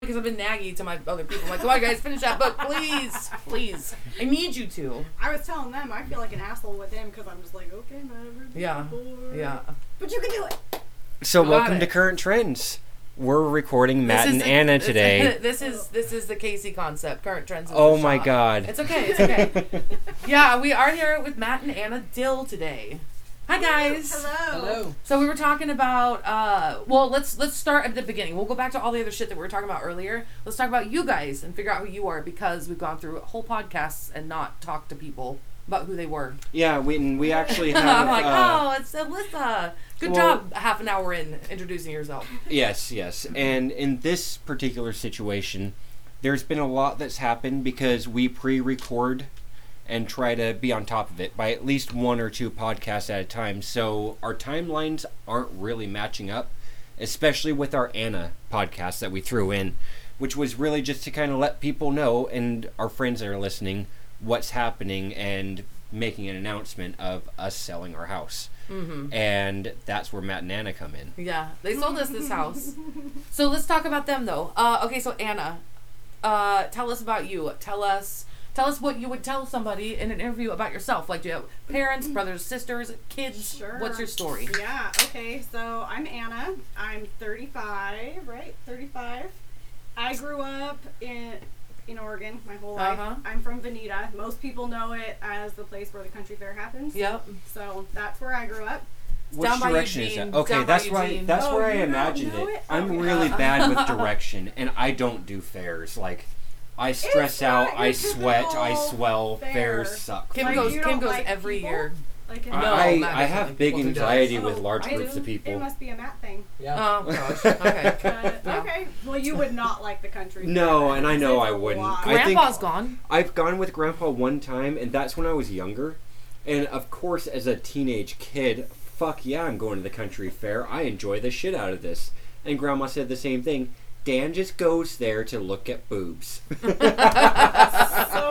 because I've been naggy to my other people. I'm like, come on, guys, finish that book, please, please. I need you to. I was telling them I feel like an asshole with them because I'm just like, okay, man. Yeah. Yeah. But you can do it. So Got welcome it. to Current Trends. We're recording This Matt is and the- Anna this is- today. This is this is the Casey concept. Current trends. in Oh the my shop. god. It's okay. It's okay. yeah, we are here with Matt and Anna Dill today. Hi guys. Hello. Hello. So we were talking about uh well let's let's start at the beginning. We'll go back to all the other shit that we were talking about earlier. Let's talk about you guys and figure out who you are because we've gone through whole podcasts and not talked to people about who they were. Yeah, we and we actually have. I'm like, uh, oh, it's Alyssa. Good well- job, half an hour in introducing yourself. Yes, yes. And in this particular situation, there's been a lot that's happened because we pre-record and try to be on top of it by at least one or two podcasts at a time. So our timelines aren't really matching up, especially with our Anna podcast that we threw in, which was really just to kind of let people know and our friends that are listening what's happening and making an announcement of us selling our house. Mm-hmm. And that's where Matt and Anna come in. Yeah, they sold us this house. So let's talk about them though. Uh, okay, so Anna, uh, tell us about you. Tell us, tell us what you would tell somebody in an interview about yourself. Like, do you have parents, brothers, sisters, kids? Mm. Sure. What's your story? Yeah. Okay. So I'm Anna. I'm 35. Right. 35. I grew up in in Oregon my whole life. Uh-huh. I'm from Veneta. Most people know it as the place where the country fair happens. Yep. So that's where I grew up. Which down by direction Eugene, is that? Okay, down by that's why. Eugene. That's Oh, where I you don't imagined know it. it? I'm Okay. uh-uh. really bad with direction, and I don't do fairs. Like, I stress It's not out, I your sweat, I typical swell. fair. Fairs suck. Kim Like, goes. you Kim don't goes like every people? year. Like in I, No, I, Matt I doesn't. have big Well, who does? anxiety Oh, with large I groups do. of people. It must be a Matt thing. Yeah. Oh gosh. Okay. But, Yeah. Okay. Well, you would not like the country. No, fair. and I know It's I a wouldn't. lot. I think- Grandpa's gone. I've gone with grandpa one time, and that's when I was younger. And of course, as a teenage kid, fuck yeah, I'm going to the country fair. I enjoy the shit out of this. And grandma said the same thing. Dan just goes there to look at boobs. so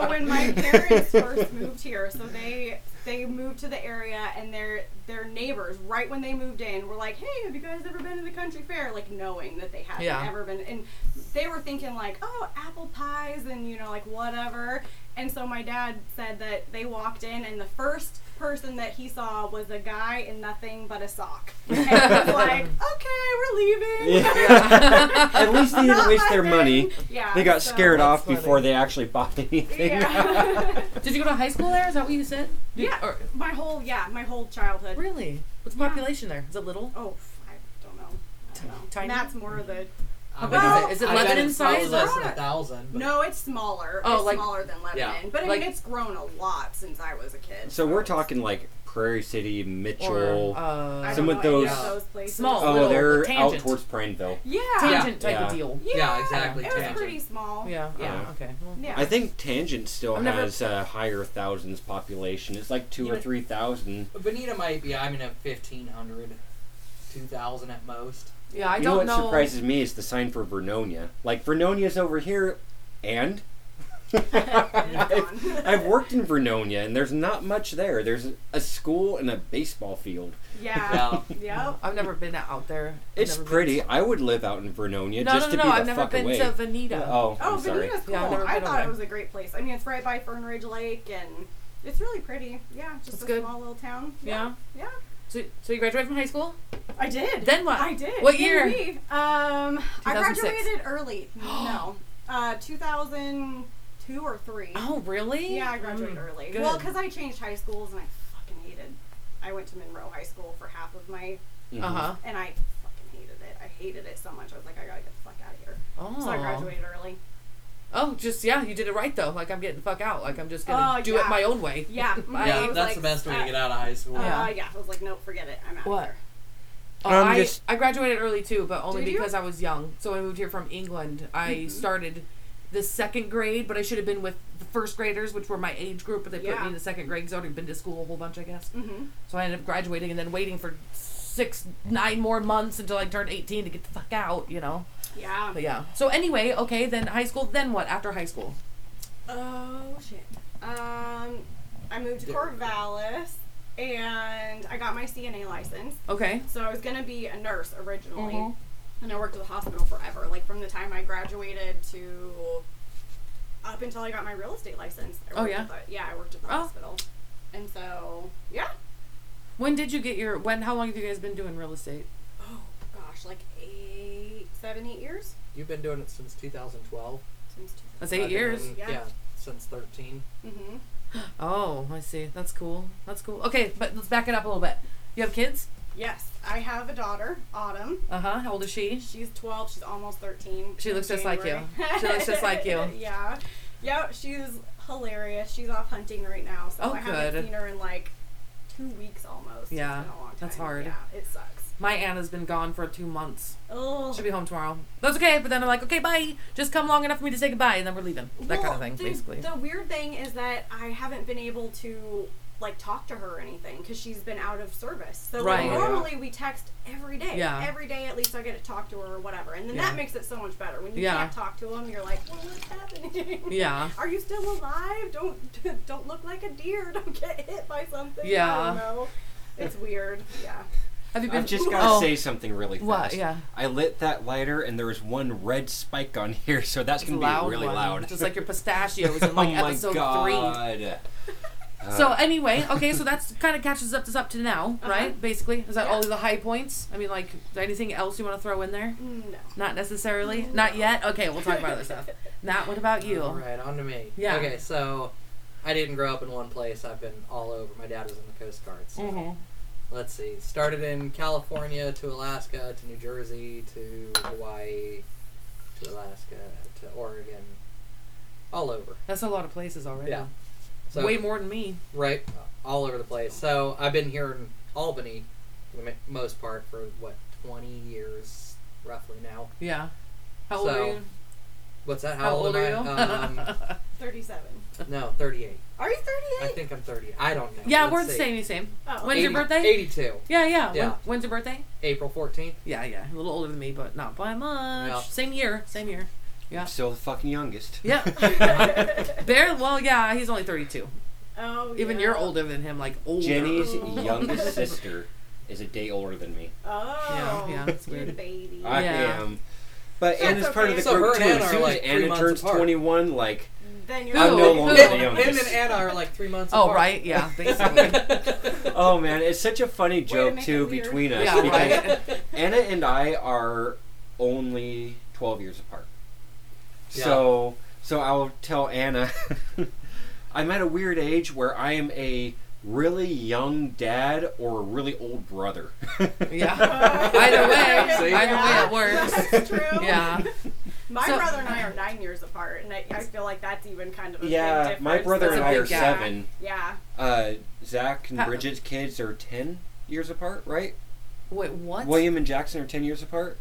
when my parents first moved here, so they they moved to the area and their their neighbors right when they moved in were like, "Hey, have you guys ever been to the country fair?" Like knowing that they hadn't Yeah. ever been, and they were thinking like, "Oh, apple pies and you know like whatever." And so my dad said that they walked in and the first person that he saw was a guy in nothing but a sock. And he was like, "Okay, we're leaving." At least they Not didn't waste my their thing. money. Yeah. They got so- scared off funny. before they actually bought anything. Yeah. Did you go to high school there? Is that what you said? Did- Yeah. or- my whole yeah, my whole childhood. really? What's the Yeah. population there? Is it little? Oh, f- I don't know. I don't know. Tiny? Matt's more of the. Um, Well, is it I bet Lebanon it's probably size? Less than Right. a thousand. but- No, it's smaller. Oh, it's like- smaller than Lebanon, Yeah. but I Like- mean it's grown a lot since I was a kid. So we're talking like Prairie City, Mitchell. Or uh, I some don't of know any those- those places. Small. oh, little they're out tangent. towards Prineville. Yeah. tangent type of Yeah. deal? Yeah. Yeah, exactly, It was tangent. pretty small. Yeah. Yeah. Oh, okay. Well, Yeah. I think Tangent still I've never- has a higher thousands population. It's like two You or know- three thousand. Bonita might be. I'm in a 1500, 2000 at most. Yeah. I you know don't what know. surprises me is the sign for Vernonia. Like Vernonia's over here, and It's gone. I've worked in Vernonia, and there's not much there. There's a school and a baseball field. yeah. Yeah. Yep. I've never been out there. I've It's never been pretty. I would live out in Vernonia No, just no, no, to be no. the I've never fuck been away. to Veneta. Oh, Oh, I'm sorry. Veneta's cool. Yeah, I've never I been thought over it was a great place. I mean, it's right by Fern Ridge Lake, and it's really pretty. Yeah, just That's a good. small little town. Yeah. Yeah. So, so you graduated from high school? I did. Then what? I did. What Yay year? me. Um, I 2006. graduated early. No, uh, 2002 or three. Oh, really? Yeah, I graduated Mm, early. Good. Well, because I changed high schools and I fucking hated. I went to Monroe High School for half of my, Mhm. uh huh. and I fucking hated it. I hated it so much. I was like, I gotta get the fuck out of here. Oh. So I graduated early. Oh, just yeah, you did it right though. Like I'm getting the fuck out. Like I'm just gonna Oh, do yeah. it my own way. Yeah. I yeah, was that's the best way to get out of high school. Uh, Yeah. yeah. I was like, nope, forget it. I'm out. What? Here. Oh, I'm I, just- I graduated early too, but only Did you? because I was young. So I moved here from England. I started the second grade, but I should have been with the first graders, which were my age group. But they put Yeah. me in the second grade because I already been to school a whole bunch, I guess. Mm-hmm. So I ended up graduating and then waiting for six, nine more months until I turned 18 to get the fuck out. You know. Yeah. But yeah. So anyway, okay, then high school. Then what? After high school. Oh shit. Um, I moved to Yeah. Corvallis and I got my CNA license. Okay. So I was gonna be a nurse originally, Mhm. And I worked at the hospital forever, like from the time I graduated to up until I got my real estate license. I Oh, worked yeah? at the- yeah, I worked at the Oh. hospital, and so yeah. When did you get your? When? How long have you guys been doing real estate? Oh gosh, like eight, seven, eight years You've been doing it since 2012. since. two- That's eight I've been years. doing- Yeah. yeah, since 13. Mhm. Oh, I see. That's cool. That's cool. Okay, but let's back it up a little bit. You have kids? Yes, I have a daughter, Autumn. Uh huh. How old is she? She's 12. She's almost 13. She in looks just like you. January. She looks just like you. yeah. Yep. She's hilarious. She's off hunting right now, so Oh, I haven't good. seen her in like two weeks almost. Yeah, It's been a long that's time. hard. Yeah. It sucks. My Anna's been gone for two months. Oh. She'll be home tomorrow. That's okay. But then I'm like, okay, bye. Just come long enough for me to say goodbye, and then we're leaving. That kind Well, of thing, the, basically. The weird thing is that I haven't been able to like talk to her or anything because she's been out of service. So Right. like, Oh, yeah. normally we text every day. Yeah. Every day at least I get to talk to her or whatever, and then Yeah. that makes it so much better. When you Yeah. can't talk to them, you're like, well, what's happening? Yeah. Are you still alive? Don't don't look like a deer. Don't get hit by something. I Yeah. don't know. It's weird. Yeah. Have you been? I've just got to Oh, say something really fast. What? Yeah. I lit that lighter and there was one red spike on here, so that's It's going a to loud be really one. loud. Just like your pistachios in like oh my episode three. god. Uh, So anyway, okay, so that's kind of catches up to up to now, right? Uh-huh. Basically, is that Yeah. all the high points? I mean, like, is there anything else you want to throw in there? Mm, No. Not necessarily. Not yet. Okay, we'll talk about other stuff. Nat, what about you? All right, on to me. Yeah. Okay, so I didn't grow up in one place. I've been all over. My dad was in the Coast Guard. So Mm-hmm. let's see. Started in California to Alaska to New Jersey to Hawaii to Alaska to Oregon. All over. That's a lot of places already. Yeah. So Mm-hmm. Way more than me. right all over the place. So I've been here in Albany for the ma- most part for what 20 years roughly now. Yeah. How old So, are you? What's that? How, old, are you? am I? Thirty-seven. Um, no, 38. Are you I thirty-eight? think I'm 30. I don't know. yeah, Let's we're the see. same. You same. Oh. When's your 80 birthday? 82. Yeah, yeah. Yeah. When, when's your birthday? April 14th. Yeah, yeah. A little older than me, but not by much. Yeah. Same year. Same year. Yeah. I'm still the fucking youngest. Yeah. Bear. Well, yeah. He's only thirty-two. oh. Even yeah. you're older than him. Like older. Jenny's Ooh. youngest sister is a day older than me. Oh. Yeah, yeah, it's You're weird. the baby. I Yeah. am. But That's Anna's part of okay. the So her group and too. Anna as are, soon as like, three Anna months turns apart. 21, like then you're I'm no Who? longer Who? the Him youngest. and Anna are like three months Oh apart. right. Yeah. Basically. Oh man, it's such a funny to joke make too it weird. between us Yeah, because right. Anna and I are only 12 years apart. Yeah. So so I'll tell Anna I'm at a weird age where I am a really young dad or a really old brother. Yeah. Either way, See? either way, uh, Yeah. it works. That's true. Yeah. My So- brother and I are nine years apart, and I, I feel like that's even kind of a yeah, big my difference. brother That's and a I big are gap. 7. Yeah. Uh Zach and Ha- Bridget's kids are 10 years apart, right? Wait, what? William and Jackson are 10 years apart.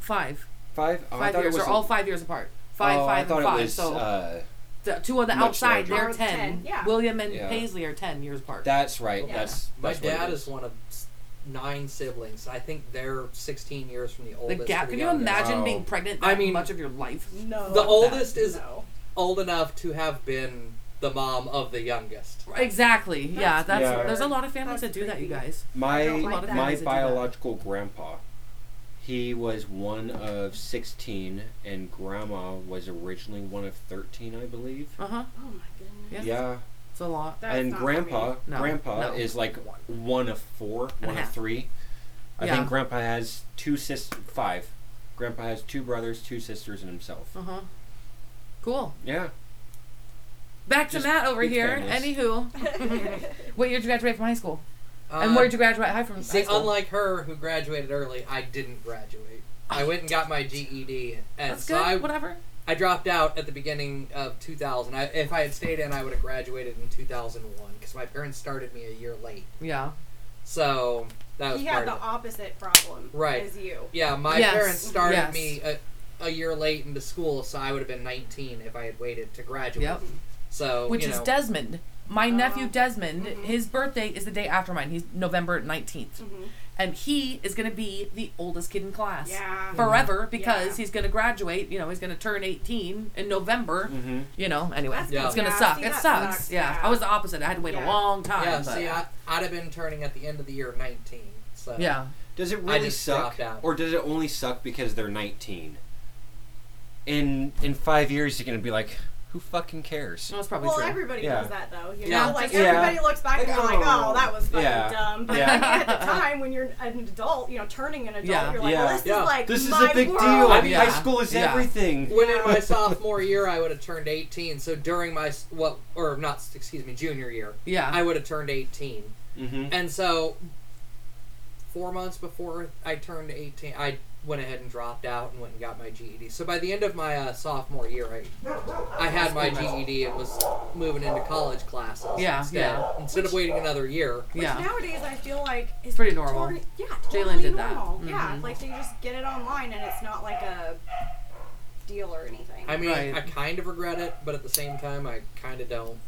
Five. 5? Oh, I Five thought years. it was They're all five years apart. Five, oh, five, I thought and five. it was so uh, the two on the much outside, larger. they're Ours ten. ten, yeah. William and Yeah. Paisley are ten years apart. that's right. Yeah. That's, My that's what it dad is. is one of s- nine siblings. I think they're 16 years from the the oldest. gap. to Can the you youngest. imagine Wow. being pregnant? I that mean- much of your life. No. The oldest is No. Oh old enough to have been the mom of the youngest. Exactly. yeah. That's That's weird. there's a lot of families That's that do that. You creepy. guys. My don't like that. my Does it do that? biological grandpa, he was one of sixteen, and grandma was originally one of thirteen, I believe. Uh huh. Oh my goodness. Yeah. Yeah, It's a lot. That's and not grandpa, for me. No, grandpa no. is like one of four, a one of half. three. I Yeah. think grandpa has two sis, five. Grandpa has two brothers, two sisters, and himself. Uh huh. Cool. Yeah, Back to Just Matt over big here. families. Anywho, what year did you graduate from high school? Um, Uh, and where did you graduate high from? See, high school? unlike her who graduated early, I didn't graduate. I went and got my GED, and That's so good. I, Whatever. I dropped out at the beginning of 2000. I, if I had stayed in, I would have graduated in 2001 because my parents started me a year late. Yeah. So that was he part had the of it. opposite problem Right. as you. Yeah, my Yes, parents started yes. me a, a year late into school, so I would have been 19 if I had waited to graduate. Yep. So which Oh, you is know, Desmond. Uh, My nephew Desmond, mhm. his birthday is the day after mine. He's November 19th. Mhm. And he is going to be the oldest kid in class Yeah. forever because Yeah. he's going to graduate. You know, he's going to turn 18 in November. mm-hmm. You know, anyway, That's Yeah. it's going to yeah, suck. see, it that sucks. sucks, Yeah. yeah. I was the opposite. I had to wait a Yeah. long time. yeah. but- See, I, I'd have been turning at the end of the year 19. So yeah. Does it really just suck, dropped out. or does it only suck because they're 19? In in five years, you're gonna be like, who fucking cares? No, it's probably Well, true. everybody Yeah. knows that though. You Yeah. know, like Yeah. everybody looks back Like, and they're like, oh. "Oh, that was fucking Yeah. dumb." But Yeah. like, at the time, when you're an adult, you know, turning an adult, Yeah. you're like, Yeah. "Well, this Yeah. is like This is my a big world. deal. I mean, High yeah. school is Yeah. everything. When in my sophomore year, I would have turned 18. So during my s- what, or not, excuse me, junior year, yeah. I would have turned 18. Mm-hmm. And so, four months before I turned 18, I went ahead and dropped out and went and got my GED. So by the end of my uh, sophomore year, I, I had my GED and was moving into college classes. Yeah, instead, yeah. instead of waiting another year. Which yeah. nowadays, I feel like It's pretty normal. Totally, yeah, totally Jalen did that. normal. Yeah, Mhm. like they just get it online, and it's not like a deal or anything. I mean, Right. I kind of regret it, but at the same time, I kind of don't.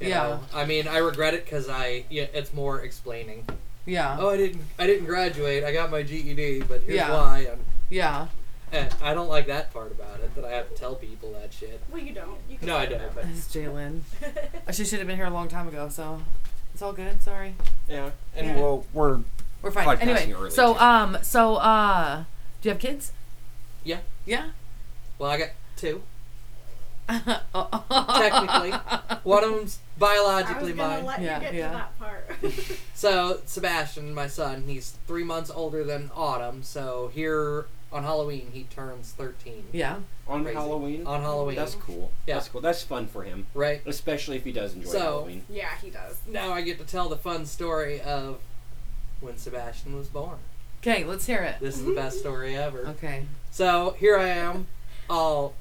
You Yeah. know? I mean, I regret it because I yeah, it's more explaining. yeah. Oh, I didn't I didn't graduate. I got my GED, but here's Uh-huh. Yeah. why. I'm, Yeah. eh, I don't like that part about it that I have to tell people that shit. well, you don't. You can No, I don't. But It's Jalen. She should have been here a long time ago, so it's all good. Sorry. Yeah, and Yeah. well, we're We're fine. Podcasting anyway, early, so too. um, so uh, do you have kids? Yeah. Yeah. well, I got two Oh. technically. One of them's I was biologically gonna mine. let Yeah, you get yeah. to that part. So Sebastian, my son, he's three months older than Autumn. So here on Halloween, he turns thirteen. Yeah. on Crazy. Halloween. On Halloween. That's cool. Yeah. That's cool. That's fun for him, Right. especially if he does enjoy So- Halloween. yeah, he does. Now I get to tell the fun story of when Sebastian was born. Okay, let's hear it. This is the best story ever. Okay. So here I am, all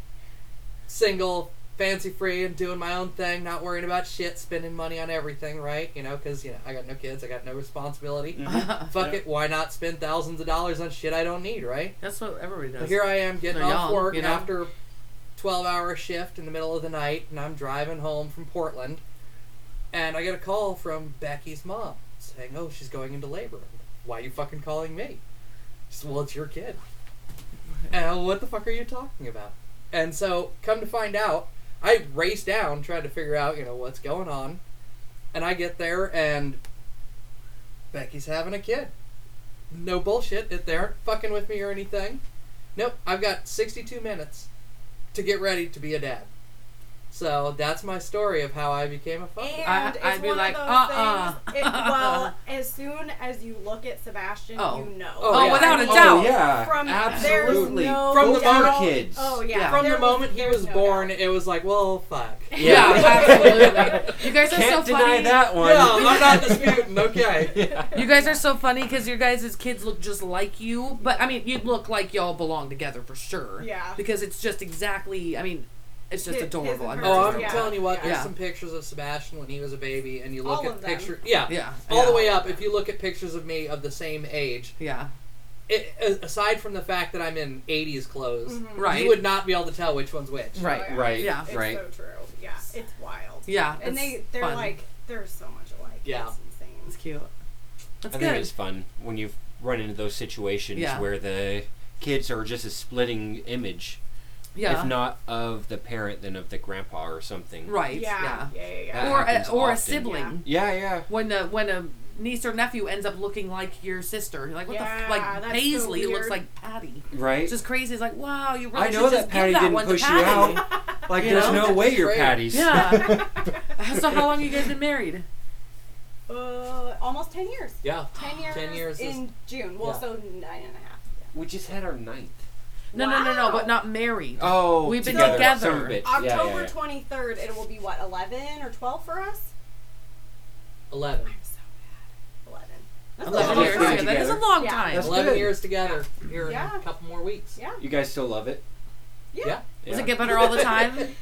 single, fancy free, and doing my own thing, not worrying about shit, spending money on everything, right? You know, because you know I got no kids, I got no responsibility. Mhm. Fuck Yeah. it, why not spend thousands of dollars on shit I don't need, right? That's what everybody But does. here I am getting They're off young, work you know? after 12 hour shift in the middle of the night, and I'm driving home from Portland, and I get a call from Becky's mom saying, Oh, she's going into labor. Why you fucking calling me? She said, Well, it's your kid. And I'm, what the fuck are you talking about? And so, come to find out, I race down trying to figure out, you know, what's going on. And I get there, and Becky's having a kid. No bullshit. If they aren't fucking with me or anything, nope. I've got 62 minutes to get ready to be a dad. So that's my story of how I became a father. And I- it's I'd be one like, of those uh-uh. things. It, well, as soon as you look at Sebastian, Oh. you know. Oh, Oh, yeah. without a Oh, doubt. Oh yeah, From absolutely. there's no From the doubt. moment kids. Oh yeah. Yeah. From there the moment he there's was no born, doubt. it was like, well, fuck. Yeah, absolutely. You guys are Can't so deny funny. that one. No, I'm not disputing. Okay. You guys are so funny because your guys' kids look just like you. But I mean, you look like y'all belong together for sure. Yeah. Because it's just exactly. I mean, it's just His- his adorable. I and mean, Oh, it's I'm adorable. Yeah. telling you what. There's Yeah. some pictures of Sebastian when he was a baby, and you look All at of them. pictures. Yeah. Yeah. All the yeah, way up. If you look at pictures of me of the same age, Yeah. it, a- aside from the fact that I'm in 80s clothes, Mm-hmm. Right. you would not be able to tell which one's which. Right. yeah. Right. Yeah. uh, It's Right. so true. Yeah, it's wild. Yeah. and it's they they're fun. like they're so much alike. Yeah. it's insane. It's cute. That's I good. think it's fun when you run into those situations Yeah. where the kids are just a splitting image, yeah. if not of the parent, then of the grandpa or something. right. Yeah, Yeah. yeah, yeah, That yeah. Or a, happens or a often. sibling. Yeah. Yeah, yeah. When a when a niece or nephew ends up looking like your sister, You're like what the Yeah, f- like that's so Paisley looks weird. like Patty. Right. It's just crazy. It's like wow, you really I should know just that Patty give that didn't one push to you Patty. out. like, You there's know? no way you're Right. Patty's. Yeah. so how long you guys been married? Uh, almost ten years. Yeah. Ten years. 10 years is- in June. Well, Yeah. so nine and a half. Yeah. We just had our ninth. No, no, no, no, Wow. but not married. Oh, We've been together. together. Son of a bitch. Yeah, yeah, October yeah. twenty third. It will be what eleven or twelve for us. 11. I'm so bad. Eleven. 11 That's a long years. time. Yeah, that is a Together. long Yeah. time. That's 11 good. years together here in Yeah. a couple more weeks. Yeah. You guys still love it? yeah, Yeah. Does it Yeah. get better all the time?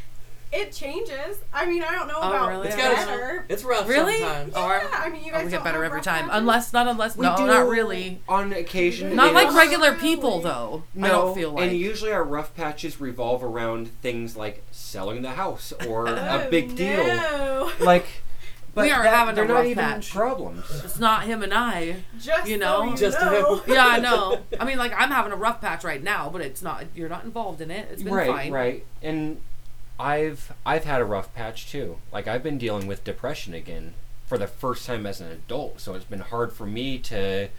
It changes. I mean, I don't know Oh, about really? It's got better. It's rough Really? sometimes. Or- yeah, I mean, you guys Oh, we don't get better have every rough time. patches? Unless, not unless. We no, do not really. on occasion. Not it like is- regular Not people, really. though. No, I don't feel like. and usually our rough patches revolve around things like selling the house or a Oh, big deal. no. Like, but We are that- having a they're not rough even patch. problems. it's not him and I. Just You know? so you Just to know. have- Yeah, I know. I mean, like I'm having a rough patch right now, but it's not. You're not involved in it. It's been right, fine. right. And I've I've had a rough patch too. Like I've been dealing with depression again for the first time as an adult, so it's been hard for me to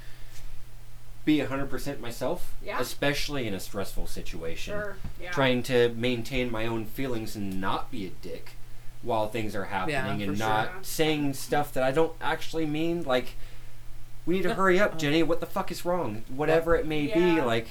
be 100% myself, Yeah. especially in a stressful situation. Sure. Yeah. Trying to maintain my own feelings and not be a dick while things are happening for and sure. not saying stuff that I don't actually mean. Like, we need to Yeah. hurry up, Jenny. What the fuck is wrong? Whatever it may be, Uh, Yeah. like,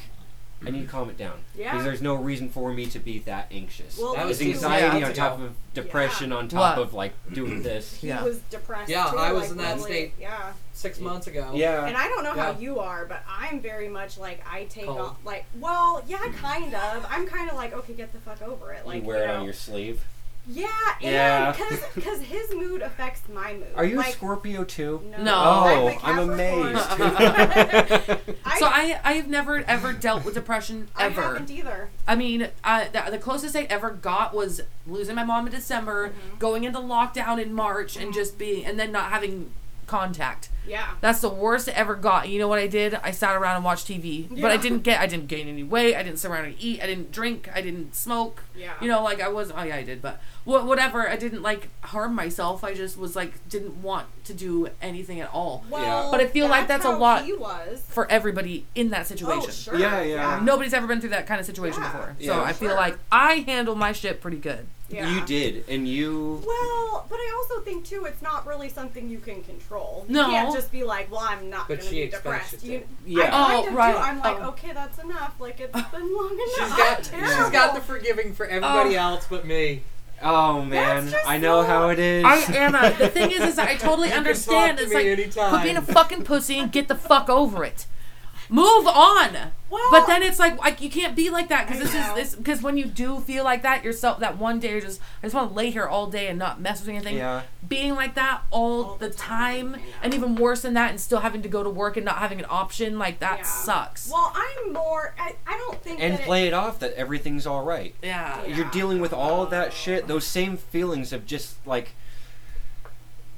I need to calm it down. Yeah. Because there's no reason for me to be that anxious. Well, That Oh, me was too. anxiety Yeah. on top of depression on top What? of, like, doing this. He Yeah. was depressed. Yeah, too, I was like, in that really- state. Yeah. six months ago. Yeah. And I don't know Yeah. how you are, but I'm very much like I take Cold. off like well, yeah, kind of. I'm kind of like okay, get the fuck over it. Like you wear it know. on your sleeve. yeah, Yeah. yeah, because his mood affects my mood. Are you like, a Scorpio too? No, No. I'm, Oh, a I'm Capricorn. amazed. I, so I I have never ever dealt with depression I ever. haven't e- either. I mean, I, the, the closest I ever got was losing my mom in December, Mm-hmm. going into lockdown in March, and just being, and then not having contact. Yeah. That's the worst I ever got. You know what I did? I sat around and watched TV, but I Yeah. didn't get, I didn't gain any weight. I didn't sit around and eat. I didn't drink. I didn't smoke. Yeah. You know, like I was. Oh yeah, I did, but wha- whatever. I didn't like harm myself. I just was like didn't want to do anything at all Well, But I feel like that's a how lot He was. for everybody in that situation. Oh, sure. Yeah, yeah. Nobody's ever been through that kind of situation Yeah. before. Yeah. so I feel Sure. like I handle my shit pretty good. Yeah. You did, and you. Well, but I also think too, it's not really something you can control. No. you can't just be like, "Well, I'm not going But to she be expects depressed." you to. You, Yeah. I kind Oh, of do. right. I'm like, Oh. "Okay, that's enough. Like it's been long enough." She's got I'm she's got the terrible. forgiving for everybody Oh. else but me. Oh man, just I know so- how it is. I Anna, the thing is, is I totally You can understand. talk to It's me like anytime. quit being a fucking pussy and get the fuck over it. Move on. Well- but then it's like like you can't be like that because I this know. is this because when you do feel like that yourself, that one day you're just I just want to lay here all day and not mess with anything. Yeah. Being like that all, All the the time, time, I know. and even worse than that, and still having to go to work and not having an option like that Yeah. sucks. Well, I'm more. I, I don't think and that it- play it off that everything's all right. yeah. Yeah. You're dealing with all that shit. Those same feelings of just like,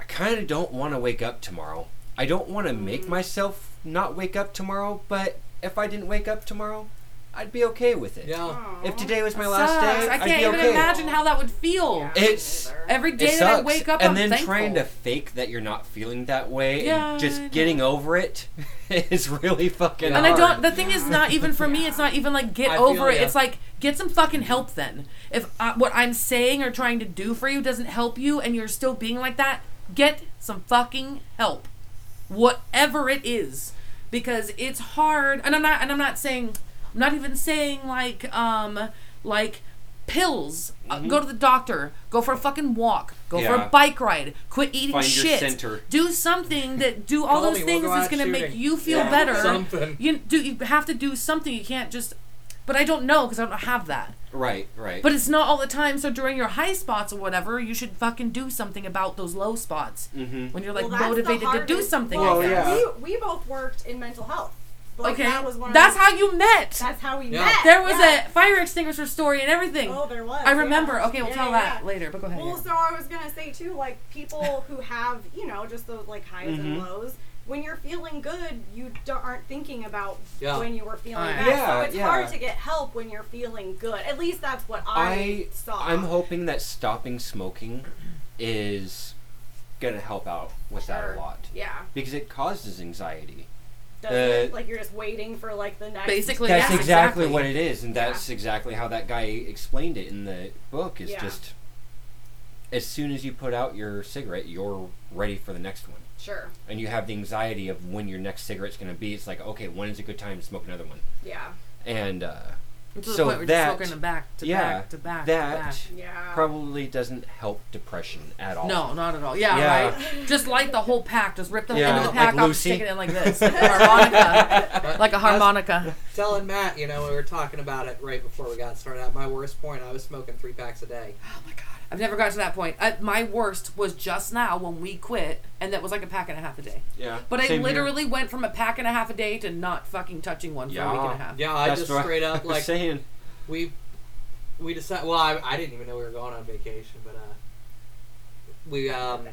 I kind of don't want to wake up tomorrow. I don't want to Mm. make myself not wake up tomorrow. But if I didn't wake up tomorrow, I'd be okay with it. Yeah. Aw. If today was my It last sucks. day, I would can't be even okay. imagine how that would feel. Yeah, It's- neither. Every it day sucks. that I wake up, and I'm then thankful. trying to fake that you're not feeling that way Yeah, and I just getting over it is really fucking And I hard. don't. The thing is, not even for me. It's not even like get I feel over it. ya. It's like get some fucking help. Then, if I, what I'm saying or trying to do for you doesn't help you, and you're still being like that, get some fucking help, whatever it is, because it's hard. And I'm not. And I'm not saying. I'm not even saying like um like pills. Uh, Mm-hmm. go to the doctor. Go for a fucking walk. Go for Yeah. a bike ride. Quit eating Find your shit. center. Do something that do all Call those me, we'll things go that's out gonna make shooting. you feel Yeah. better. Something. You do. You have to do something. You can't just. But I don't know because I don't have that. Right, right. But it's not all the time. So during your high spots or whatever, you should fucking do something about those low spots mm-hmm. when you're like Well, that's the motivated to do hardest- something. Well, I guess. yeah. We, we both worked in mental health. Like, okay. That was one of That's the- how you met. That's how we Yeah. met. there was yeah. a fire extinguisher story and everything. Oh, there was. I remember. yeah. Okay, we'll Yeah, tell yeah, that yeah. later. But go ahead. Well, yeah. so I was gonna say too, like people who have, you know, just those like highs Mm-hmm. and Mhm. lows. When you're feeling good, you do- aren't thinking about Yeah. when you were feeling Alright. bad. Yeah, so it's yeah. hard to get help when you're feeling good. At least that's what I, I saw. I'm hoping that stopping smoking is gonna help out with that Sure. a lot Yeah. because it causes anxiety. Does Uh, it, like you're just waiting for like the next. Basically, that's yes, exactly, exactly. what it is, and Yeah. that's exactly how that guy explained it in the book. Is Yeah. just as soon as you put out your cigarette, you're ready for the next one, Sure. and you have the anxiety of when your next cigarette's gonna be. It's like, okay, when is a good time to smoke another one? Yeah. And uh, to the so point where that- you're just smoking back to yeah, back to back to that back. Yeah. probably doesn't help depression at all. ah. No, not at all. Yeah, Yeah. right. Just light the whole pack. Just rip the Yeah. end of the Like pack off, and Lucy. stick it in like this, like a harmonica, like a harmonica. Telling Matt, you know, we were talking about it right before we got started. At my worst point, I was smoking three packs a day. Oh my god, I've never got to that point. I, my worst was just now when we quit, and that was like a pack and a half a day. Yeah. But I same here. literally went from a pack and a half a day to not fucking touching one for a week and a half. Yeah, I That's just what straight up was like saying. we we decided. Well, I, I didn't even know we were going on vacation, but uh, we um.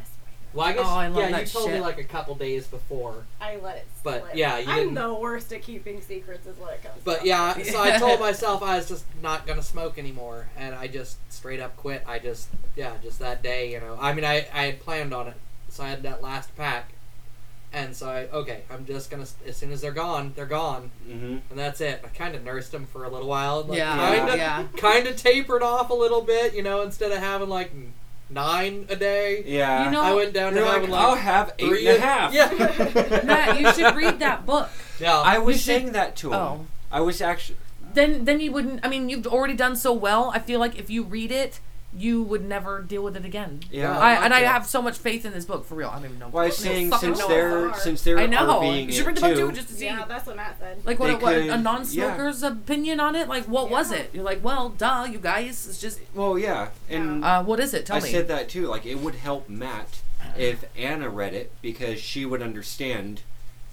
Well, I guess Oh, I love yeah, you that told me shit. like a couple days before, I let it slip. But, yeah, you I'm didn't- the worst at keeping secrets is what it comes. but to. yeah. So I told myself I was just not gonna smoke anymore, and I just straight up quit. I just yeah, just that day, you know. I mean, I I had planned on it, so I had that last pack, And so I okay, I'm just gonna as soon as they're gone, they're gone, Mm-hmm. and that's it. I kind of nursed them for a little while, like, yeah, Yeah. kind of yeah. kind of tapered off a little bit, you know, instead of having like n- nine a day. Yeah. You know- I went down to They're having like, like I'll have eight three and a half. Yeah. Matt, you should read that book. yeah. I was You should- saying that to him. Oh. I was actually. Then, then you wouldn't. I mean, you've already done so well. I feel like if you read it, you would never deal with it again. Yeah. I I, like and I it. have so much faith in this book for real. I don't even know. Well, I what was the saying fuck I since know. they're far. since they're I know. RVing You should read it the book too. too, just to see. Yeah, that's what Matt said. like what, They a- what could- a non-smoker's opinion on it. Like what was Yeah. it? You're like, well, duh, you guys. It's just Well, yeah, and uh, what is it? Tell I me. said that too. Like it would help Matt if Anna read it because she would understand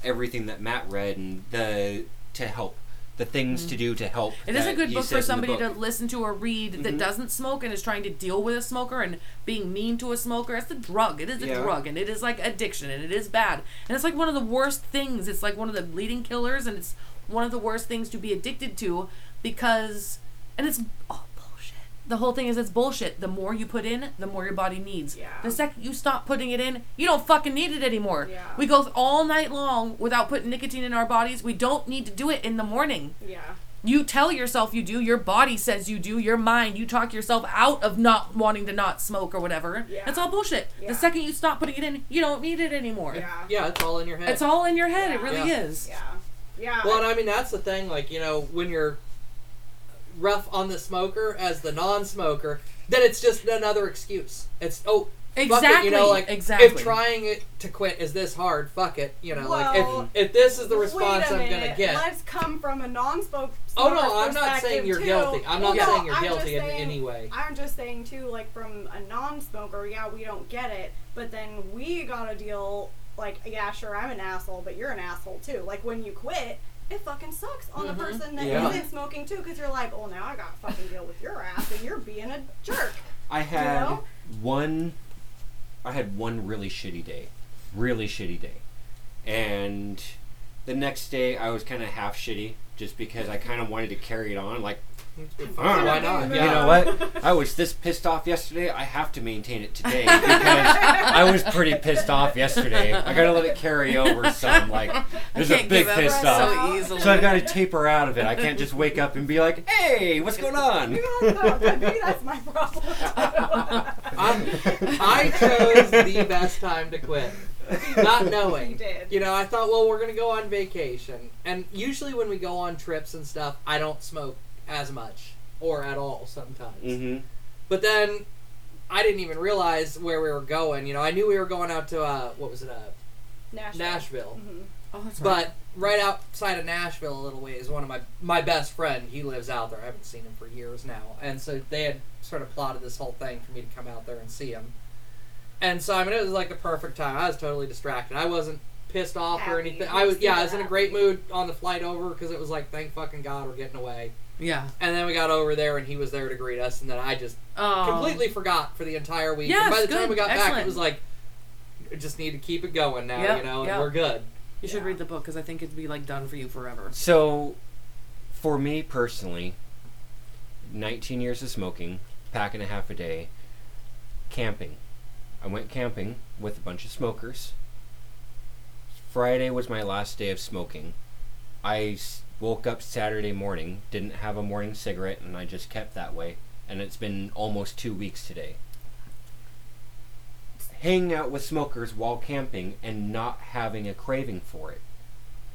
everything that Matt read and the to help the things to do to help. Mm. It is a that good he book says in for the somebody book. to listen to or read that Mhm. doesn't smoke and is trying to deal with a smoker and being mean to a smoker. It's a drug. It is a Yeah. drug and it is like addiction and it is bad. And it's like one of the worst things. It's like one of the leading killers and it's one of the worst things to be addicted to because and it's all bullshit. The whole thing is it's bullshit. The more you put in, the more your body needs. Yeah. The second you stop putting it in, you don't fucking need it anymore. Yeah. We go all night long without putting nicotine in our bodies. We don't need to do it in the morning. yeah. You tell yourself you do, your body says you do, your mind, you talk yourself out of not wanting to not smoke or whatever. Yeah. That's all bullshit. Yeah. The second you stop putting it in, you don't need it anymore. Yeah. yeah, it's all in your head. It's all in your head. It Yeah. really Yeah. is. Yeah. Yeah. Well, and I mean that's the thing. Like you know, when you're rough on the smoker as the non-smoker, then it's just another excuse. It's oh, fuck Exactly. it, you know, like exactly. if trying it to quit is this hard, fuck it, you know, Well, like if if this is the response Wait a I'm gonna minute. get. Let's come from a non-spoke. Oh no, I'm not perspective, saying you're too. guilty. I'm not Well, no, saying you're I'm guilty just in saying- any way. I'm just saying too, like from a non-smoker, yeah, we don't get it, but then we gotta deal. Like, yeah, sure, I'm an asshole, but you're an asshole too. Like when you quit, it fucking sucks on Mm-hmm. the person that Yeah. not smoking too, because you're like, well, now I gotta fucking deal with your ass, and you're being a jerk. I had know? one. I had one really shitty day, really shitty day, and the next day I was kind of half shitty just because I kind of wanted to carry it on. Like, Fine, why not? you know Yeah. what? I was this pissed off yesterday. I have to maintain it today because I was pretty pissed off yesterday. I gotta let it carry over some. Like, there's a can't give big up pissed right off. now. so easily. So I've got to taper out of it. I can't just wake up and be like, "Hey, what's going on?" Maybe that's- maybe that's my problem. too. I'm- Um, I chose the best time to quit, not You knowing. did. You know, I thought, well, we're gonna go on vacation, and usually when we go on trips and stuff, I don't smoke as much or at all sometimes. hmm But then I didn't even realize where we were going. You know, I knew we were going out to uh, what was it, uh, Nashville. Nashville. Mhm. Oh, that's right. But right outside of Nashville, a little way, is one of my my best friend. He lives out there. I haven't seen him for years now, and so they had sort of plotted this whole thing for me to come out there and see him. And so I mean, it was like the perfect time. I was totally distracted. I wasn't pissed off or Happy. anything. I was yeah, I was in a great Happy. mood on the flight over because it was like, thank fucking god we're getting away. yeah. And then we got over there, and he was there to greet us, and then I just Oh. completely forgot for the entire week. Yes, and by the good, time we got back, excellent. it was like, "I just need to keep it going now, Yep, you know, and yep. we're good. Um, You should Yeah. read the book because I think it'd be like done for you forever. So, for me personally, 19 years of smoking, pack and a half a day, camping. I went camping with a bunch of smokers. Friday was my last day of smoking. I s- woke up Saturday morning, didn't have a morning cigarette, and I just kept that way. And it's been almost two weeks today. Hanging out with smokers while camping and not having a craving for it.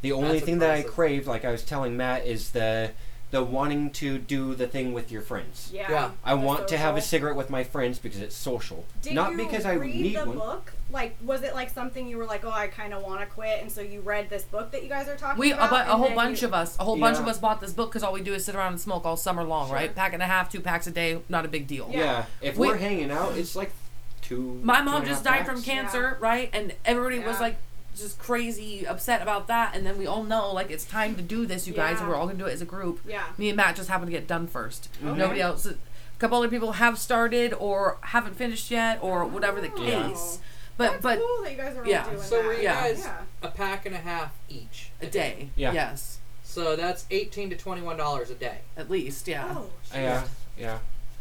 The only That's thing that I impressive. crave, like I was telling Matt, is the the wanting to do the thing with your friends. Yeah. Yeah. I The want to have a social. cigarette with my friends because it's social. Did Not you because I read need the one. book? Like, was it like something you were like, oh, I kind of want to quit, and so you read this book that you guys are talking We uh, a, about? bu- a and whole then bunch you- of us, a whole bunch of Yeah. us bought this book because all we do is sit around and smoke all summer long, Sure. right? Pack and a half, two packs a day, not a big deal. Yeah. Yeah. If We- we, are hanging out, it's like two. My two mom and a just half died from packs. cancer, right? And everybody was Yeah. like just crazy upset about that. And then we all know like it's time to do this, you guys, and Yeah. we're all gonna do it as a group. Yeah. Me and Matt just happened to get done first. Okay. Nobody else. A couple other people have started or haven't finished yet or whatever the Oh. case. But That's but cool that you guys are all yeah. doing So that. were you Yeah. guys Yeah. a pack and a half each? a day, Yeah. yes, So that's eighteen to twenty-one dollars a day. at least, yeah, Oh, shit. Yeah. Yeah.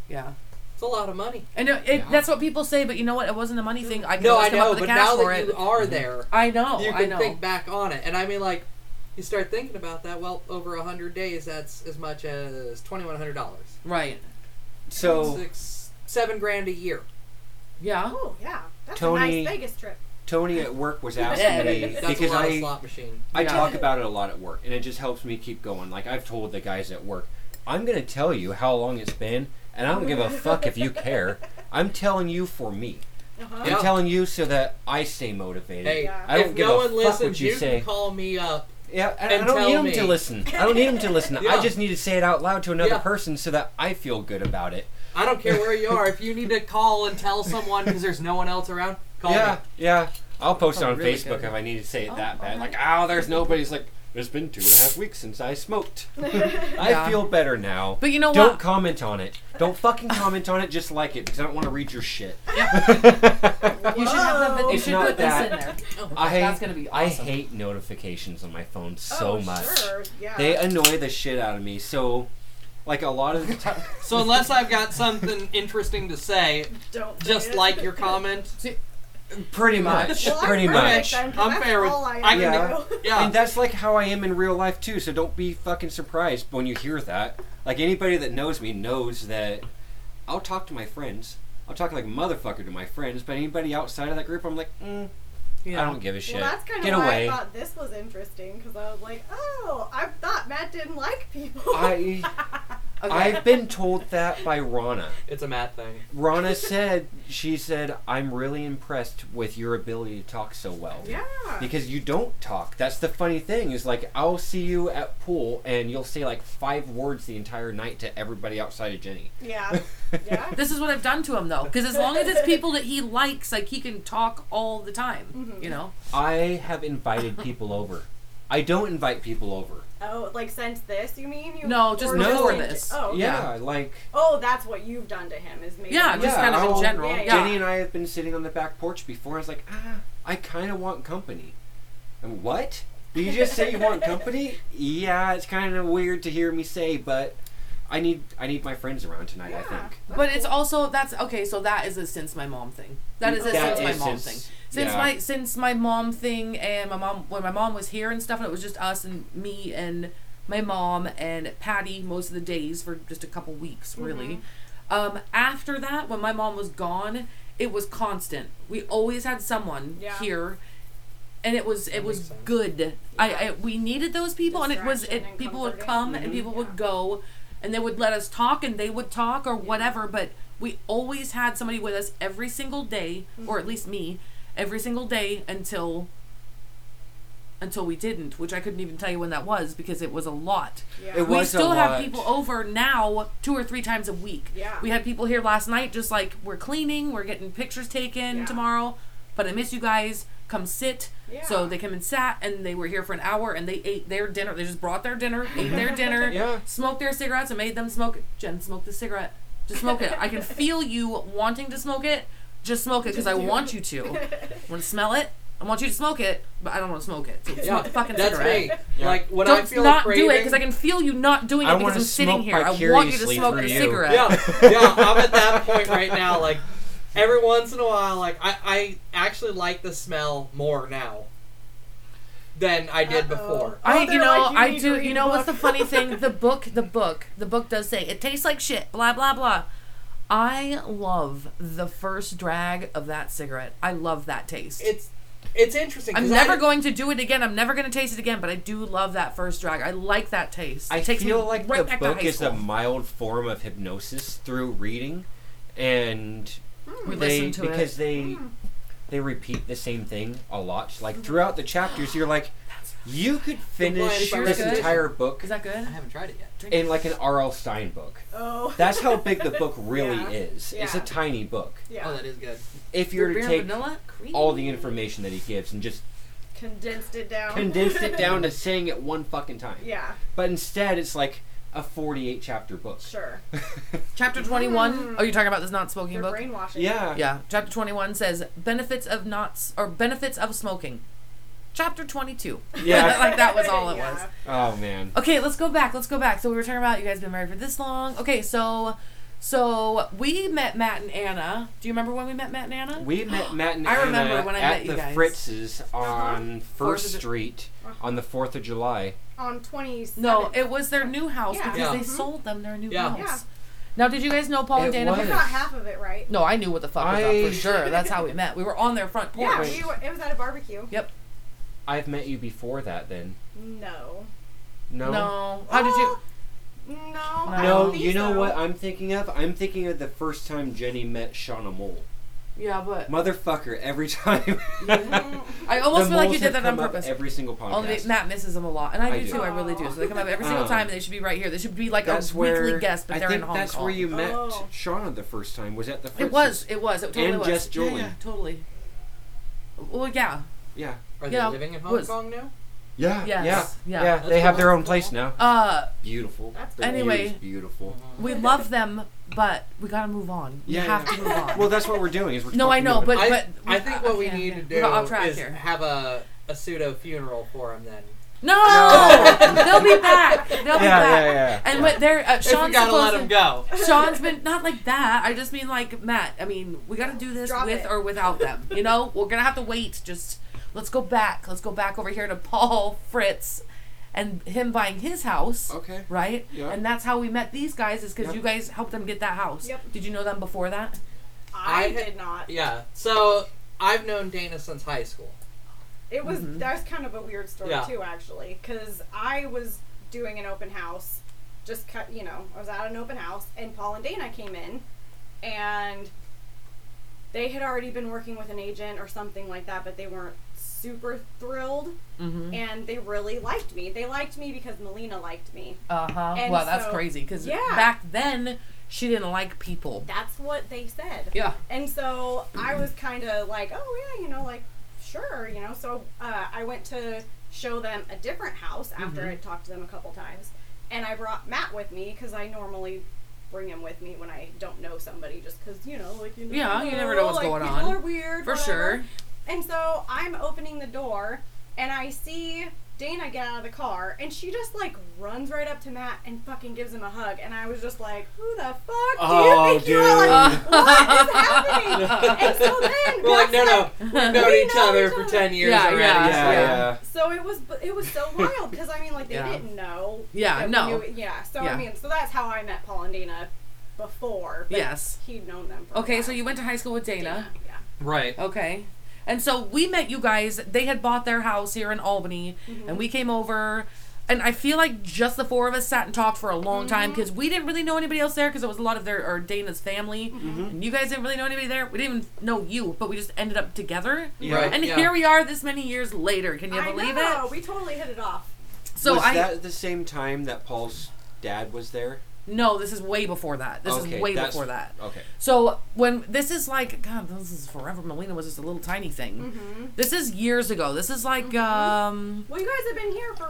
yeah. It's a lot of money. And it, it, Yeah. that's what people say, but you know what? It wasn't a money thing. I can No, I always come up know, with the but cash now for that it. you are there, I know. you I can know. think back on it. And I mean, like, you start thinking about that. Well, over a hundred days, that's as much as twenty one hundred dollars. Right. So six, seven grand a year. Yeah. Oh yeah, that's Tony- a nice Vegas trip. Tony at work was asking Yeah. me That's because a lot I of slot machine. I Yeah. talk about it a lot at work, and it just helps me keep going. Like I've told the guys at work, I'm gonna tell you how long it's been, and I don't give a fuck if you care. I'm telling you for me. Uh-huh. Yeah. I'm telling you so that I stay motivated. Hey, Yeah. I don't if give no a one fuck listens, what you, say. can call me up. yeah, I, I and don't need tell them me. to listen. I don't need them to listen. Yeah. I just need to say it out loud to another Yeah. person so that I feel good about it. I don't care where you are. If you need to call and tell someone because there's no one else around, call yeah, me. yeah. I'll post it Oh, on really Facebook good. if I need to say it Oh, that bad. alright. Like, oh, there's nobody's like. It's been two and a half weeks since I smoked. I Yeah. feel better now. But you know Don't what? comment on it. Don't fucking comment on it. Just like it because I don't want to read your shit. You should have the, Whoa. you It's should not put that. this in there. I Oh, That's gonna be I awesome. hate notifications on my phone so oh, much. Sure. Yeah. They annoy the shit out of me. So, like a lot of the time, So unless I've got something interesting to say, don't say just it. like your comment, pretty much, Well, I'm pretty perfect much. then, 'cause I'm that's fair with- all I, I am. can- yeah, And that's like how I am in real life too. So don't be fucking surprised when you hear that. Like anybody that knows me knows that I'll talk to my friends. I'll talk like a motherfucker to my friends. But anybody outside of that group, I'm like, mm, I don't give a shit. Well, that's kind Get of why away. I thought this was interesting because I was like, oh, I thought Matt didn't like people. I Okay. I've been told that by Rana. it's a Matt thing. Rana said she said I'm really impressed with your ability to talk so well. yeah. Because you don't talk. That's the funny thing is like I'll see you at pool and you'll say like five words the entire night to everybody outside of Jenny. Yeah. Yeah. This is what I've done to him though, because as long as it's people that he likes, like he can talk all the time. You know. I have invited people over. I don't invite people over. Oh, like since this, you mean? You No, just or before since- this. Oh, okay. Yeah, like Oh, that's what you've done to him is maybe. Yeah, just Yeah, kind of I'll- in general. Yeah, Yeah. Jenny and I have been sitting on the back porch before. I was like, ah, I kind of want company. And what? Did you just say you want company? Yeah, it's kind of weird to hear me say, but I need I need my friends around tonight. I Yeah. think But it's also that's okay. So that is a since my mom thing. That is a That since my is mom since- thing. Since yeah. my since my mom thing and my mom when my mom was here and stuff, and it was just us and me and my mom and Patty most of the days for just a couple weeks Mm-hmm. really. Um, after that, when my mom was gone, it was constant. We always had someone Yeah. here. And it was it That was makes sense. good. I, I we needed those people, and it was Distraction it. and People would comforting. come and people would Yeah. go, and they would let us talk and they would talk or whatever but we always had somebody with us every single day or Mm-hmm. at least me every single day until until we didn't which i couldn't even tell you when that was because it was a lot Yeah. It we was a still have lot. people over now two or three times a week Yeah. we had people here last night just like we're cleaning we're getting pictures taken Yeah. tomorrow but i miss you guys come sit so Yeah. they came and sat and they were here for an hour and they ate their dinner they just brought their dinner ate their dinner Yeah. smoked their cigarettes and made them smoke it. Jen, smoke the cigarette. Just smoke it. I can feel you wanting to smoke it. Just smoke it because I want you to. I want to smell it. I want you to smoke it, but I don't want to smoke it. So Yeah, smoke the fucking that's cigarette. me. Yeah. Like when I Don't feel not craving, do it because I can feel you not doing it I because wanna I'm sitting smoke here. I want you to vicariously smoke through the you. cigarette. yeah, yeah, I'm at that point right now. Like every once in a while, like I, I actually like the smell more now than I did Uh-oh. before. I, Oh, you they're know, like, you I need do. to read You a know what's the book. funny thing? The book, the book, the book does say it tastes like shit. Blah blah blah. I love the first drag of that cigarette. I love that taste. It's it's interesting. I'm 'cause never I, going to do it again. I'm never going to taste it again. But I do love that first drag. I like that taste. I it takes feel me like right the back to book high is a school. mild form of hypnosis through reading, and we they listen to because it. Hmm. they they repeat the same thing a lot. Like throughout the chapters, you're like, you could finish by this Good. entire book Is that good? I haven't tried it yet. in like an R.L. Stein book. Oh. That's how big the book really Yeah. is. It's a Yeah. tiny book. yeah. Oh, that is good. If you were to Root beer take and vanilla? Cream. all the information that he gives and just Condensed it down. condense it down to saying it one fucking time. yeah. But instead, it's like a 48 chapter book. Sure. Chapter 21. Oh, you're talking about this not smoking You're book? brainwashing. yeah. Yeah. Chapter 21 says benefits of not s- or benefits of smoking. Chapter 22. Yeah. like that was all it was. Yeah. Oh, man. Okay, let's go back. Let's go back. So we were talking about you guys been married for this long. Okay, so So we met Matt and Anna. Do you remember when we met Matt and Anna? We met Matt and I Anna remember when I at met you the guys. Uh-huh. Fritz's Fourth on of First Ju- Street Uh-huh. on the Fourth of July. on 27. no, it was their new house Yeah. because Yeah. they sold them their new Yeah. house. Yeah. Now, did you guys know Paul It and Dana? was. I got half of it right. No, I knew what the fuck was I- up for sure. That's how we met. We were on their front porch. Yeah, we were, it was at a barbecue. I've met you before that, then. No. No. no. How did you? No. I No, don't No, think you know so. what I'm thinking of? I'm thinking of the first time Jenny met Shauna Mole. Yeah, but Motherfucker, every time. Mm, I Mm-hmm. almost The feel like you moles did have that on come up purpose. Every single podcast. Only Matt misses them a lot, and I, I do do. too. I really do. So they come up every single Oh. time, and they should be right here. They should be like that's a where weekly guest, but I they're think in Hong that's Kong. where you met Oh. Shauna the first time. Was at the Fritz's? It was. It was. It totally And was. Jess Yeah, Jolie. Yeah, totally. Well, yeah. Yeah. Are Yeah, they living in Hong was- Kong now? Yes, Yeah. Yeah. yeah. Yeah. That's They have their cool. own place now. Uh, Beautiful. That's The Anyway. view's beautiful. we love them, but we gotta move on. We Yeah, have yeah. to move on. Well, that's what we're doing. Is we're No, I talking know, about- but I, but I think what we yeah, need yeah. to We're do off track is here. have a, a pseudo funeral for him then. No, No. they'll be back. They'll be yeah, back. yeah, yeah. And what they're uh, If we Sean's gotta let him supposed go. to- Sean's been not like that. I just mean like Matt. I mean, we gotta do this Drop with it. or without them. You know, we're gonna have to wait. Just let's go back. Let's go back over here to Paul Fritz, and him buying his house. Okay. right? Yeah. And that's how we met these guys is because Yeah. you guys helped them get that house. Yep. Did you know them before that? I I- did not. Yeah. So I've known Dana since high school. It was Mhm. that was kind of a weird story Yeah. too, actually, because I was doing an open house, just cut, you know, I was at an open house, and Paul and Dana came in, and they had already been working with an agent or something like that, but they weren't super thrilled, Mm-hmm. and they really liked me. They liked me because Melina liked me. Uh huh. And Wow, that's so- crazy. Because Yeah. back then she didn't like people. That's what they said. Yeah. And so I was kind of like, oh, yeah, you know, like, sure, you know. So uh, I went to show them a different house after Mhm. I talked to them a couple times. And I brought Matt with me because I normally bring him with me when I don't know somebody just because, you know, like, you know. Yeah, you never know what's like, going people on. are weird. For whatever. sure. And so I'm opening the door and I see Dana get out of the car and she just like runs right up to Matt and fucking gives him a hug and I was just like, Who the fuck do Oh, you think you are? dude. Like, what is happening? And so then We're Matt's like, no, no, like- we've known We each know other each for other. ten years Yeah, already. yeah, so- Yeah, yeah. So it was but it was so wild because I mean like they Yeah. didn't know. Yeah, that we no. knew- yeah. So Yeah. I mean so that's how I met Paul and Dana before. But Yes. He'd known them for a Okay, so while. you went to high school with Dana. Yeah. Right. Okay. And so we met you guys. They had bought their house here in Albany, and we came over. And I feel like just the four of us sat and talked for a long time because we didn't really know anybody else there because it was a lot of their or Dana's family. And you guys didn't really know anybody there. We didn't even know you, but we just ended up together. Yeah. Right. And yeah. here we are, this many years later. Can you I believe know, it? We totally hit it off. So was I that the same time that Paul's dad was there? no, this is way before that. This Okay, is way that's- before that. Okay. So when this is like God, this is forever. Melina was just a little tiny thing. Mm-hmm. This is years ago. This is like um, Well, you guys have been here for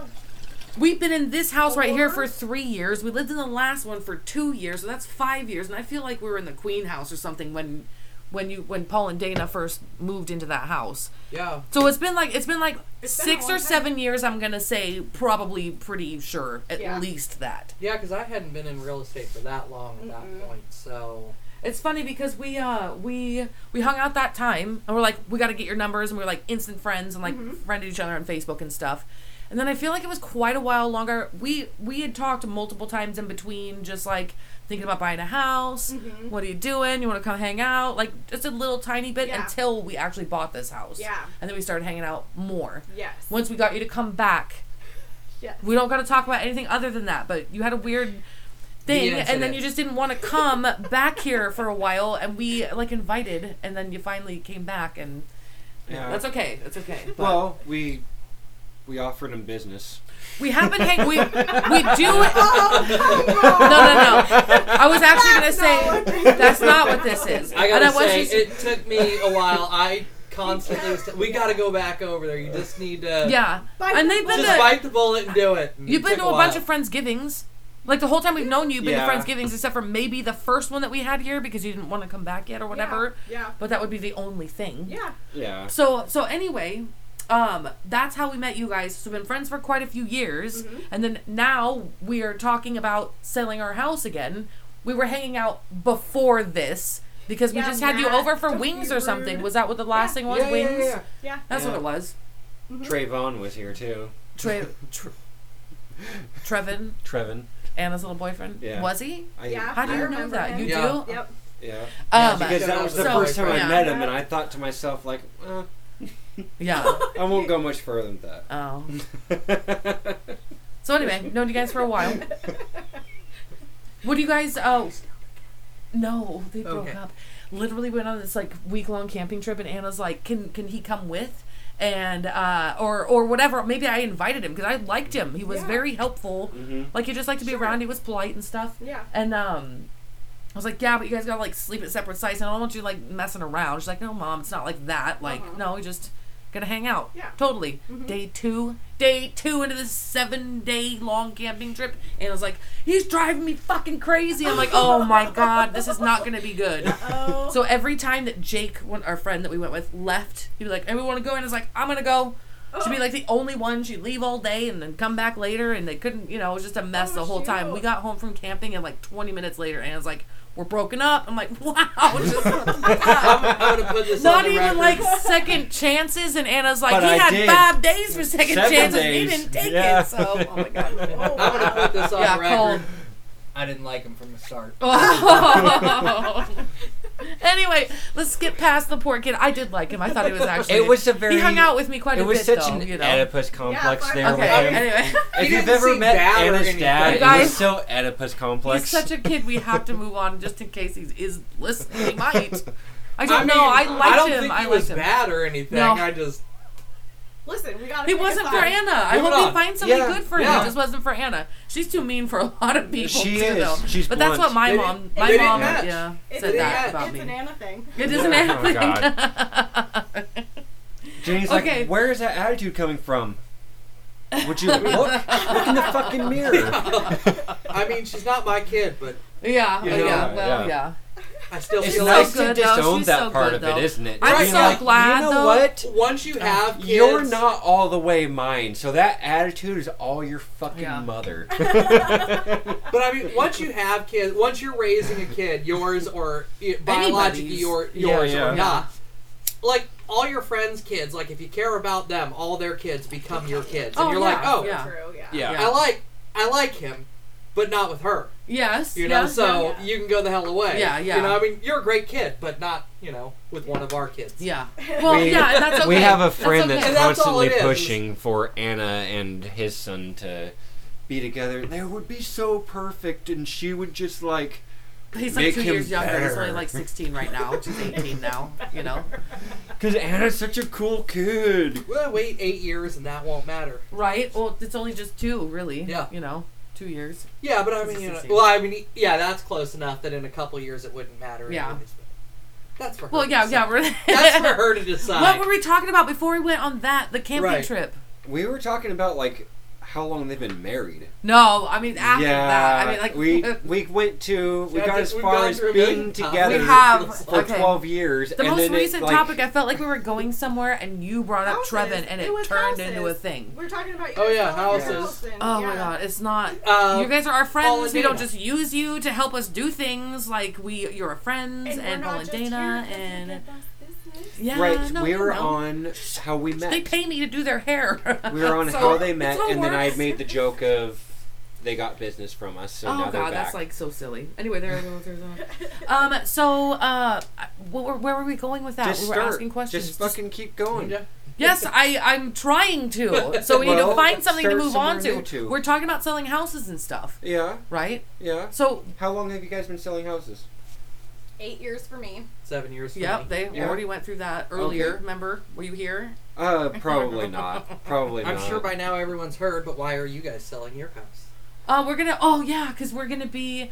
we've been in this house right here for Four? three years. We lived in the last one for two years, so that's five years. And I feel like we were in the Queen house or something when when you when Paul and Dana first moved into that house. Yeah. So it's been like it's been like It's been a six long or time. seven years. I'm gonna say probably pretty sure at Yeah. least that. Yeah, because I hadn't been in real estate for that long at that Mm-mm. point, so It's funny because we uh we we hung out that time and we're like we gotta get your numbers and we were like instant friends and like Mm-hmm. friended each other on Facebook and stuff. And then I feel like it was quite a while longer. We we had talked multiple times in between, just like thinking about buying a house. Mm-hmm. What are you doing? You want to come hang out? Like just a little tiny bit Yeah. until we actually bought this house. Yeah. And then we started hanging out more. yes. Once we got you to come back, yes. we don't got to talk about anything other than that but you had a weird thing and The then incident. you just didn't want to come back here for a while and we like invited and then you finally came back and Yeah. that's okay that's okay but well, we we offered him business. we have been hanging we, we do Oh, come no on. no no i was actually going to That's not say that's not what this is I gotta and I was say just- it took me a while. I constantly was t- we gotta go back over there. You just need to yeah Bite and the they've been uh, just to, bite the bullet and do it. and you've it been took to a while. bunch of friendsgivings like the whole time we've known you, you've been Yeah. to Friendsgivings, except for maybe the first one that we had here because you didn't want to come back yet or whatever. Yeah. But that would be the only thing. Yeah. Yeah. So so anyway, um, that's how we met you guys. So we've been friends for Mm-hmm. quite a few years, and then now we are talking about selling our house again. we were hanging out before this because we Yeah, just had you that- over for don't be wings or something. rude. Was that what the last Yeah. thing was? wings. Yeah. That's Yeah. what it was. Trayvon was here too. Tre- tre- Trevin, Trevin. Anna's little boyfriend. Yeah. Was he? I, Yeah. How do I you know remember that? him. You Yeah. do? Yep. Yeah. Um, Because that was the So- first time yeah. I met him, and I thought to myself, like, uh, yeah. I won't go much further than that. Oh. So anyway, known you guys for a while. What do you guys? Oh, no, they broke Okay. up. Literally went on this like week long camping trip, and Anna's like, "Can can he come with?" And uh, or or whatever. Maybe I invited him because I liked him. He was Yeah. Mm-hmm. very helpful. Mhm. Like he just liked to be Sure. around. He was polite and stuff. Yeah. And um, I was like, yeah, but you guys gotta like sleep at separate sites. and I don't want you like messing around. She's like, no, mom, it's not like that. Like, Uh-huh. no, we just gonna hang out. Yeah. Mm-hmm. Totally. Day two, day two into this seven day long camping trip, and I was like, he's driving me fucking crazy. I'm like, oh my god, this is not gonna be good. Oh. So every time that Jake, one, our friend that we went with, left, he'd be like, "Hey, we want to go," and it's like, "I'm gonna go." She'd be like the only one. She'd leave all day and then come back later, and they couldn't, you know, it was just a mess Oh, the whole time. We shoot. got home from camping, and like 20 minutes later, and it's like, "We're broken up." I'm like, "Wow." just- I'm, I'm gonna put this on Not the even record. like second chances, and Anna's like, But he I had did. five days for second Seven chances, and days. he didn't take Yeah. it. So, oh my god, Oh, I'm gonna put this on yeah, Oh, the cold. record. I didn't like him from the start. anyway, let's skip past the poor kid. I did like him. I thought he was actually. It was a very. he hung out with me quite It a was bit, such though. an you know. Oedipus complex Yeah, there. fine. with okay. him. Anyway, If He you've didn't ever see met bad or Anna's anything. dad, You guys- it was so Oedipus complex. he's such a kid. We have to move on, just in case he is listening. He might. I don't mean, know. I liked I don't him. Think I he liked was him. bad or anything. No. I just Listen, we got. He wasn't for Anna. I Move hope he on. finds something Yeah, good for him. yeah. It just wasn't for Anna. She's too mean for a lot of people. She too, is. Though. She's but that's what blunt. my They mom, didn't- my they didn't mom, match. yeah, It's said an that Anna- about it's me. an Anna thing. It isn't Oh, Anna. my thing. Jenny's Okay. like, where is that attitude coming from? Would you look? look in the fucking mirror. I mean, she's not my kid, but yeah, oh, You yeah, know, well, yeah. yeah. I still It's feel nice so good, to though. disown She's that so part good, of though. it, isn't it? I'm Being so like, glad, You know though. what? like once you have kids, You're not all the way mine, so that attitude is all your fucking Yeah. mother. But I mean, once you have kids, once you're raising a kid, yours or i- biologically Anybody's. your, Yeah, yours yeah. or not, like all your friends' kids, like if you care about them, all their kids become your kids, and Oh, you're yeah, like, oh, yeah. True. Yeah. Yeah. I like, I like him, but not with her. Yes. You yeah. know, so yeah, yeah. you can go the hell away. Yeah, yeah. You know, I mean, you're a great kid, but not you know with one of our kids. Yeah. Well, We- yeah, and that's okay. We have a That's friend okay. that's, And that's all constantly it is. pushing for Anna and his son to be together. They would be so perfect, and she would just like. He's like Make two him years younger. He's only better. like 16 right now. She's 18 now. You know. Because Anna's such a cool kid. Well, wait eight years and that won't matter. Right. Well, it's only just two, really. Yeah. You know, two years. Yeah, but I mean, you know, well, I mean, yeah, that's close enough that in a couple years it wouldn't matter. Yeah. anyways, but That's for her Well, to yeah, decide. yeah. We're That's for her to decide. what were we talking about before we went on that the camping Right. trip? We were talking about like how long they've been married. No, I mean after that. I mean like we we went to we Yeah, I got think as we've far gone as through a being million times. together We have- for okay. twelve years. the and most then it, recent like- topic. I felt like we were going somewhere, and you brought up Trevin, Houses. and It it, was turned houses. into a thing. We're talking about. Oh, yeah, yourself, your houses. husband, Oh my yeah. god, it's not. Uh, you guys are our Paul friends. and We don't Dana. just use you to help us do things. Like we, you're our friends, and, we're Paul not and just here Dana, because we and get bus business. yeah, right, no, we no, were no. on how we met. They pay me to do their hair. we were on So, how they it's met, all and then I works. made the joke of they got business from us, so oh now god, they're back. that's like so silly. Anyway, there I go. There's a- um. So, uh, what were, where were we going with that? Just we were start. asking questions. Just fucking keep going. Yeah. Yes, I, I'm trying to. So we need to Well, find something to start move on somewhere to. new to. We're talking about selling houses and stuff, Yeah, right? yeah. So, How long have you guys been selling houses? Eight years for me. Seven years. for yep, me. they Yeah. already went through that earlier. Okay. Remember? Were you here? Uh, probably not. Probably I'm not. sure by now everyone's heard, but why are you guys selling your house? Uh, we're gonna. Oh yeah, because we're gonna be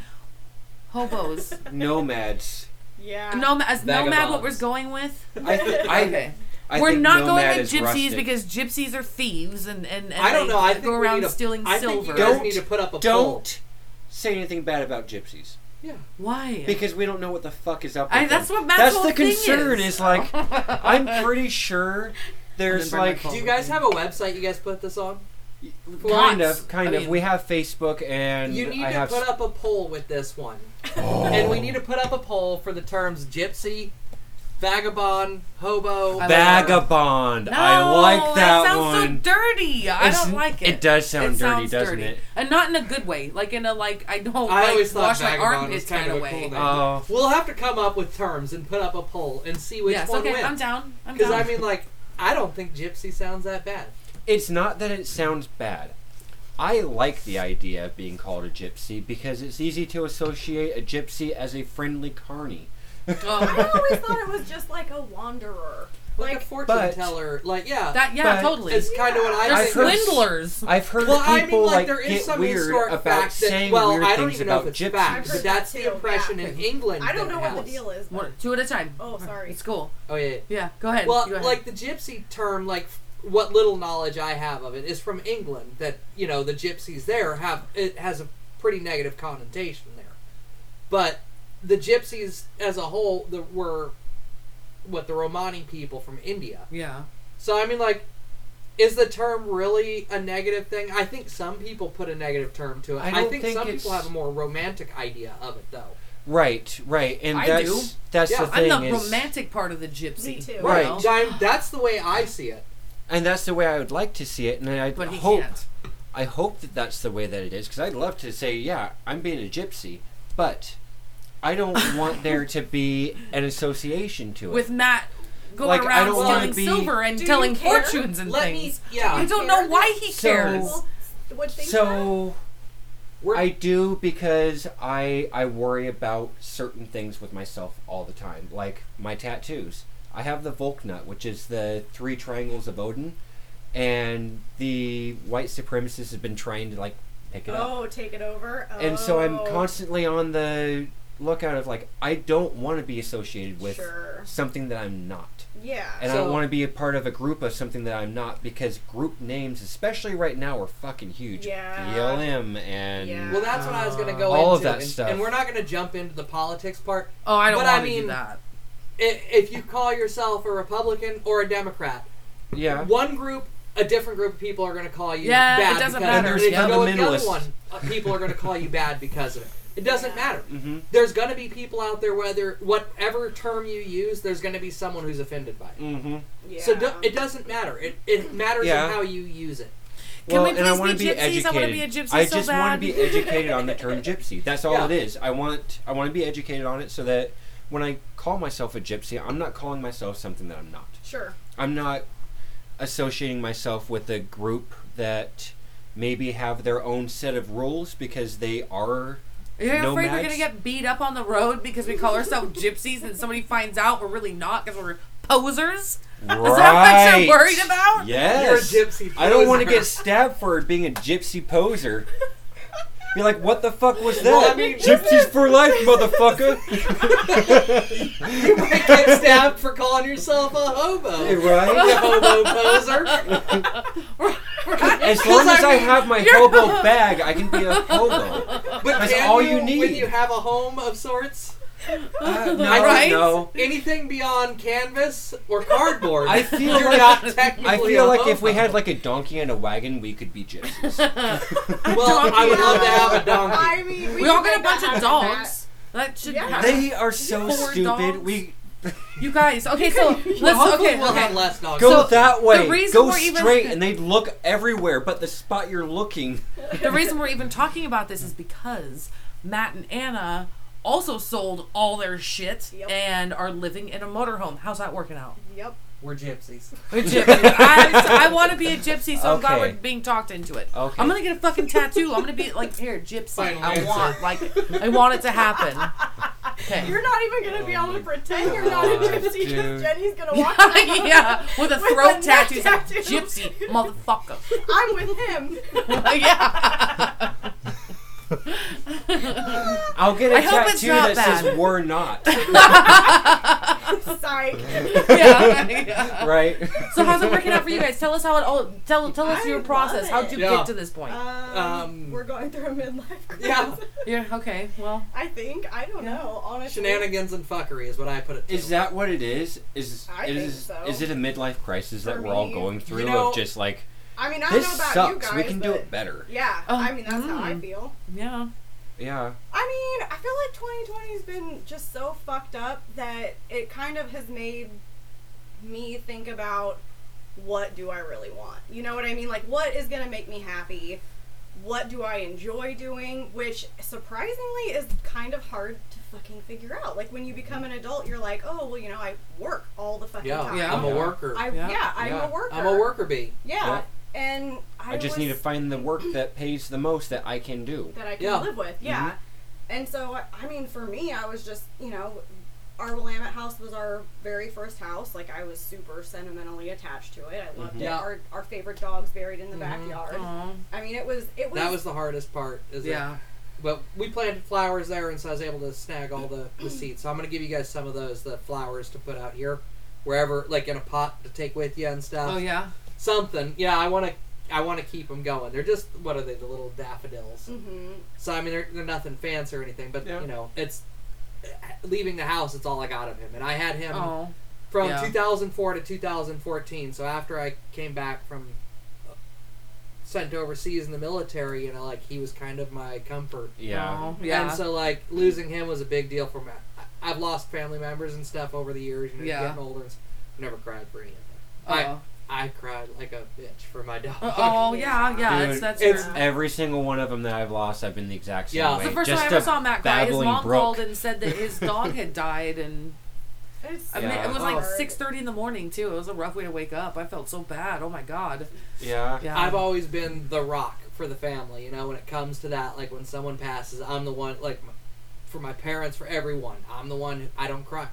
hobos. nomads. Yeah. Nomad, as nomad, what we're Vagabonds. going with? I th- I, Okay. I we're think not nomad going with is gypsies rustic. because gypsies are thieves and and, and I don't they know. I go think we around need to, stealing I think silver. you guys Don't- need to put up a poll. Oh. don't say anything bad about gypsies Yeah. Why? because we don't know what the fuck is up. With I, that's them. what Matt's that's whole the thing concern. is. Is like I'm pretty sure there's burn my like phone. Oh, Do you guys have a website you guys put this on? Kind Lots. of, kind I of. mean- we have Facebook, and You need I to have. put up a poll with this one. Oh. And we need to put up a poll for the terms gypsy, vagabond, hobo. I like that one. Vagabond. I like that, sounds one. so dirty. I It's- don't like it. it does sound dirty, sounds doesn't it? And not in a good way. Like in a like I don't I like, always thought wash my vagabond armpits was kind kinda of a way. cool name. Oh. We'll have to come up with terms and put up a poll and see which yes, one okay, wins. I'm down. I'm Because down. I mean, like, I don't think gypsy sounds that bad. It's not that it sounds bad. I like the idea of being called a gypsy because it's easy to associate a gypsy as a friendly carny. I Oh, always thought it was just like a wanderer. Like, Like, a fortune but- teller. Like, yeah. that yeah, But totally. it's kind of what I They're I've think. heard- swindlers. I've heard Well, I mean, people like, like, there is get some weird historic about fact saying that, well, weird I don't things even know if about it's gypsies. fact, I've but heard that's that the too, impression yeah. in England. I don't that know it what the has. deal is. but- One, two at a time. Oh, sorry. It's cool. Oh yeah. Yeah, go ahead. Well, You go ahead. like the gypsy term, like f- what little knowledge I have of it is from England. That you know the gypsies there have it has a pretty negative connotation there, but the gypsies as a whole the, were what the Romani people from India. yeah. So I mean, like, is the term really a negative thing? I think some people put a negative term to it. I I, don't think, think some it's- people have a more romantic idea of it though. Right, right, and I that's do. that's Yeah, the I'm thing the is, romantic part of the gypsy. Me too. you Right. know? Dime- that's the way I see it. and that's the way I would like to see it, and I But he hope can't. I hope that that's the way that it is because I'd love to say, yeah, I'm being a gypsy, but I don't want there to be an association to it. With Matt going Like, I around don't wanna stealing be- silver and Do you telling care? fortunes and Let things. me. Yeah. I don't know why he So- cares. Well, What they said? so We're, I do because I I worry about certain things with myself all the time, like my tattoos. I have the Volknut, which is the three triangles of Odin, and the white supremacists have been trying to like pick it up. Oh, take it over. Oh. And so I'm constantly on the lookout of like I don't want to be associated with Sure. something that I'm not. Yeah. And I don't So- want to be a part of a group of something that I'm not because group names, especially right now, are fucking huge. Yeah. BLM and Yeah. well, that's what I was going to go All of into, that and, stuff. and we're not going to jump into the politics part. Oh, I don't But I want to do mean- that. I- If you call yourself a Republican or a Democrat, yeah. one group, a different group of people are going to call you Yeah, it bad. doesn't because matter. If you Yeah. go with the other Fundamentalists. one, uh, people are going to call you bad because of it. It doesn't Yeah. matter. Mm-hmm. There's going to be people out there, whether whatever term you use, there's going to be someone who's offended by it. Mm-hmm. yeah. So do, it doesn't matter. It, it matters Yeah. in how you use it. Can well, we and I please wanna be be gypsies? educated. I wanna be a gypsy I so just bad. want to be educated on the term gypsy. That's all Yeah. it is. I want I want to be educated on it so that when I call myself a gypsy, I'm not calling myself something that I'm not. Sure. I'm not associating myself with a group that maybe have their own set of rules because they are Are you afraid we're nomads? gonna get beat up on the road because we call ourselves gypsies and somebody finds out we're really not because we're posers? right. Is that what you're worried about? Yes. You're a gypsy. I don't want to poser. get stabbed for being a gypsy poser. Be like, what the fuck was that? Well, I mean- Gypsies for life, motherfucker. You might get stabbed for calling yourself a hobo. right? hobo poser. As long as I mean, Uh, have my you're- hobo bag, I can be a hobo. But That's can all you, you when need. you have a home of sorts? Uh, no, Right? no. Anything beyond canvas or cardboard, I feel you're like- not technically I feel a like if we hobo. had like a donkey and a wagon, we could be gypsies. Well, I would love to have a I donkey. mean, we, We all could got a make bunch that of happen, dogs. That should Yeah. happen. they are so Four stupid. dogs. We You guys, okay, so let's Hopefully okay, we'll have okay. less dogs. go So, that way. reason go we're even- straight, and they look everywhere, but the spot you're looking. The reason we're even talking about this is because Matt and Anna also sold all their shit Yep. and are living in a motorhome. How's that working out? Matt. Yep. We're gypsies. We're gypsies. I, I want to be a gypsy, so I'm glad Okay. we're being talked into it. Okay. I'm gonna get a fucking tattoo. I'm gonna be like, here, gypsy. Final I answer. want, like, I want it to happen. Okay. You're not even gonna be able to pretend you're not a Oh God, gypsy dude. because Jenny's gonna walk. around. yeah, with a With throat a neck tattoo, saying, tattoo. gypsy motherfucker. I'm with him. yeah. I'll get a I hope it's tattoo not that bad. says "We're not." Psych. yeah, yeah. right? So how's it working out for you guys? Tell us how it all. Tell tell us I your love process. How'd you it. Yeah. get to this point? Um, Um, we're going through a midlife crisis. Yeah. yeah. Okay. Well. I think I don't know. Honestly, Shenanigans and fuckery is what I put it. To. Is that what it is? Is I is think so. is it a midlife crisis that For we're all me, going through you know- of just like I mean, I don't this know about you sucks. guys. we can do but- it better. Yeah, Oh, I mean that's how I mm. feel. Yeah. Yeah. I mean, I feel like 2020's been just so fucked up that it kind of has made me think about what do I really want? You know what I mean? Like what is going to make me happy? What do I enjoy doing, which surprisingly is kind of hard to fucking figure out. Like when you become an adult, you're like, "Oh, well, you know, I work all the fucking Yeah, time." Yeah. I'm a Yeah. worker. I, Yeah. yeah. I'm Yeah. a worker. I'm a worker bee. Yeah. Yeah. And I, I just need to was- find the work that pays the most that I can do. that I can Yeah. Mm-hmm. live with. Yeah. And so, I- I mean, for me, I was just, you know, our Willamette house was our very first house. Like, I was super sentimentally attached to it. I loved Mm-hmm. Yeah. it. Our, our favorite dogs buried in the Mhm. backyard. Aw. I mean, it was, it was, That was the hardest part. Is Yeah. That, but we planted flowers there, and so I was able to snag all the, the seeds. So I'm gonna give you guys some of those, the flowers to put out here, wherever, like in a pot to take with you and stuff. Oh yeah. Something. Yeah, I wanna, I wanna keep them going. They're just what are they? The little daffodils. hmm So I mean, they're, they're nothing fancy or anything, but Yeah. you know, it's eh, leaving the house. It's all I got of him, and I had him Oh. from yeah. 2004 to 2014. So after I came back from uh, sent overseas in the military, you know, like he was kind of my comfort. Yeah. Oh, yeah. And so like losing him was a big deal for me. I- I've lost family members and stuff over the years. You know, Yeah. getting older. And s- never cried for anything. I oh. I cried like a bitch for my dog. oh yeah. Yeah. Dude, it's that's it's- true. Every single one of them that I've lost, I've been the exact same Yeah. way. It's the first just time I ever a saw Matt cry. His babbling mom brook. called and said that his dog had died, and It's, I mean, Yeah. it was like hard. six thirty in the morning too. It was a rough way to wake up. I felt so bad. Oh my god. Yeah. Yeah. I've always been the rock for the family, you know, when it comes to that, like when someone passes, I'm the one, like, m- for my parents, for everyone, I'm the one, who, I don't cry.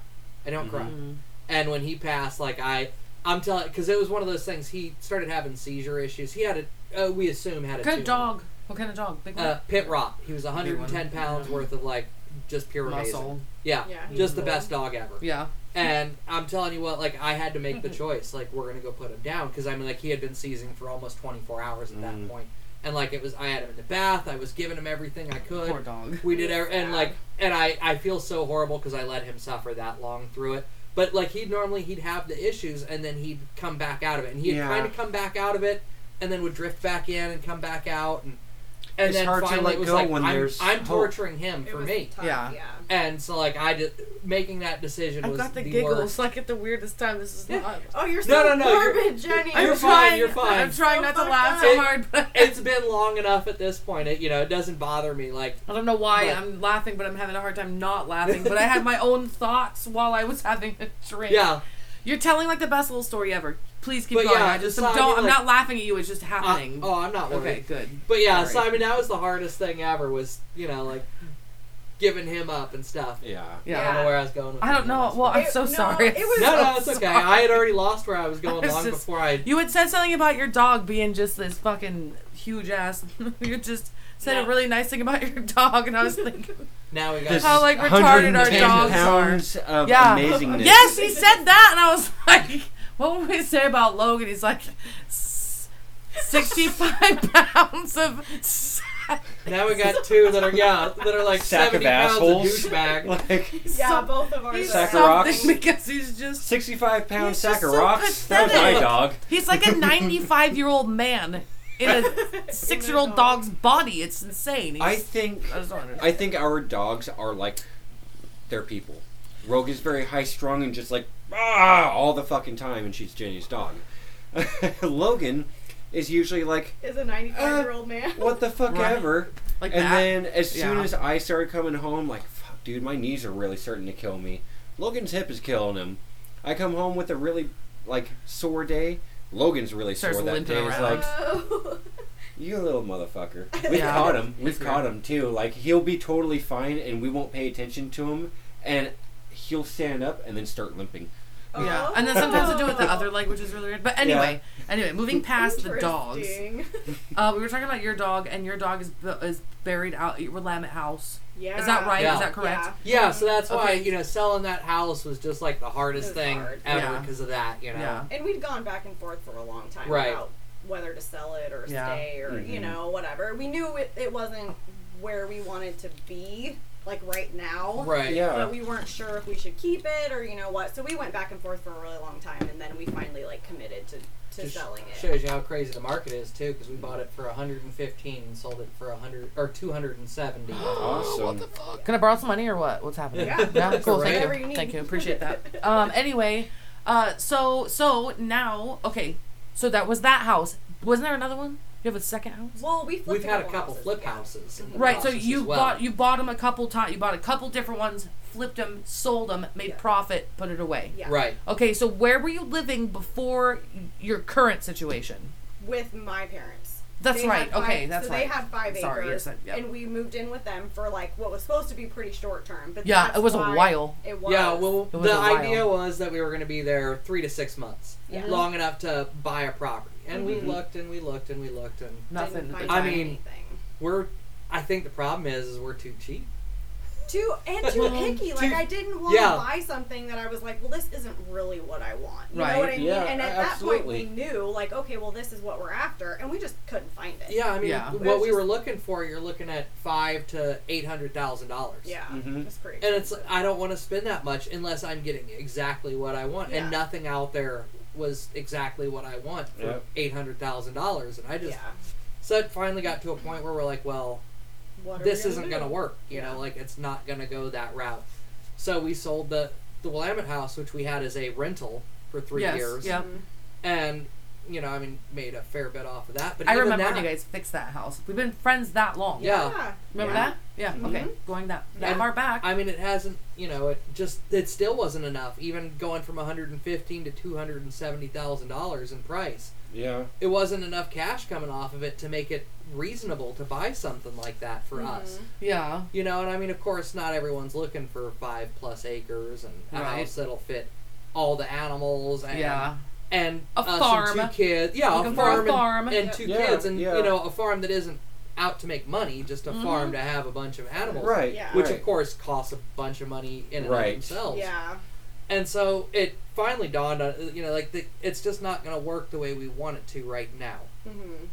I don't cry. Mm. And when he passed, like, I, I'm telling, because it was one of those things, he started having seizure issues. He had a, uh, we assume had a What kind of tumor. dog? What kind of dog? Big one. Uh, pit rot. He was Big 110 one. pounds worth of, like, just pure amazing. muscle. Yeah. Yeah, he was Just the little. best dog ever. Yeah. And I'm telling you what, like I had to make the choice. Like we're gonna go put him down because I mean, like he had been seizing for almost 24 hours at Mm. that point, and like it was, I had him in the bath. I was giving him everything I could. Poor dog. We did, every, and like, and I, I feel so horrible because I let him suffer that long through it. But like he'd normally he'd have the issues and then he'd come back out of it, and he'd Yeah. kind of come back out of it, and then would drift back in and come back out, and and It's then hard to finally let it was go like when I'm, there's I'm hope. torturing him it for was me. tough, Yeah. yeah. And so, like, I did making that decision I've was got the, giggles. worst. Like at the weirdest time. This is Yeah. not. Oh, you're so No, no, no, you're- morbid, Jenny. you're I'm fine, trying, you're fine. I'm trying not to laugh so It- hard, but it's been long enough at this point. It, you know, it doesn't bother me. Like, I don't know why But- I'm laughing, but I'm having a hard time not laughing. But I had my own thoughts while I was having a drink. yeah, You're telling like the best little story ever. Please keep But going. yeah, I just so I'm I don't. mean, I'm like- not laughing at you. It's just I, happening. oh, I'm not worried. okay, good. But yeah, so Sorry. I mean, that was the hardest thing ever. Was you know, like giving him up and stuff. Yeah. Yeah. I don't know where I was going. With I don't know. this, Well, I'm It- so no, sorry. it was- I'm no, so no, it's okay. sorry. I had already lost where I was I going was long just- before I. You had said something about your dog being just this fucking huge ass. you just said a Yeah. really nice thing about your dog, and I was thinking, Now we got. This How, like, retarded our 110 dogs are. pounds of Yeah. amazingness. yes, he said that, and I was like, what would we say about Logan? He's like, "S- 65 pounds of. sack." now we got two that are yeah that are like Sack of seventy pounds assholes. of douchebag. Like Yeah, Some- both of ours. He's are Sack of something rocks. because he's just 65 pound He's sack just of so rocks. That's pathetic. my dog. He's like a 95 year old man in a six year old dog's body. It's insane. He's, I think I just don't understand. I think our dogs are like their people. Rogue is very high strung and just like ah, all the fucking time, and she's Jenny's dog. Logan is usually like is a 95 Uh, year old man. what the fuck Right. ever, like and that. then as soon Yeah. as I started coming home, like fuck, dude, my knees are really starting to kill me. Logan's hip is killing him. I come home with a really like sore day. Logan's really Starts sore that limping day. It's around. like Oh. You little motherfucker. We've Yeah. caught him. We've He's caught him too. Like he'll be totally fine and we won't pay attention to him and he'll stand up and then start limping. Oh. yeah, and then sometimes I do it with the other leg, which is really weird. But anyway, anyway, moving past the dogs, Interesting. uh, we were talking about your dog, and your dog is bu- is buried out at your Willamette house. Yeah. Is that right? Yeah. Is that correct? Yeah. Yeah, so that's why Okay. you know selling that house was just like the hardest It was thing hard. ever Yeah. because of that. You know. Yeah. And we'd gone back and forth for a long time Right. Mm-hmm. about whether to sell it or Yeah. stay or you Mhm. know whatever. We knew it, it wasn't where we wanted to be like right now. Right. Yeah. But we weren't sure if we should keep it or you know what. So we went back and forth for a really long time, and then we finally like committed to to Just selling it. Shows you how crazy the market is too, because we bought it for 115 and sold it for 100 or 270. Awesome. What the fuck? Can I borrow some money or what? What's happening? Yeah. cool. Thank Whatever you. you need. Thank you. Appreciate that. Um. Anyway, uh. So so now okay. So that was that house. Wasn't there another one? You have a second house. Well, we flipped We've had a couple houses, flip yeah. houses. in the Right. So process you as well. bought you bought them a couple times. You bought a couple different ones, flipped them, sold them, made Yeah. profit, put it away. Yeah. Right. Okay. So where were you living before your current situation? With my parents. That's They right. had five- okay. That's so right. they had five Sorry, acres, yes, I- yep. and we moved in with them for like what was supposed to be pretty short term. But Yeah, that's it was a why while. It was. Yeah, well, It was a the while. Mm-hmm. idea was that we were going to be there three to six months, Yeah. Mm-hmm. long enough to buy a property. And we looked and we looked and we looked, and Nothing. Didn't at the find time. I mean- anything. we're. I think the problem is, is we're too cheap. too and too picky. Like Too- I didn't want yeah. to buy something that I was like, well, this isn't really what I want. You Right, know what I mean? yeah, and at a- that point, we absolutely. knew like, okay, well, this is what we're after, and we just couldn't find it. Yeah, I mean, Yeah. what It's we just- were looking for, you're looking at five to eight hundred thousand dollars. yeah, Mhm. it's pretty. Mm-hmm. and it's like, I don't want to spend that much unless I'm getting exactly what I want, Yeah. and nothing out there was exactly what I want for Yep. eight hundred thousand dollars, and I yeah. just so it finally got to a point where we're like, well, What are we this gonna isn't do? gonna work. You Yeah. know, like it's not gonna go that route. So we sold the the Willamette house, which we had as a rental for three Yes, years. yeah. Mhm. And you know, I mean, made a fair bit off of that. But I even remember that, when you guys fixed that house. We've been friends that long. Yeah. Remember Yeah. Mm-hmm. that? Yeah. Okay. Going that that And far back. I mean, it hasn't. You know, it just it still wasn't enough. Even going from one hundred and fifteen to two hundred and seventy thousand dollars in price, Yeah. it wasn't enough cash coming off of it to make it reasonable to buy something like that for Mm-hmm. us. yeah. You know, and I mean, of course, not everyone's looking for five plus acres and a Right. house that'll fit all the animals and Yeah. and A us and farm. two kids. Yeah, Looking a for a farm, and- farm. and, Yep. two Yeah, kids, and yeah. you know, a farm that isn't out to make money, just Mm-hmm. a farm to have a bunch of animals. Right. Yeah. Which right. of course costs a bunch of money in and Right. of themselves. Yeah. And so it finally dawned on you know like the, it's just not going to work the way we want it to right now. Mhm.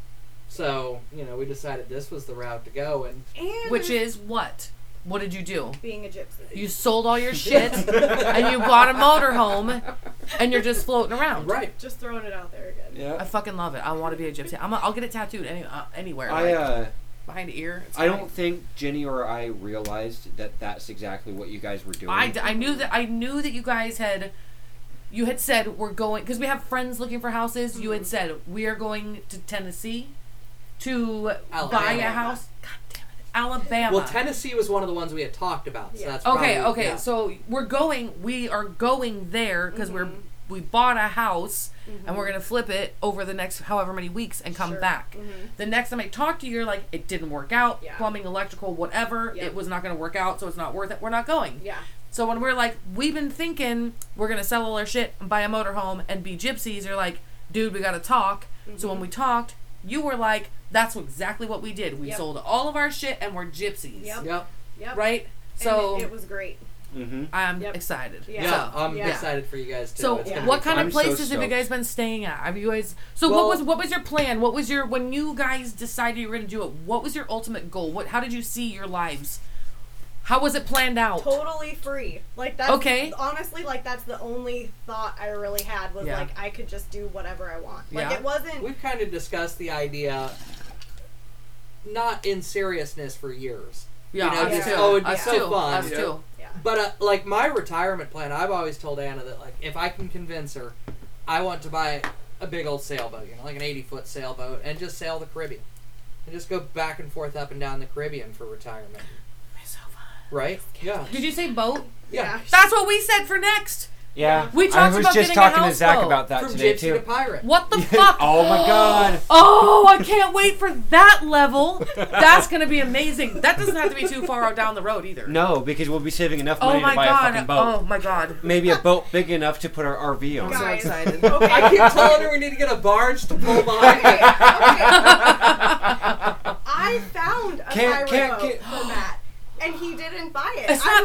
So you know we decided this was the route to go, and And Which is what? What did you do? being a gypsy. You sold all your shit and you bought a motorhome and you're just floating around. right. Just throwing it out there again. I Yeah. fucking love it. I want to be a gypsy. I'm a, I'll get it tattooed any, uh, anywhere. I like, uh, behind the ear. It's I fine. don't think Jenny or I realized that that's exactly what you guys were doing. I, d- I knew that I knew that you guys had you had said we're going because we have friends looking for houses. You Mm-hmm. had said we are going to Tennessee to buy a Alabama. house. God damn it, Alabama. Well, Tennessee was one of the ones we had talked about. So Yeah. that's Okay, probably- okay. yeah. So we're going. We are going there because we're Mm-hmm. we bought a house and we're gonna flip it over the next however many weeks and come Sure. back. Mm-hmm. The next time I talk to you, you're like, it didn't work out. Yeah. Plumbing, electrical, whatever. Yep. It was not gonna work out, so it's not worth it. We're not going. Yeah. So when we're like, we've been thinking we're gonna sell all our shit and buy a motorhome and be gypsies, you're like, dude, we gotta talk. So Mm-hmm. when we talked, you were like, that's exactly what we did. We Yep. sold all of our shit and we're gypsies. Yep. Yep. Yep. Right? And So it, it was great. Mm-hmm. I'm Yep. excited. Yeah. Yeah, um, So, I'm yeah. excited for you guys too. so It's gonna what be kind of fun. I'm so places have you stoked. guys been staying at? Have you guys? So Well- what was what was your plan? What was your when you guys decided you were gonna do it? What was your ultimate goal? What how did you see your lives? How was it planned out? totally free. Like that's Okay. Honestly, like that's the only thought I really had was Yeah. like I could just do whatever I want. Like Yeah. it wasn't. We've kind of discussed the idea, not in seriousness for years. Yeah, You know, us just, too. oh, it'd be us so too. fun. Us Yeah. too. yeah. But uh, like my retirement plan, I've always told Anna that like if I can convince her, I want to buy a big old sailboat, you know, like an eighty foot sailboat, and just sail the Caribbean, and just go back and forth up and down the Caribbean for retirement. Right? Yeah. Did you say boat? Yeah. That's what we said for next. Yeah. We I talked was about just getting a talking to Zach houseboat. about that From today gypsy too. to pirate. What the fuck? oh my god. Oh, I can't wait for that level. That's gonna be amazing. That doesn't have to be too far out down the road either. No, because we'll be saving enough money Oh my to buy a god. fucking boat. Oh my god. Maybe a boat big enough to put our RV on. I'm so Guys. excited. Okay. I keep telling her we need to get a barge to pull behind. okay, okay. I found a Can't- pirate can't- boat can't- for Matt. and he didn't buy it. It's I not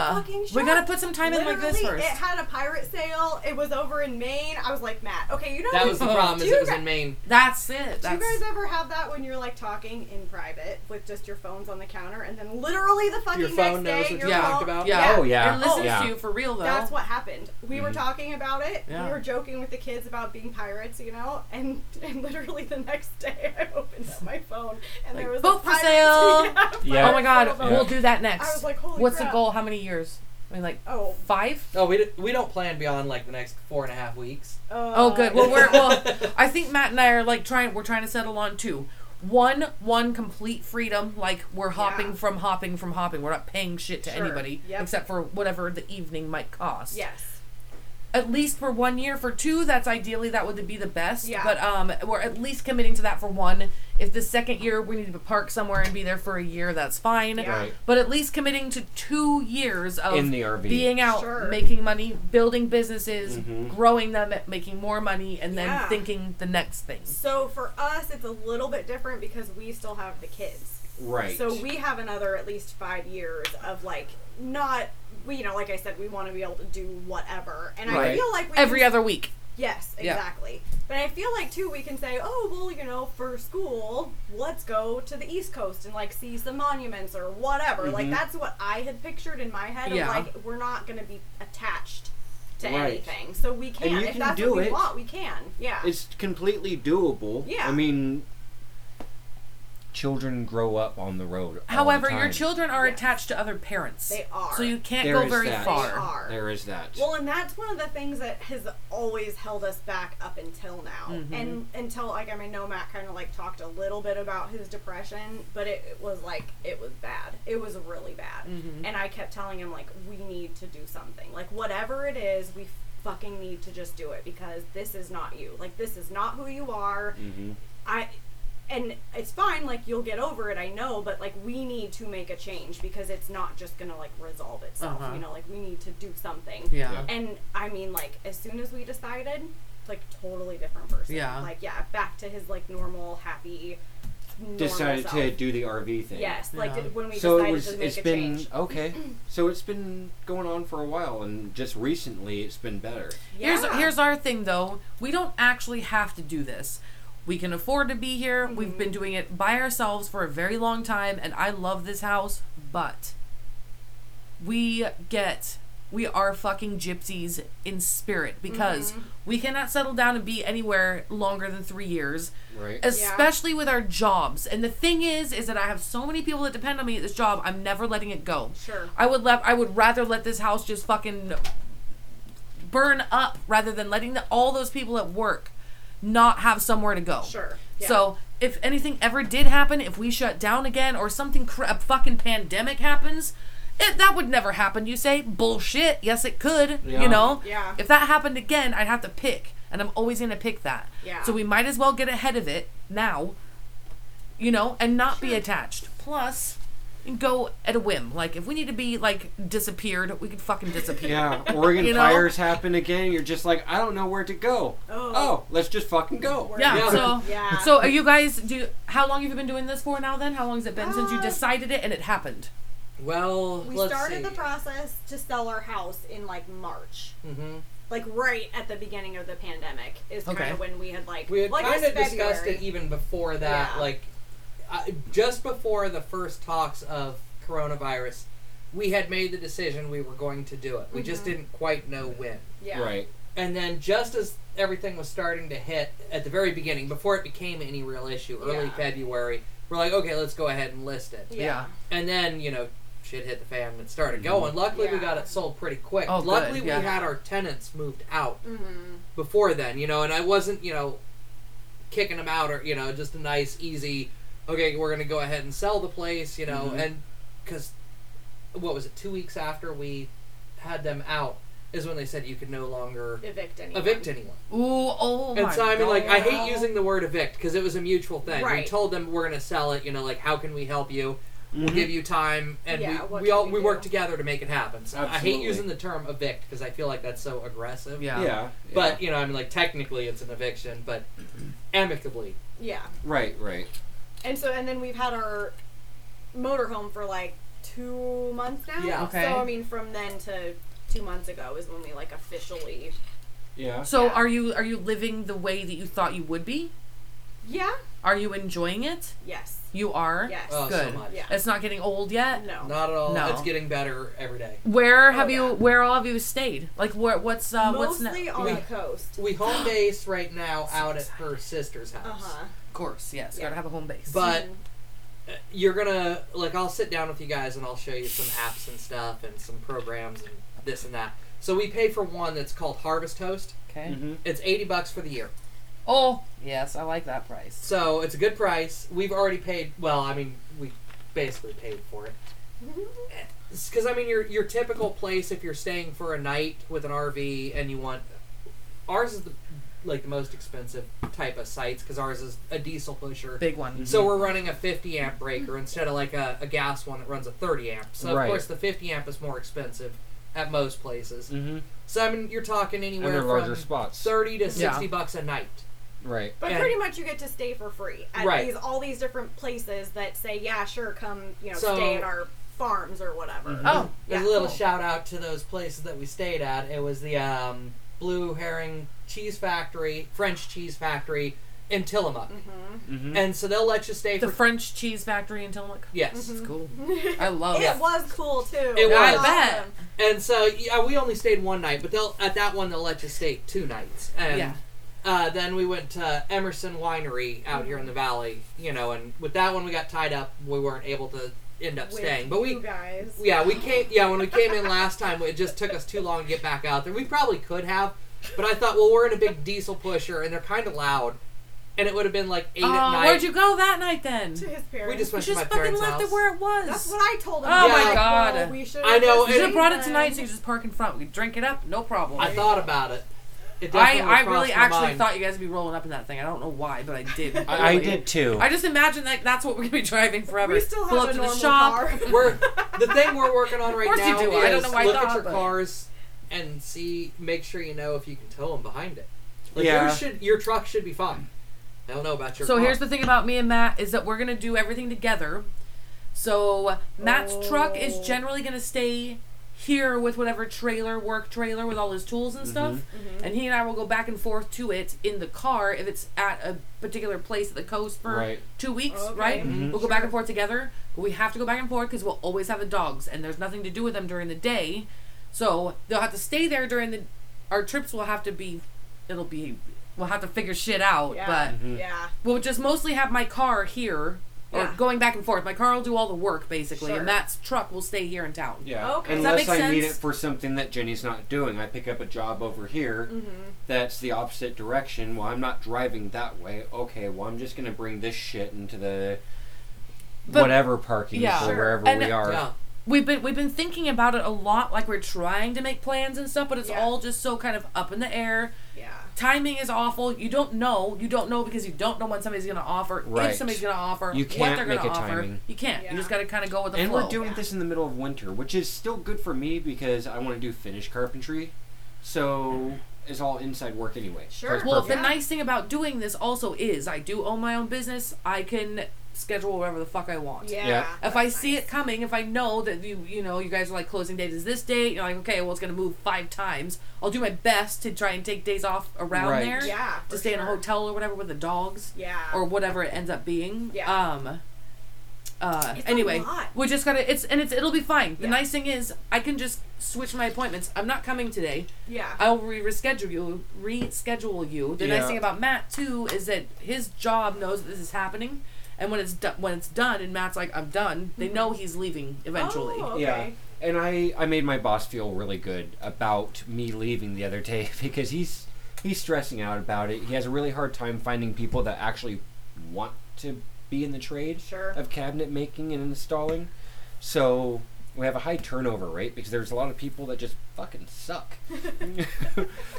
was time. fucking We shocked. gotta put some time in like this Literally, first. It had a pirate sale. It was over in Maine. I was like, Matt, okay, you know That was the problem. Do Is you it was guys- in Maine. That's it. Do you That's guys ever have that when you're like talking in private with just your phones on the counter, and then literally the fucking Your next phone knows what day, you your Yeah. phone, talked about. yeah. Oh, yeah. It listens Oh, yeah. to you for real though. That's what happened. We were talking about it. Yeah. We were joking with the kids about being pirates, you know, and, and literally the next day I opened up my phone and there was a book for pirate- sale. Yeah, pirate Yeah. Oh my god, photo. we'll do that next. I was like, holy What's crap. the goal? How many years? I mean, like Oh, five. No, we, d- we don't plan beyond like the next four and a half weeks. uh, Oh, good. Well, we're well. I think Matt and I are like trying. We're trying to settle on two. One, one complete freedom. Like we're hopping Yeah. from hopping from hopping. We're not paying shit to Sure. anybody Yep. except for whatever the evening might cost. yes. At least for one year. For two, that's ideally that would be the best. Yeah. But um, we're at least committing to that for one. If the second year we need to park somewhere and be there for a year, that's fine. Yeah. Right. But at least committing to two years of In the RV. being out, Sure. making money, building businesses, Mhm. growing them, making more money, and then Yeah. thinking the next thing. So for us, it's a little bit different because we still have the kids. Right. So we have another at least five years of like not. We, you know, like I said, we want to be able to do whatever, and I Right. feel like we can Every other week. Yes, Yeah. exactly. But I feel like too we can say, oh well, you know, for school, let's go to the East Coast and like see some monuments or whatever. Like Mhm. that's what I had pictured in my head. Yeah. Of, like we're not gonna be attached to Right. anything, so we can. you if can that's do what we it. want, we can. Yeah. it's completely doable. Yeah. I mean, children grow up on the road. all the However, your time. children are Yes. attached to other parents. They are. So you can't There go is very that. They far. are. There is that. Well, and that's one of the things that has always held us back up until now. And until, like, I mean, no, Matt kind of, like, talked a little bit about his depression, but it, it was, like, it was bad. It was really bad. And I kept telling him, like, we need to do something. Like, whatever it is, we fucking need to just do it because this is not you. Like, this is not who you are. Mhm. I and it's fine like you'll get over it I know but like we need to make a change because it's not just going to like resolve itself Uh-huh. you know like we need to do something Yeah. and I mean like as soon as we decided like totally different person Yeah. like yeah back to his like normal happy normal Decided self. to do the RV thing. yes like Yeah. when we so decided it was. to make It's a been change okay. So it's been going on for a while, and just recently it's been better. Here's here's our thing though. We don't actually have to do this. We can afford to be here. We've been doing it by ourselves for a very long time and I love this house, but we get we are fucking gypsies in spirit because we cannot settle down and be anywhere longer than 3 years Right. especially with our jobs. And the thing is, is that I have so many people that depend on me at this job. I'm never letting it go. Sure. I would left. I would rather let this house just fucking burn up rather than letting the, all those people at work not have somewhere to go. Sure. Yeah. So if anything ever did happen, if we shut down again or something, cr- a fucking pandemic happens. It, that would never happen, you say? Bullshit. Yes, it could. Yeah. You know? Yeah. If that happened again, I'd have to pick, and I'm always going to pick that. Yeah. So we might as well get ahead of it now, you know, and not be attached. Plus, go at a whim. Like if we need to be like disappeared, we could fucking disappear. Yeah. Oregon You know? fires happen again. You're just like, I don't know where to go. Oh. let's just fucking go. Yeah, Yeah. So, Yeah. so are you guys? Do you- how long have you been doing this for now? Then how long has it been since you Uh, decided it and it happened? Well, Oh, we let's started see. the process to sell our house in like March hmm like right at the beginning of the pandemic is kind Okay. of when we had like We had like kind of it's discussed February. it even before that, Yeah. like I, just before the first talks of coronavirus. We had made the decision we were going to do it. We just Mm-hmm. didn't quite know when. yeah Right. And then, just as everything was starting to hit at the very beginning, before it became any real issue, early Yeah. February, we're like, okay, let's go ahead and list it. yeah Mm-hmm. And then, you know, shit hit the fan and it started going. Luckily, we Yeah. got it sold pretty quick. Oh, good, Luckily, yeah. we had our tenants moved out mm-hmm. before then, you know, and I wasn't, you know, kicking them out or, you know, just a nice, easy, okay, we're going to go ahead and sell the place, you know, Mm-hmm. Mhm. and because, what was it, two weeks after we had them out is when they said you could no longer evict anyone evict anyone. Ooh, oh And my. so I mean, like, I God. hate using the word evict because it was a mutual thing. We Right. told them we're gonna sell it. You know, like, how can we help you? We'll Mhm. give you time, and Yeah, we, what we can all we we, do? work together to make it happen. So I hate Absolutely. using the term evict because I feel like that's so aggressive. Yeah. Yeah. yeah. But you know, I mean, like, technically it's an eviction, but amicably. yeah right, right. and so and then we've had our motorhome for like two months now. Yeah. Okay. So I mean, from then to two months ago is when we like officially. Yeah. So Yeah. are you are you living the way that you thought you would be? Yeah. Are you enjoying it? Yes. You are. Yes. Oh, Good. so much. Yeah. It's not getting old yet. No. Not at all. No. It's getting better every day. Where Oh, have you? yeah. Where all have you stayed? Like where? What's uh? what's Mostly ne- on We- the coast. We home base right now out at her sister's house. Uh huh. Of course, yes. Yeah. Gotta have a home base. But uh, you're gonna like I'll sit down with you guys and I'll show you some apps and stuff and some programs and this and that. So we pay for one that's called Harvest Host. okay. hmm It's eighty bucks for the year. Oh yes, I like that price. So it's a good price. We've already paid. Well, I mean, we basically paid for it. Because I mean, your your typical place if you're staying for a night with an RV and you want ours is the like the most expensive type of sites because ours is a diesel pusher. Big one. Mm-hmm. So we're running a 50 amp breaker instead of like a, a gas one that runs a 30 amp. So Right. of course the 50 amp is more expensive at most places. hmm So I mean, you're talking And anywhere they're from larger spots. 30 to 60 Yeah. bucks a night. Right. But And- pretty much you get to stay for free at Right. these all these different places that say, yeah, sure, come, you know, So- Mm-hmm. stay at our farms or whatever. Oh, There's Yeah. a little Cool. shout out to those places that we stayed at. It was the um, Blue Herring Cheese Factory, French Cheese Factory in Tillamook. Mm-hmm. hmm And so they'll let you stay the for French cheese factory in Mm-hmm. Tillamook. yes. Mm-hmm. It's cool. I love It it. was cool too. Oh, It I was. loved I them. And so yeah, we only stayed one night, but they'll at that one they'll let you stay two nights. And Yeah. uh, then we went to Emerson Winery out here in Mm-hmm. the valley, you know, and with that one we got tied up. We weren't able to end up With staying, but we you guys. yeah we came yeah when we came in last time it just took us too long to get back out there. We probably could have, but I thought well we're in a big diesel pusher and they're kind of loud, and it would have been like eight at Oh, night. where'd you go that night then? to You his parents. we just went to my just fucking parents' left house. it where it was. That's what I told him. Oh I'm my like, God. well, we should I know, you should have brought it tonight so you could just park in front. We could drink it up, no problem. I thought about it. it I, definitely I crossed really my actually mind. thought you guys would be rolling up in that thing. I don't know why, but I did. I, I really. did too. I just imagine that that's what we're gonna be driving forever. We still have Pull up a to normal the shop. car. We're the thing we're working on right course you now do. is I don't know why I look thought, at your but- cars and see, make sure you know if you can tow them behind it. Like Yeah. yours should, your truck should be fine. I don't know about your. So car. here's the thing about me and Matt is that we're gonna do everything together. So Matt's truck is Oh. generally gonna stay here with whatever trailer, work trailer with all his tools and stuff. Mm-hmm. And he and I will go back and forth to it in the car if it's at a particular place at the coast for Right. two weeks, Okay. right? Mhm. We'll go back and forth together. But we have to go back and forth because we'll always have the dogs, and there's nothing to do with them during the day. So they'll have to stay there during the. Our trips will have to be. It'll be. We'll have to figure shit out, Yeah. but Mhm. Yeah. we'll just mostly have my car here or Yeah. going back and forth. My car will do all the work basically, Sure. and Matt's truck will stay here in town. Yeah. Okay. Does that Unless make I need it sense? for something that Jenny's not doing. I pick up a job over here Mm-hmm. that's the opposite direction. Well, I'm not driving that way. Okay, well, I'm just going to bring this shit into the But- whatever parking yeah. for Sure. wherever And- we are. Yeah. We've been we've been thinking about it a lot, like we're trying to make plans and stuff, but it's Yeah. all just so kind of up in the air. Yeah. Timing is awful. You don't know. You don't know because you don't know when somebody's going to offer. Right. If somebody's going to offer, You what can't they're make gonna a offer. timing. You can't. Yeah. You just got to kind of go with the And flow. we're doing Yeah. this in the middle of winter, which is still good for me because I want to do finish carpentry. So it's all inside work anyway. So Sure. it's Well, perfect. the nice thing about doing this also is I do own my own business. I can schedule whatever the fuck I want. Yeah. Yeah. If I see it coming, if I know that you you know you guys are like closing date is this date, you're like okay, well it's gonna move five times. I'll do my best to try and take days off around Right. there Yeah. to for stay in a sure. hotel or whatever with the dogs Yeah. or whatever it ends up being. Yeah. Um. Uh. It's a anyway, lot. we just gotta. It's and it's it'll be fine. The Yeah. nice thing is I can just switch my appointments. I'm not coming today. yeah. I'll re- reschedule you. Reschedule you. The Yeah. nice thing about Matt too is that his job knows that this is happening, and when it's do- when it's done, and Matt's like, "I'm done," they know he's leaving eventually. Mm-hmm. Oh, okay. Yeah. And I, I made my boss feel really good about me leaving the other day because he's he's stressing out about it. He has a really hard time finding people that actually want to be in the trade Sure. of cabinet making and installing. So we have a high turnover rate because there's a lot of people that just fucking suck.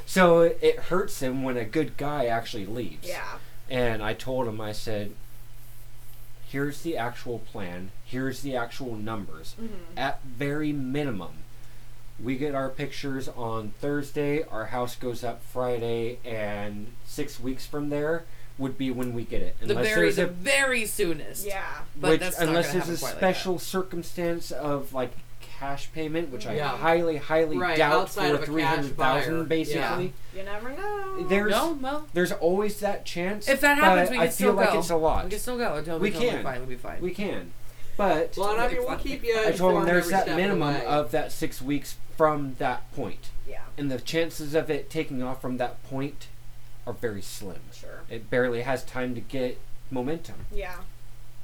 so it hurts him when a good guy actually leaves. Yeah. And I told him, I said, here's the actual plan, here's the actual numbers. mm-hmm. At very minimum, we get our pictures on Thursday, our house goes up Friday, and six weeks from there, would be when we get it. The Unless very, there's the a very soonest. Yeah. But which, that's not unless gonna there's a happen quite like that. special circumstance of like cash payment, which Yeah. I highly, highly Right, doubt outside for of a cash three hundred buyer. thousand. Basically, You never know. there's No, well, there's always that chance. if that but happens, we can I feel still like go. it's a lot. We can still go. It'll be We totally can. Fine. We'll be fine. We can, but Well, and I mean, we'll keep you. I told him informed there's every that step minimum of, the way. of that six weeks from that point, Yeah. and the chances of it taking off from that point are very slim. Sure. It barely has time to get momentum. Yeah.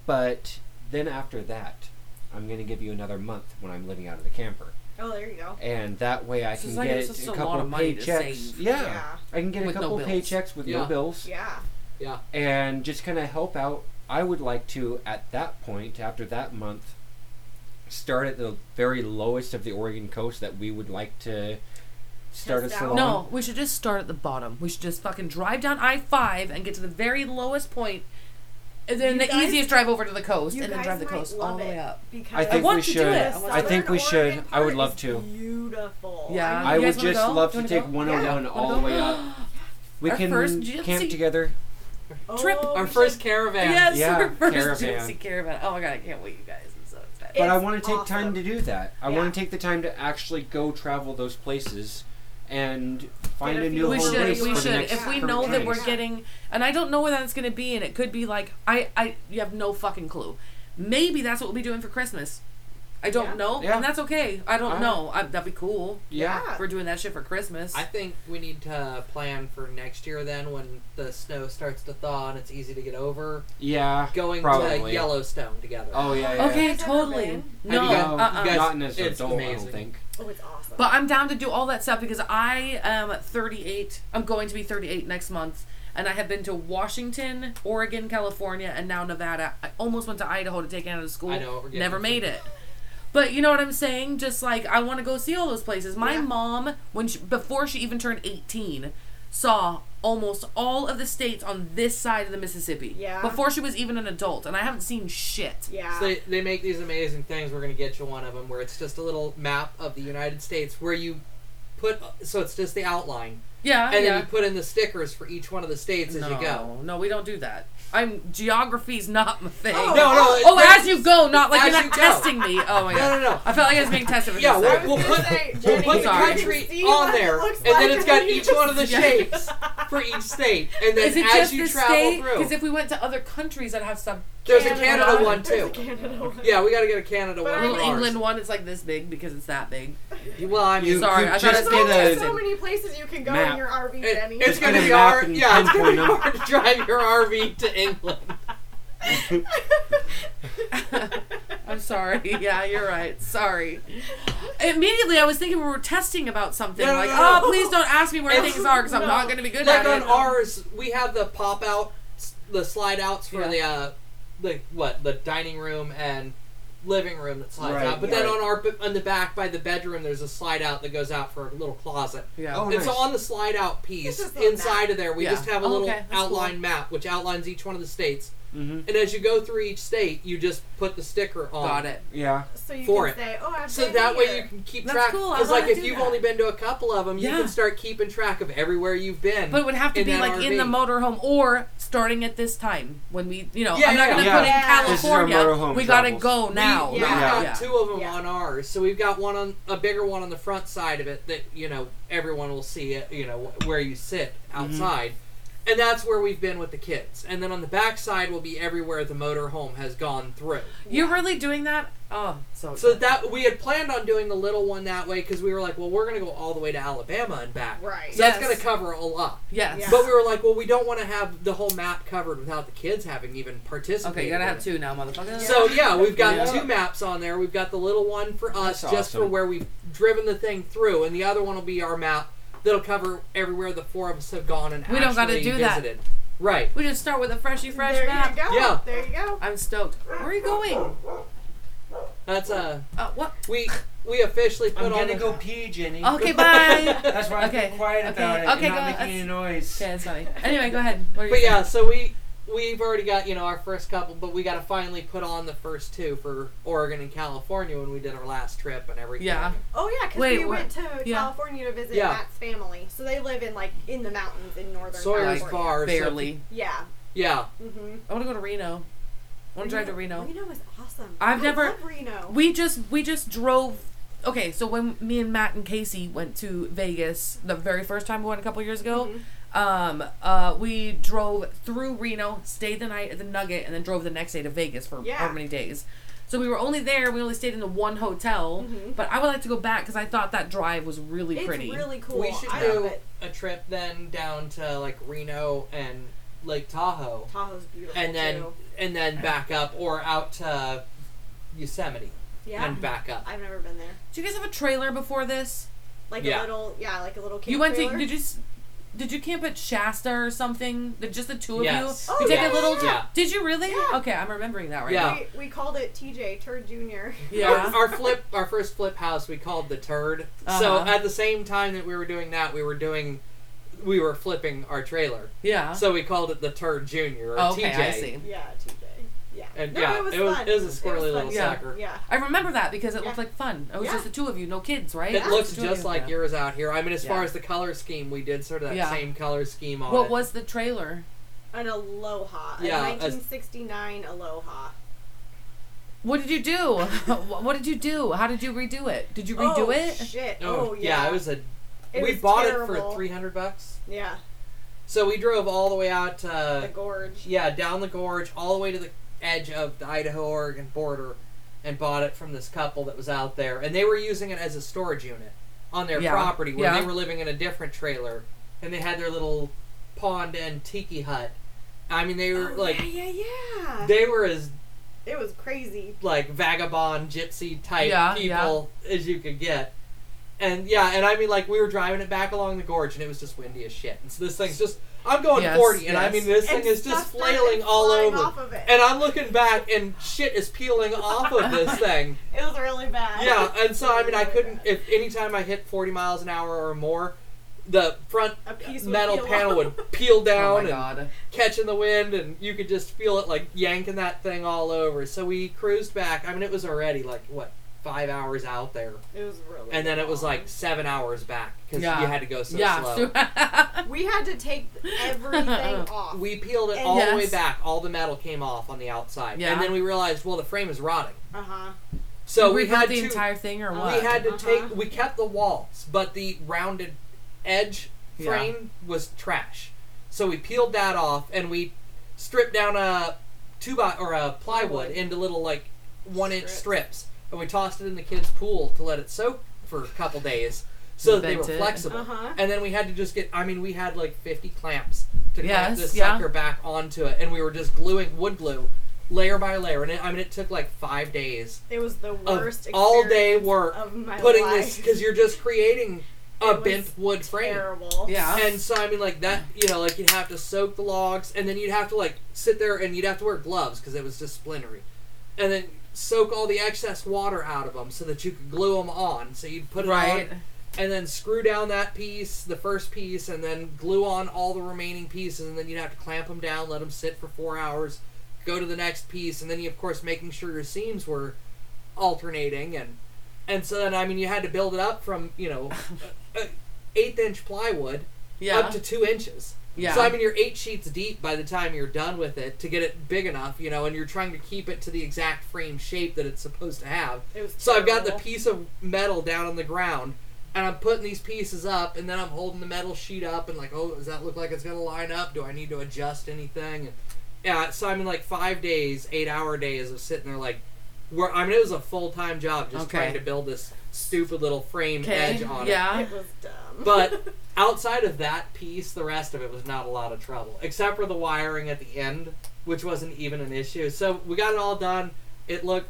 But then after that, I'm going to give you another month when I'm living out of the camper. Oh, there you go. And that way I It's can just like get it's just a a couple lot of money to paychecks. save. Yeah. Yeah. I can get With a no couple bills. paychecks with Yeah. no bills Yeah. yeah, and just kind of help out. I would like to, at that point, after that month, start at the very lowest of the Oregon coast that we would like to start Test a out. salon. No, we should just start at the bottom. We should just fucking drive down I five and get to the very lowest point, and then You the guys- easiest drive over to the coast, You and then guys drive the might coast all love the it way up. Because I think want we to do should. it. the I think southern we should. Oregon I would part love is to. Beautiful. Yeah. I Uh, You guys would wanna just go? love You to wanna take go? 101 Yeah. all the Wanna way go? up. We Our can first camp gypsy- together. Oh, Trip. we our should- first caravan. Yes, Yeah, our first caravan. gypsy caravan. Oh my god, I can't wait, you guys! I'm so excited. But I It's want to take time awesome. to do that. I Yeah. want to take the time to actually go travel those places and find a a feel new for we home should. base race We for the should. next If we for know that we're retreats. getting, and I don't know where that's gonna be, and it could be like I, I, you have no fucking clue. Maybe that's what we'll be doing for Christmas. I don't Yeah. know, Yeah. and that's okay. I don't I- know. I, that'd be cool. yeah. If we're doing that shit for Christmas. I think we need to plan for next year then when the snow starts to thaw and it's easy to get over. Yeah. Going to Probably. Yellowstone together. Oh yeah. yeah. okay, Have you totally. been? No, Have you gone? uh-uh. You guys- not in as it's adult, I amazing. don't think. Oh, it's awesome. But I'm down to do all that stuff because I am 38. I'm going to be 38 next month. And I have been to Washington, Oregon, California, and now Nevada. I almost went to Idaho to take Anna to school. I know what we're getting Never into. made it. But you know what I'm saying? Just like I want to go see all those places. My Yeah. mom, when she, before she even turned 18, saw almost all of the states on this side of the Mississippi. Yeah. Before she was even an adult, and I haven't seen shit. yeah. So they, they make these amazing things. We're gonna get you one of them where it's just a little map of the United States where you put so it's just the outline Yeah, and Oh, yeah. then you put in the stickers for each one of the states as no, you go. No, we don't do that. I'm geography's not my thing. No, no. it- Oh, as you go, not like As you're not you go. testing me. Oh my No, god. no, no. I felt like I was being tested. for just a Yeah, we'll, second. we'll gonna put say, we'll Jenny, put the Sorry. you country see on what it there, looks and then like it's got when you each one of the just- shapes for each state, and then Is it as just you this travel state? through, Because if we went to other countries, I'd have some. there's a Canada Canada one. one There's a too. Canada one. Yeah, we got to get a Canada A But I one. for little ours. England one. It's like this big because it's that big. Well, I mean, You Sorry, could I thought just it- There's only get so a. many places you can go Map. in your RV, it- Jenny. it's Just gonna get a be map hard. and Yeah, it's gonna be pinpoint 'em. hard to drive your RV to England. I'm sorry. Yeah, you're right. Sorry. Immediately, I was thinking we were testing about something. No, no, like, no, no. oh, please don't ask me where It's- things are because I'm no. not going to be good like at on it. ours, we have the pop out, s- the slide outs for Yeah. the uh, the what the dining room and living room that slides Right, out. But then right. on our b- on the back by the bedroom, there's a slide out that goes out for a little closet. yeah. Oh, And so nice. on the slide out It's piece just a little inside of there, we Yeah. just have a Oh, little okay, that's outline cool. map which outlines each one of the states. Mm-hmm. And as you go through each state, you just put the sticker on. Got it. Yeah. So you For can it. say, oh, I've So been that way you here. can keep That's track. cool, I like wanna if do you've that. only been to a couple of them, you Yeah. can start keeping track of everywhere you've been. But it would have to in be that like in the RV. motorhome or starting at this time when we, you know, Yeah, I'm not yeah, going to yeah. put in Yeah. This is our California. motorhome we got to travels. go now. we We've yeah. got yeah. two of them Yeah. on ours, so we've got one on a bigger one on the front side of it that you know everyone will see it. You know wh- where you sit Mm-hmm. outside, and that's where we've been with the kids. And then on the back side will be everywhere the motorhome has gone through. You're really doing that? Oh, so So that we had planned on doing the little one that way because we were like, well, we're gonna go all the way to Alabama and back. Right. So that's Yes. gonna cover a lot. yes. Yeah. But we were like, well, we don't want to have the whole map covered without the kids having even participated. Okay, you gotta in have it. two now, motherfucker. So yeah, we've got Yeah. two maps on there. We've got the little one for us, That's just for awesome. where we've driven the thing through, and the other one will be our map that'll cover everywhere the four of us have gone and We actually don't gotta do that. visited. Right. we just start with a freshy fresh there map. you go. Yeah. There you go. I'm stoked. Where are you going? That's uh Uh, what? we we officially put on the, pee, Jenny. Okay, bye. That's why I'm Okay, quiet okay, about it and okay, not go, making that's- any noise. okay, that's funny. Anyway, go ahead. What are you But yeah, saying? so we we've already got you know our first couple, but we got to finally put on the first two for Oregon and California when we did our last trip and everything. Yeah. Oh yeah, because Wait, we what- went to yeah. California to visit Yeah. Matt's family. So they live in like in the mountains in northern Sawyer's California. bar so- barely. Yeah, Yeah. Mm-hmm. I want to go to Reno. I want to drive to Reno. Reno is awesome. I've I never- love Reno. We just we just drove. Okay, so when me and Matt and Casey went to Vegas the very first time we went a couple years ago, Mm-hmm. um, uh, we drove through Reno, stayed the night at the Nugget, and then drove the next day to Vegas for Yeah. how many days? So we were only there. We only stayed in the one hotel. Mhm. But I would like to go back because I thought that drive was really it's pretty. really cool. We should I love do it. a trip then down to like Reno and Lake Tahoe, Tahoe's beautiful and then too. and then back up or out to Yosemite yeah, and back up. I've never been there. Do you guys have a trailer before this? Like Yeah. a little, yeah, like a little. Camp you went trailer. to did you s- did you camp at Shasta or something? The- Just the two of Yes. you. Oh, you take yeah, a little. yeah, yeah. Did you really? Yeah. Okay, I'm remembering that right. Yeah. We, we called it TJ Turd Junior. Yeah. Our, our flip, our first flip house, we called the turd. So Uh-huh. at the same time that we were doing that, we were doing, we were flipping our trailer. Yeah. So we called it the turd junior or Oh, Uh-huh. okay, TJ. I see. Yeah, TJ. Yeah. And no, yeah, it was it was- fun. it was a squirrely fun. little yeah. sucker. Yeah. I remember that because it looked Yeah. like fun. It was Yeah. just the two of you, no kids, right? It Just looks the two of just you. like Yeah. yours out here. I mean, as far Yeah. as the color scheme, we did sort of that Yeah. same color scheme on What it. was the trailer? An Aloha. Yeah, A as- 1969 Aloha. What did you do? what what did you do? How did you redo it? Did you redo oh, it? Shit. Oh, Oh, yeah. it was a. It we was bought it terrible. for three hundred bucks. Yeah. So we drove all the way out to The gorge. yeah down the gorge, all the way to the edge of the Idaho Oregon border, and bought it from this couple that was out there, and they were using it as a storage unit on their Yeah. property where Yeah. they were living in a different trailer, and they had their little pond and tiki hut. I mean, they were Oh, like yeah, yeah, yeah. they were as it was crazy. like vagabond gypsy type Yeah, people as you could get. And yeah, and I mean like we were driving it back along the gorge and it was just windy as shit. And so this thing's just I'm going Yes, 40 and I yes. mean this And thing is just stuff started flailing all flying over. off of it. And I'm looking back and shit is peeling off of this thing. It was really bad. Yeah, and so I mean I Really couldn't bad. if anytime I hit 40 miles an hour or more the front A piece would metal peel panel off. would peel Oh down my and god. catching the wind and you could just feel it like yanking that thing all over. So we cruised back. I mean, it was already like what five hours out there, It was really. and then it was long. like seven hours back because Yeah. you had to go so yeah. slow. so- we had to take everything off. we peeled it And- all the way Yes. back. All the metal came off on the outside, Yeah. and then we realized, well, the frame is rotting. uh huh. So You we rebuilt had the to entire thing or we what? we had to Uh-huh. take we kept the walls, but the rounded edge Yeah. frame was trash. So we peeled that off and we stripped down a two by or a plywood Plywood. into little like one inch Strips. strips, and we tossed it in the kids' pool to let it soak for a couple days, so that they were Vent it. flexible. Uh-huh. And then we had to just get I mean we had like fifty clamps to clamp Yes, this yeah. sucker back onto it, and we were just gluing wood glue. Layer by layer, and it, I mean, it took like five days It was the worst. of all day experience work of my putting life. this because you're just creating a It was bent wood frame. terrible. yeah. And so I mean, like that, you know, like you'd have to soak the logs, and then you'd have to like sit there and you'd have to wear gloves because it was just splintery, and then soak all the excess water out of them so that you could glue them on. So you'd put it right. on, and then screw down that piece, the first piece, and then glue on all the remaining pieces, and then you'd have to clamp them down, let them sit for four hours, go to the next piece, and then you of course making sure your seams were alternating, and and so then I mean you had to build it up from you know uh, uh, eighth inch plywood Yeah. up to two inches. Yeah. So I mean you're eight sheets deep by the time you're done with it to get it big enough, you know, and you're trying to keep it to the exact frame shape that it's supposed to have. It was So I've got the terrible. piece of metal down on the ground, and I'm putting these pieces up, and then I'm holding the metal sheet up, and like, oh, does that look like it's gonna line up? Do I need to adjust anything? And, yeah, so I'm in like five days, eight hour days of sitting there like, where I mean it was a full time job just Okay. trying to build this stupid little frame edge Okay. on it. Yeah. It was dumb. But outside of that piece, the rest of it was not a lot of trouble, except for the wiring at the end, which wasn't even an issue. So we got it all done. It looked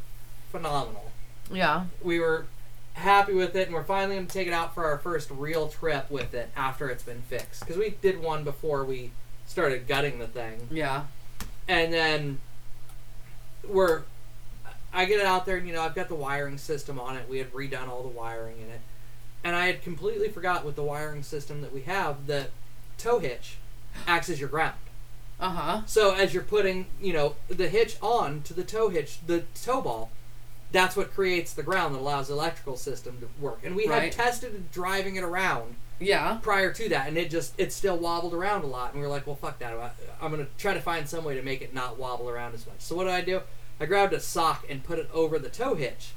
phenomenal. Yeah. We were happy with it, and we're finally going to take it out for our first real trip with it after it's been fixed. Because we did one before we started gutting the thing. Yeah. And then we're. I get it out there, and you know, I've got the wiring system on it. We had redone all the wiring in it. And I had completely forgot with the wiring system that we have that tow hitch acts as your ground. Uh huh. So as you're putting, you know, the hitch on to the tow hitch, the tow ball, that's what creates the ground that allows the electrical system to work. And we Right. had tested driving it around Yeah. prior to that, and it just it still wobbled around a lot. And we were like, well, fuck that. I- I'm gonna try to find some way to make it not wobble around as much. So what did I do? I grabbed a sock and put it over the toe hitch,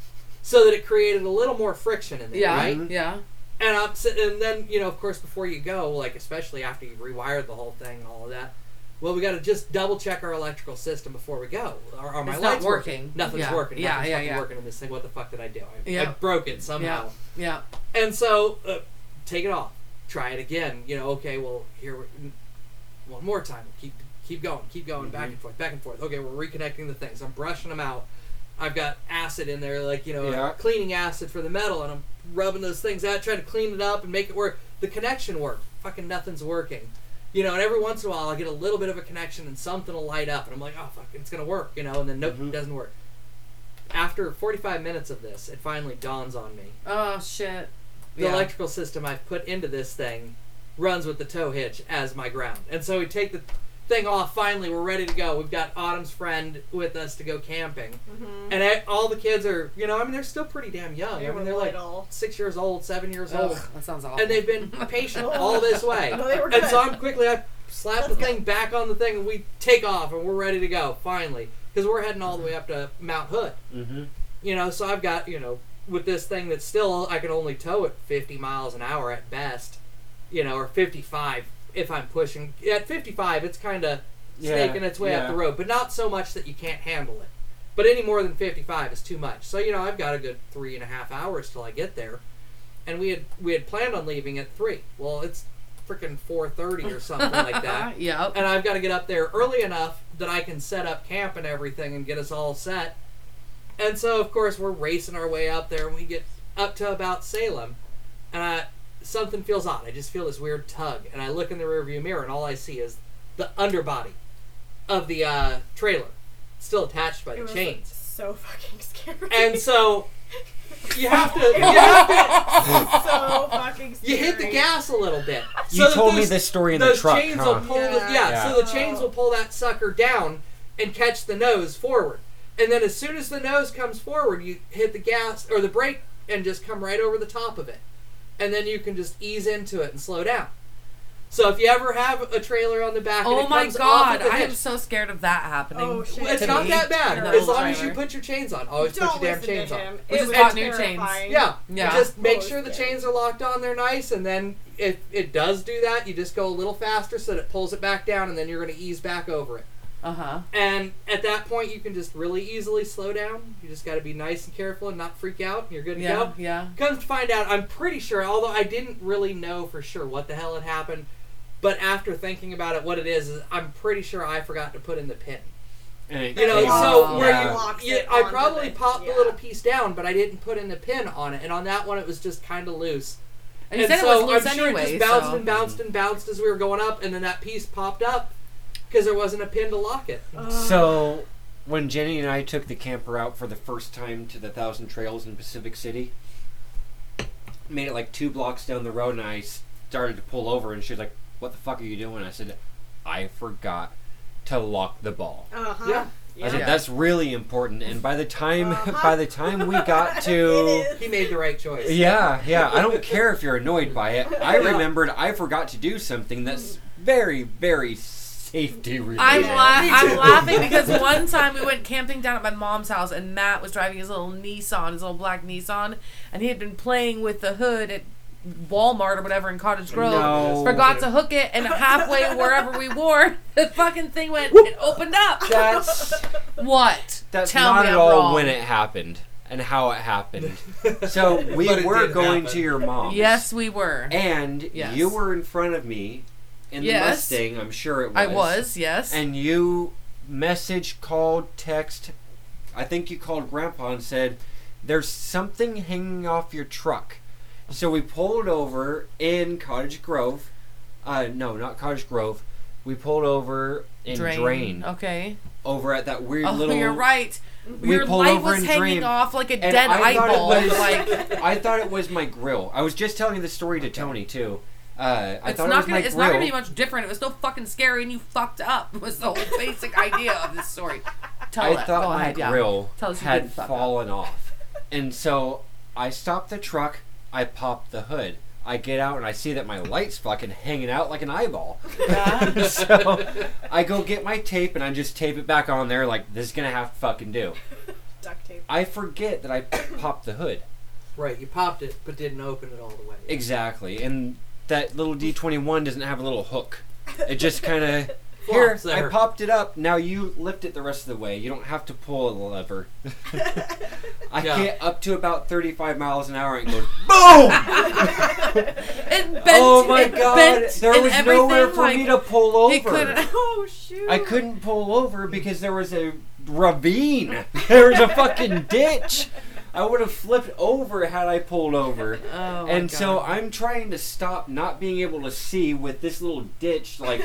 so that it created a little more friction in there. Yeah. Right. Yeah. And I'm sitting, and then you know, of course, before you go, like especially after you've rewired the whole thing and all of that. Well, we got to just double check our electrical system before we go. Are, are my It's not lights working. Nothing's Yeah. working. Yeah, Nothing's yeah, fucking yeah. Working in this thing. What the fuck did I do? I, I Yeah. broke it somehow. Yeah. And so, uh, take it off. Try it again. You know, okay, well, here, we're, n- one more time. Keep keep going, keep going, back and forth, back and forth. Okay, we're reconnecting the things. I'm brushing them out. I've got acid in there, like you know, Yeah. cleaning acid for the metal, and I'm rubbing those things out, trying to clean it up and make it work. The connection work. Fucking nothing's working. You know, and every once in a while, I get a little bit of a connection, and something will light up, and I'm like, oh fuck, it's gonna work. You know, and then nope, Mhm. it doesn't work. After 45 minutes of this, it finally dawns on me Oh shit. the yeah. electrical system I've put into this thing runs with the tow hitch as my ground. And so we take the thing off. Finally, we're ready to go. We've got Autumn's friend with us to go camping, Mm-hmm. and I, all the kids are, you know, I mean, they're still pretty damn young. I mean, they're like little. six years old, seven years Ugh, old, that sounds awful. Uh, and they've been patient all this way. No, they were and good. so I'm quickly, I slap the thing back on the thing, and we take off, and we're ready to go. Finally, because we're heading all the way up to Mount Hood. Mm-hmm. You know, so I've got, you know, with this thing that's still, I can only tow at 50 miles an hour at best, you know, or 55 if I'm pushing. At 55, it's kind of Yeah, snaking its way up the yeah. road, but not so much that you can't handle it. But any more than 55 is too much. So, you know, I've got a good three and a half hours till I get there. And we had we had planned on leaving at three. Well, it's freaking four thirty or something like Uh, that yep. and I've got to get up there early enough that I can set up camp and everything and get us all set. And so, of course, we're racing our way up there, and we get up to about Salem, and I, something feels odd. I just feel this weird tug, and I look in the rearview mirror, and all I see is the underbody of the uh, trailer, still attached by It the was chains. so fucking scary. And so, you have to you, was have to, so fucking scary. you hit the gas a little bit. You so that told me those- this story in the those truck, chains huh? will pull the, yeah, Yeah. so the Yeah. chains will pull that sucker down and catch the nose forward and then as soon as the nose comes forward you hit the gas or the brake and just come right over the top of it and then you can just ease into it and slow down so if you ever have a trailer on the back and Oh it my comes off god, at the I am hitch, so scared of that happening. Oh, shit. it's to not me. that bad No as long as you trailer. put your chains on always Don't put your damn listen chains to on him. We It just was bought new terrifying. yeah. Yeah. Just make Close sure the it. chains are locked on, they're nice, and then if it does do that, you just go a little faster so that it pulls it back down and then you're gonna ease back over it. Uh huh. And at that point you can just really easily slow down. You just gotta be nice and careful and not freak out and you're good to Yeah. go. Yeah. Comes to find out, I'm pretty sure, although I didn't really know for sure what the hell had happened, but after thinking about it, what it is is I'm pretty sure I forgot to put in the pin. And it You know, takes- so where yeah. you, Locks yeah, it I onto probably the- popped yeah. the little piece down, but I didn't put in the pin on it. And on that one, it was just kind of loose. And you said it was loose I'm sure anyway. it just bounced so. and bounced and bounced as we were going up, and then that piece popped up because there wasn't a pin to lock it. Uh-huh. So, when Jenny and I took the camper out for the first time to the Thousand Trails in Pacific City, made it like two blocks down the road, and I started to pull over, and she's like, "What the fuck are you doing?" I said, "I forgot to lock the ball." Uh huh. Yeah. I said, Yeah. "That's really important." And by the time, Uh-huh. by the time we got to, It is. He made the right choice. yeah, yeah, I don't care if you're annoyed by it. I Yeah. remembered I forgot to do something that's very, very safety related. I'm, Yeah. la- Me I'm too. laughing because one time we went camping down at my mom's house and Matt was driving his little Nissan, his little black Nissan, and he had been playing with the hood at Walmart or whatever in Cottage Grove. No. Forgot to hook it, and halfway wherever we wore, the fucking thing went and opened up. That's What? That's Tell not me at I'm all wrong. when it happened and how it happened. So we But it were did going happen. to your mom's. Yes, we were. And Yes. you were in front of me in Yes. the Mustang, I'm sure it was. I was, yes. And you message, called, text. I think you called Grandpa and said, There's something hanging off your truck. So we pulled over in Cottage Grove. Uh, no, not Cottage Grove. We pulled over in Drain, Okay. over at that weird Oh, little. you're right. We Your pulled light over was in hanging Drain. off like a And dead I thought it eyeball. was- like I thought it was my grill. I was just telling the story to Tony too. Uh, I it's thought not it was gonna. my It's grill. not gonna be much different. It was still fucking scary, and you fucked up. Was the whole basic idea of this story. Tell I it. thought Go my ahead, yeah. grill Tell us you had didn't fuck up. fallen off, and so I stopped the truck. I popped the hood. I get out and I see that my light's fucking hanging out like an eyeball. Yeah. so I go get my tape and I just tape it back on there like this is gonna have to fucking do. Duct tape. I forget that I popped the hood. Right, you popped it, but didn't open it all the way. Exactly. And that little D twenty one doesn't have a little hook. It just kinda here, Flops I there. popped it up. Now you lift it the rest of the way. You don't have to pull a lever. I Yeah. get up to about 35 miles an hour and go boom! It bent. oh my it god! Bent there and was everything, nowhere for like, me to pull He over. couldn't. Oh shoot. I couldn't pull over because there was a ravine. There was a fucking ditch. I would have flipped over had I pulled over. Oh my and so God. I'm trying to stop not being able to see with this little ditch. Like,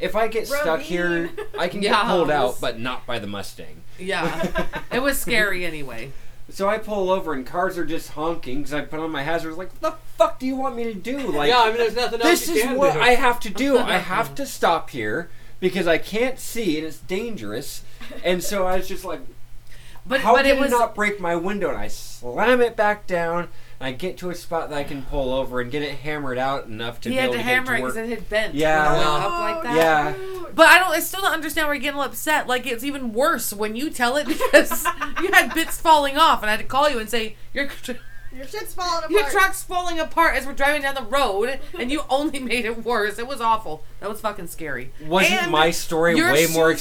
if I get stuck here, Ravine. I can Yeah. get pulled out, but not by the Mustang. yeah, it was scary anyway. So I pull over and cars are just honking because I put on my hazards. Like, what the fuck do you want me to do? Like, yeah, I mean, there's nothing else this you is can what do. I have to do. I have to stop here because I can't see and it's dangerous. And so I was just like, But how but did it it, was not break my window? And I slam it back down. And I get to a spot that I can pull over and get it hammered out enough to he be had able to to hammer it get it because to work. it had bent. when Yeah. it went Yeah. up like that. Yeah. Shoot. But I don't. I still don't understand why you're getting upset. Like it's even worse when you tell it because you had bits falling off, and I had to call you and say your tr- Your shit's falling apart. your truck's falling apart as we're driving down the road, and you only made it worse. It was awful. That was fucking scary. Wasn't And my story your way more shoes-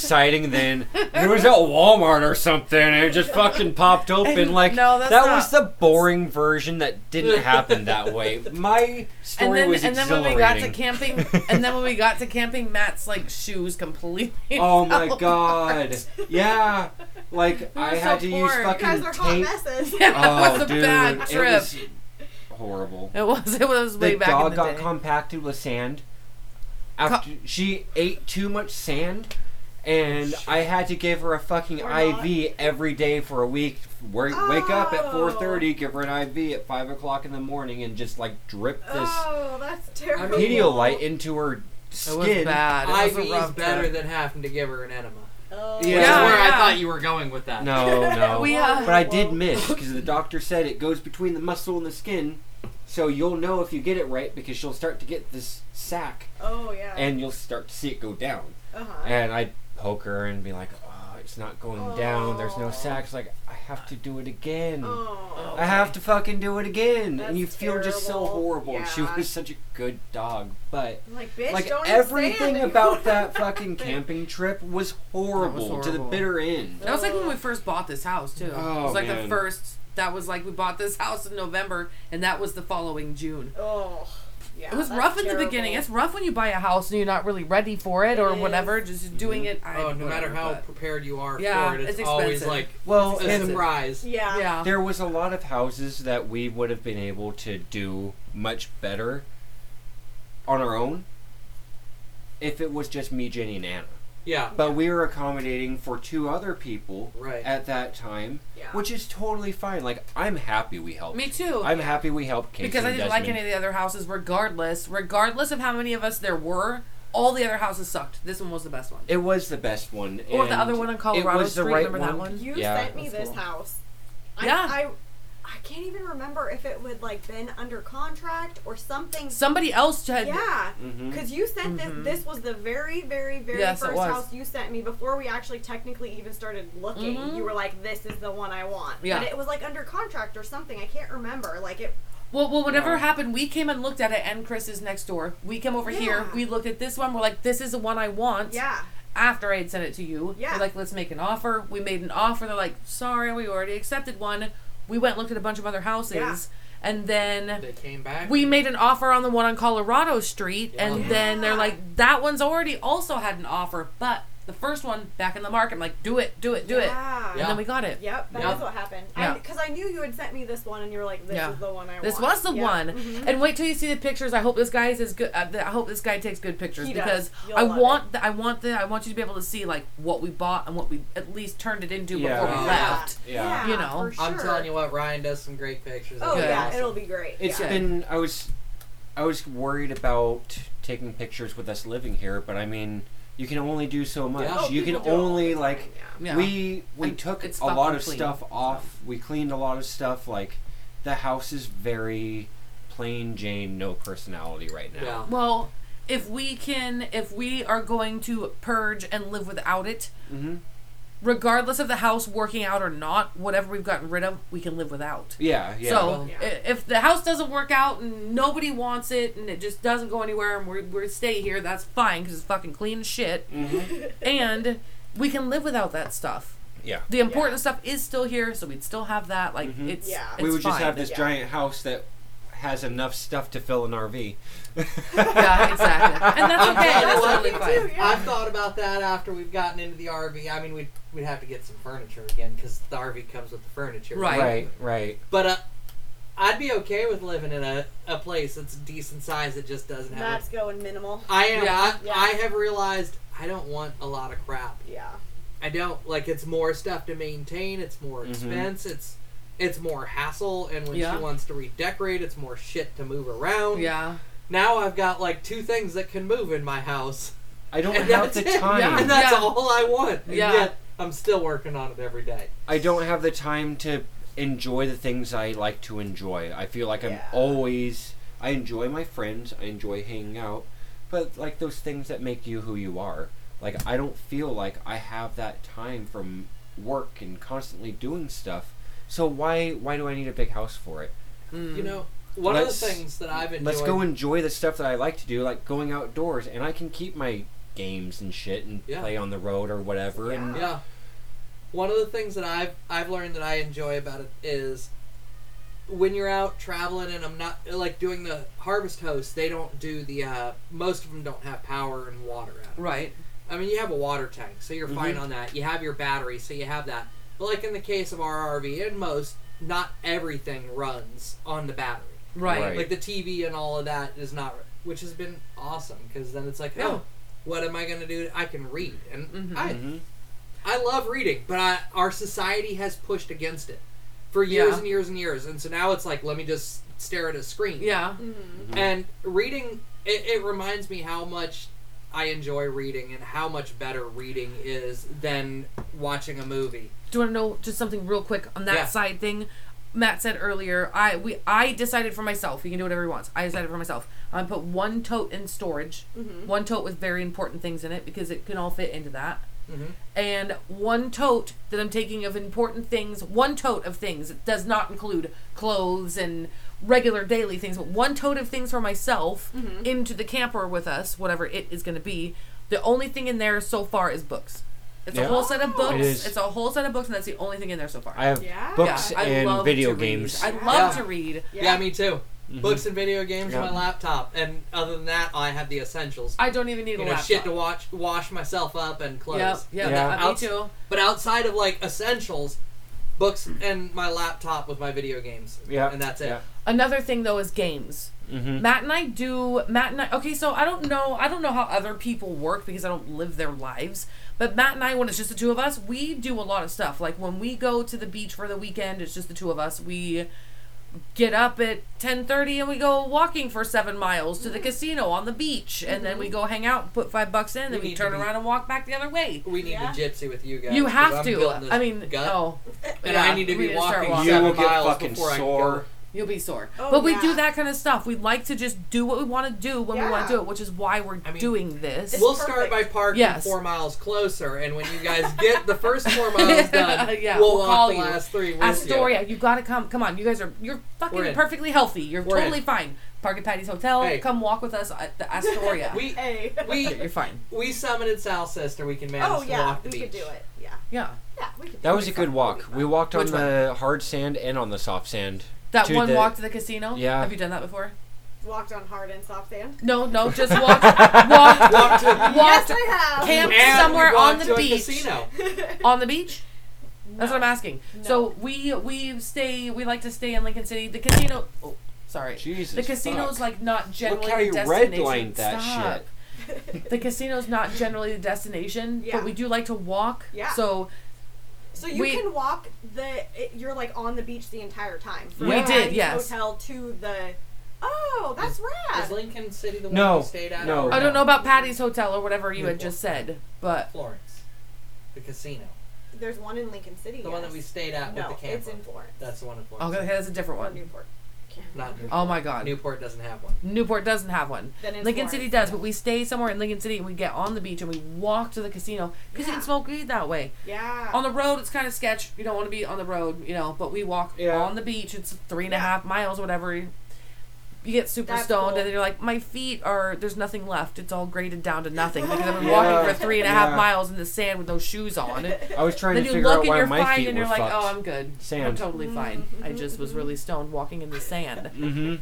exciting than it was at Walmart or something and it just fucking popped open? And- Like, no, that's that not- was the boring version that didn't happen that way. My And story then, was and then when exhilarating. we got to camping, and then when we got to camping, Matt's like shoes completely. oh my fell god. apart. Yeah. Like, We were I so had to use poor. You fucking Guys are hot tape. messes. Yeah, that Oh, was a dude, bad it trip. was horrible. It was. It was way the back dog in the got day. compacted with sand. After she ate too much sand, and I had to give her a fucking Or not. IV every day for a week. Work, Wake up at Oh. four thirty, give her an IV at five o'clock in the morning, and just like drip this Oh, that's terrible. Pedialyte into her It skin. was bad. It was IV's a rough better trip. than having to give her an enema. Oh. Yeah. Which is where I yeah. thought you were going with that. No, no. We, uh, but I did miss because the doctor said it goes between the muscle and the skin, so you'll know if you get it right because she'll start to get this sack, Oh yeah. and you'll start to see it go down. uh-huh. And I'd poke her and be like, oh, it's not going down. There's no Aw. sacks. Like, I have to do it again. oh. I have to fucking do it again. That's and you feel just so terrible. horrible. She Yeah. was such a good dog. But, Like bitch, like, don't eat everything sand. about that fucking camping trip was horrible, to the horrible. bitter end. That was like when we first bought this house too. it Oh, was like the man. first. That was like we bought this house in November, and that was the following June. Oh. Yeah. It was that's rough at the terrible. beginning. It's rough when you buy a house and you're not really ready for it or It whatever. Just doing it. I, Oh, no matter whatever, how but- prepared you are Yeah, for it, it's, it's always expensive. like Well, It's a expensive. and surprise. Yeah. Yeah. there was a lot of houses that we would have been able to do much better on our own if it was just me, Jenny, and Anna. Yeah, But we were accommodating for two other people Right. at that time, Yeah. which is totally fine. Like I'm happy we helped. Me too. I'm happy we helped Casey because I and didn't like any Desmond. of the other houses. Regardless, regardless of how many of us there were, all the other houses sucked. This one was the best one. It was the best one. Or the and other one on it Colorado was the Street, right remember that one? You Yeah, sent me that's this cool. house. Yeah. I, I I can't even remember if it would like been under contract or something. Somebody else had. yeah. Mhm. Because you sent Mhm. this. This was the very, very, very Yes, it first was. house you sent me before we actually technically even started looking. Mhm. You were like, "This is the one I want." Yeah. But it was like under contract or something. I can't remember. Like it. Well, well, whatever Yeah. happened, we came and looked at it, and Chris is next door. We came over here. Yeah. We looked at this one. We're like, this is the one I want. Yeah. after I had sent it to you. Yeah. We're like, let's make an offer. We made an offer. They're like, sorry, we already accepted one. We went and looked at a bunch of other houses. Yeah. And then they came back. we made an offer on the one on Colorado Street. And Yeah. then they're Yeah. like, that one's already also had an offer, but the first one back in the market. I'm like, do it, do it, do it. yeah. And then we got it. Yep, that's Yeah. what happened. Yeah. Because I, knew you had sent me this one, and you were like, "This Yeah. is the one I This want." was the Yeah. one, Mhm. and wait till you see the pictures. I hope this guy is as good. Uh, th- I hope this guy takes good pictures He does. because You'll I love want, the, I want the, I want you to be able to see like what we bought and what we at least turned it into Yeah. before we Yeah. left. Yeah. You know. for I'm sure. telling you what, Ryan does some great pictures. Oh Good. yeah, Awesome. it'll be great. It's yeah. been. I was. I was worried about taking pictures with us living here, but I mean, you can only do so much. Yeah. Oh, you can people do it all only the time, like. yeah. Yeah. We we And took it's a lot fucking of clean. stuff off. We cleaned a lot of stuff. Like the house is very plain Jane, no personality right now. Yeah. Well, if we can, if we are going to purge and live without it, Mm-hmm. regardless of the house working out or not, whatever we've gotten rid of, we can live without. Yeah, yeah. so Yeah. i if the house doesn't work out and nobody wants it and it just doesn't go anywhere and we we stay here, that's fine because it's fucking clean as shit. Mhm. and we can live without that stuff. Yeah. The important stuff is still here, so we'd still have that. Like Mhm. it's, Yeah. it's we would just fine. have this yeah. giant house that has enough stuff to fill an RV. yeah, exactly, and that's I'm okay. glad that's I like totally it fine. too, I've thought about that after we've gotten into the RV. I mean, we'd, we'd have to get some furniture again because the RV comes with the furniture. Right. Right, right. But uh, I'd be okay with living in a, a place that's decent size that just doesn't have. That's going minimal. I am. Yeah. I, Yeah. I have realized I don't want a lot of crap. Yeah. I don't like. It's more stuff to maintain. It's more Mhm. expense. It's it's more hassle. And when Yeah. she wants to redecorate, it's more shit to move around. Yeah, Now I've got like two things that can move in my house, I don't And have that's the it. time. Yeah. and that's Yeah. all I want. And Yeah. yet I'm still working on it every day. I don't have the time to enjoy the things I like to enjoy. I feel like I'm Yeah. always. I enjoy my friends. I enjoy hanging out, but like those things that make you who you are. Like I don't feel like I have that time from work and constantly doing stuff. So why why do I need a big house for it? Mm. You know, one Let's- of the things that I've enjoyed. Let's go enjoy the stuff that I like to do, like going outdoors, and I can keep my games and shit and Yeah. play on the road or whatever. And Yeah. One of the things that I've I've learned that I enjoy about it is when you're out traveling and I'm not like doing the harvest hosts, they don't do the uh, most of them don't have power and water out. right? Mm-hmm. I mean, you have a water tank, so you're fine Mhm. on that. You have your battery, so you have that. But like in the case of our RV and most, not everything runs on the battery. Right. Right. Like the TV and all of that is not, which has been awesome because then it's like, Yeah. oh, what am I gonna do? I can read, and Mhm. I hmm I love reading, but I, our society has pushed against it for years Yeah. and years and years, and so now it's like let me just stare at a screen. Yeah. Mm-hmm. Mm-hmm. And reading, it, it reminds me how much I enjoy reading and how much better reading is than watching a movie. Do you want to know just something real quick on that Yeah. side thing? Matt said earlier, I we I decided for myself. He can do whatever he wants. I decided for myself. I put one tote in storage, one tote with very important things in it because it can all fit into that. Mhm. And one tote that I'm taking of important things, one tote of things it does not include clothes and regular daily things, but one tote of things for myself into the camper with us, whatever it is going to be. The only thing in there so far is books. It's Yeah. a whole set of books. It is. it's a whole set of books, and that's the only thing in there so far. I have Yeah. books I and love video to read. games. I love Yeah. to read. Yeah, me too. Mhm. Books and video games Yeah. on my laptop, and other than that, I have the essentials. I don't even need you a know, laptop. shit to watch, wash myself up, and clothes. Yep, yeah, Yeah. that- me too. But outside of like essentials, books and my laptop with my video games. Yeah, And that's it. yeah. Another thing though is games. Mhm. Matt and I do Matt and I okay, so I don't know I don't know how other people work because I don't live their lives. But Matt and I, when it's just the two of us, we do a lot of stuff. Like when we go to the beach for the weekend, it's just the two of us. We get up at ten thirty and we go walking for seven miles Mm-hmm. to the casino on the beach, and then we go hang out, put five bucks in, then We we Mm-hmm. need turn to be- around and walk back the other way. We need Yeah. to gypsy with you guys. you 'cause have I'm to. building I this mean, gut, oh, and yeah, I need to we be need to start walking walking. seven You will get miles fucking before I sore. go. You'll be sore. Oh, but we yeah. do that kind of stuff. We like to just do what we want to do when we want Yeah. to do it, which is why we're I mean, doing this. It's we'll start perfect. by parking Yes. four miles closer, and when you guys get the first four miles done, Yeah, we'll, we'll walk call the you. last three. We're- Astoria, you gotta come. Come on, you guys are you're We're fucking in. perfectly healthy. You're We're in. totally fine. Park at Patty's Hotel. Hey. Come walk with us at the Astoria. We Hey. we you're fine. we summited Sal Sister. We can manage oh to yeah, walk the we beach. could do it. Yeah. Yeah, Yeah, we could. That was a good walk. We walked on Which one? the hard sand and on the soft sand. that To one the- walk to the casino. Yeah. have you done that before? walked on hard and soft sand. No, no, just walked, walked, Walk to- walked yes, I have. Camp and somewhere we on walked the to a beach. casino. on the beach. That's what I'm asking. No. So we we stay. We like to stay in Lincoln City. The casino. Oh, sorry. Jesus. The casino's fuck. like not generally Look how you the destination. redlined that Stop. shit. The casino's not generally the destination, Yeah. but we do like to walk. Yeah. So So you We- can walk the. It, you're like on the beach the entire time. From We the did, Patty's yes. Hotel to the. Oh, that's Is rad. Lincoln City the one No, we stayed at? no. or I don't know about Patty's Patty's. Hotel or whatever you had Beautiful. just said, but Florence, the casino, There's one in Lincoln City. the one that we yes. stayed at No, with the camper. it's in Florence. That's the one in Florence. okay, that's a different Or one. Newport. Not Newport. Oh my god. Newport doesn't have one. Newport doesn't have one. Then it's Lincoln Lawrence. City does, but we stay somewhere in Lincoln City and we get on the beach and we walk to the casino because you Yeah. can smoke weed that way. Yeah. On the road, it's kind of sketch. You don't want to be on the road, you know, but we walk Yeah. on the beach. It's three and a Yeah. half miles, whatever. You get super That's stoned cool. and then you're like, my feet are, there's nothing left. It's all graded down to nothing because I've been Yeah. walking for three and a half Yeah. miles in the sand with no shoes on. I was trying then to you figure look out and why you're my fine feet and were you're like, fucked. oh, I'm good. I'm Sand. totally fine. I just was really stoned walking in the sand. mm-hmm.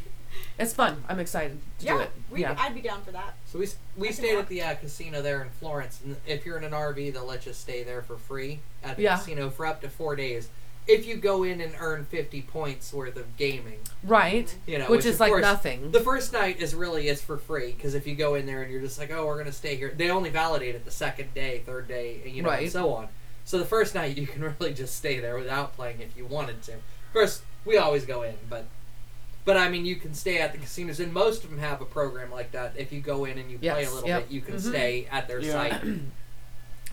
It's fun. I'm excited to do yeah. it. We, I'd be down for that. So we s- we can stayed walk. at the uh, casino there in Florence, and if you're in an RV, they'll let you stay there for free at the Yeah. casino for up to four days. If you go in and earn 50 points worth of gaming, Right. you know, Which is of like course, nothing. The first night is really is for free because if you go in there and you're just like, oh, we're gonna stay here, they only validate it the second day, third day, and you know, Right. and so on. So the first night you can really just stay there without playing if you wanted to. Of course, we always go in, but but I mean, you can stay at the casinos, and most of them have a program like that. If you go in and you play a Yes, little yep. bit, you can Mhm. stay at their Yeah. site. The I'm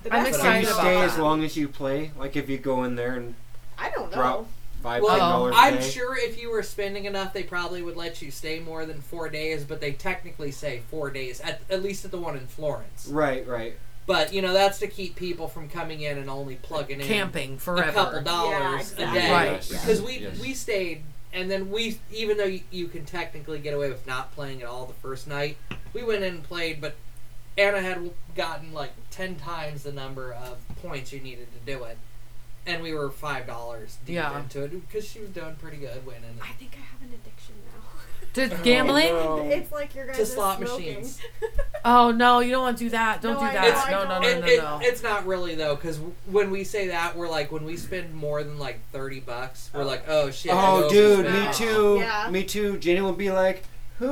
best Can excited you thing about stay that. as long as you play? Like if you go in there and I don't know. drop five Well, dollars a I'm day? sure if you were spending enough, they probably would let you stay more than four days, but they technically say four days at at least at the one in Florence. Right, right. But you know that's to keep people from coming in and only plugging in Camping a couple forever. dollars Yeah, a day. Right. Because we Yes. we stayed, and then we even though you, you can technically get away with not playing at all the first night, we went in and played, but Anna had gotten like ten times the number of points you needed to do it, and we were five dollars deep Yeah. into it because she was doing pretty good winning. I think I have an addiction now. To gambling? no. Oh. it's like you're guys To are slot smoking. machines. Oh no, you don't want to do that. Don't No, do I that. know, No, I know. no, no, It- no, it- no. It's not really though, because when we say that, we're like, when we spend more than like thirty bucks, we're like, oh shit. I Oh, know dude, this me now. too. Yeah. Me too. Jenny will be like,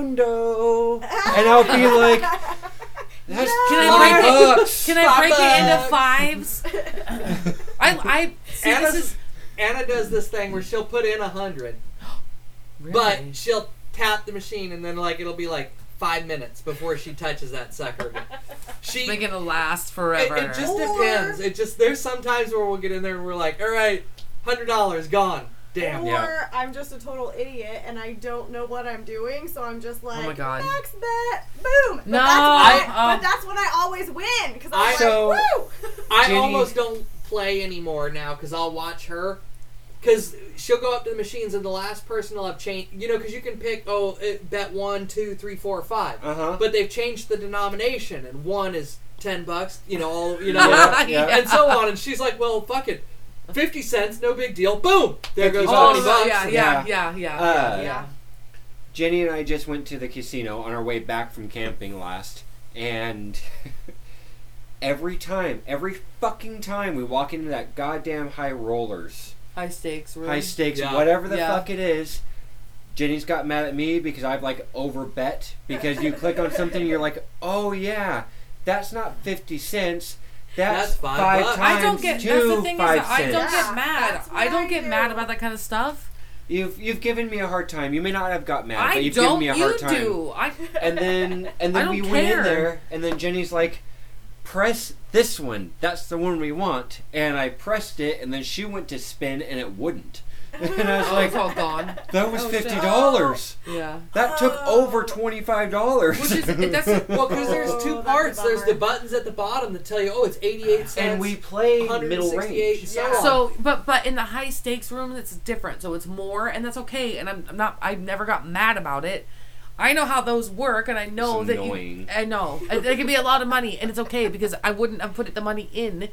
Hundo. and I'll be like, that's Can I 20 break it? bucks. Can I Five break it into bucks. fives? I, I see Anna's, this is Anna does this thing where she'll put in a hundred, Really? but she'll tap the machine and then like it'll be like five minutes before she touches that sucker. again. She make it, it last forever. it just Or- depends. It just there's sometimes where we'll get in there and we're like, all right, hundred dollars gone. Damn. or yeah. I'm just a total idiot and I don't know what I'm doing, so I'm Oh just like, my God. max bet, boom. But, No, that's, what, I- but that's when I always win because I'm um, I- like, So- woo. I Jenny- almost don't play anymore now because I'll watch her. Because she'll go up to the machines and the last person will have changed. You know, because you can pick, oh, it, bet one, two, three, four, five. Uh huh. But they've changed the denomination, and one is ten bucks. You know, all you know, Yeah, yeah. and so on. And she's like, "Well, fuck it, fifty cents, no big deal." Boom, there goes Oh, twenty Oh, bucks. yeah, yeah, yeah, yeah, yeah, Uh, yeah. Jenny and I just went to the casino on our way back from camping last, and every time, every fucking time we walk into that goddamn high rollers, High stakes, really. high stakes, Mm-hmm. Yeah. whatever the Yeah. fuck it is. Jenny's got mad at me because I've like overbet because you click on something and you're like, oh yeah, that's not fifty cents, that's, That's five five, bucks." times I don't get. two That's the thing is, five that I don't cents. get cents. mad. That's what I don't I get do. mad about that kind of stuff. You've you've given me a hard time. You may not have got mad, I but you've don't. given me a you hard time. do. I. And then and I then don't we went care. in there and then Jenny's like, Press this one. That's the one we want. And I pressed it and then she went to spin and it wouldn't. And I was Oh, it's like, all gone. That was Oh, shit. fifty dollars. Yeah. That took Oh. over twenty five dollars. Which is that's Well, because there's two Oh, that's a parts. There's bummer. the buttons at the bottom that tell you, "Oh, it's eighty-eight cents." and we played middle 168 range. and so Yeah. on. So, but but in the high stakes room, it's different. So it's more, and that's okay. And I'm, I'm not. I never got mad about it. I know how those work, and I know It's that you. annoying. I know it, it can be a lot of money, and it's okay because I wouldn't have put the money in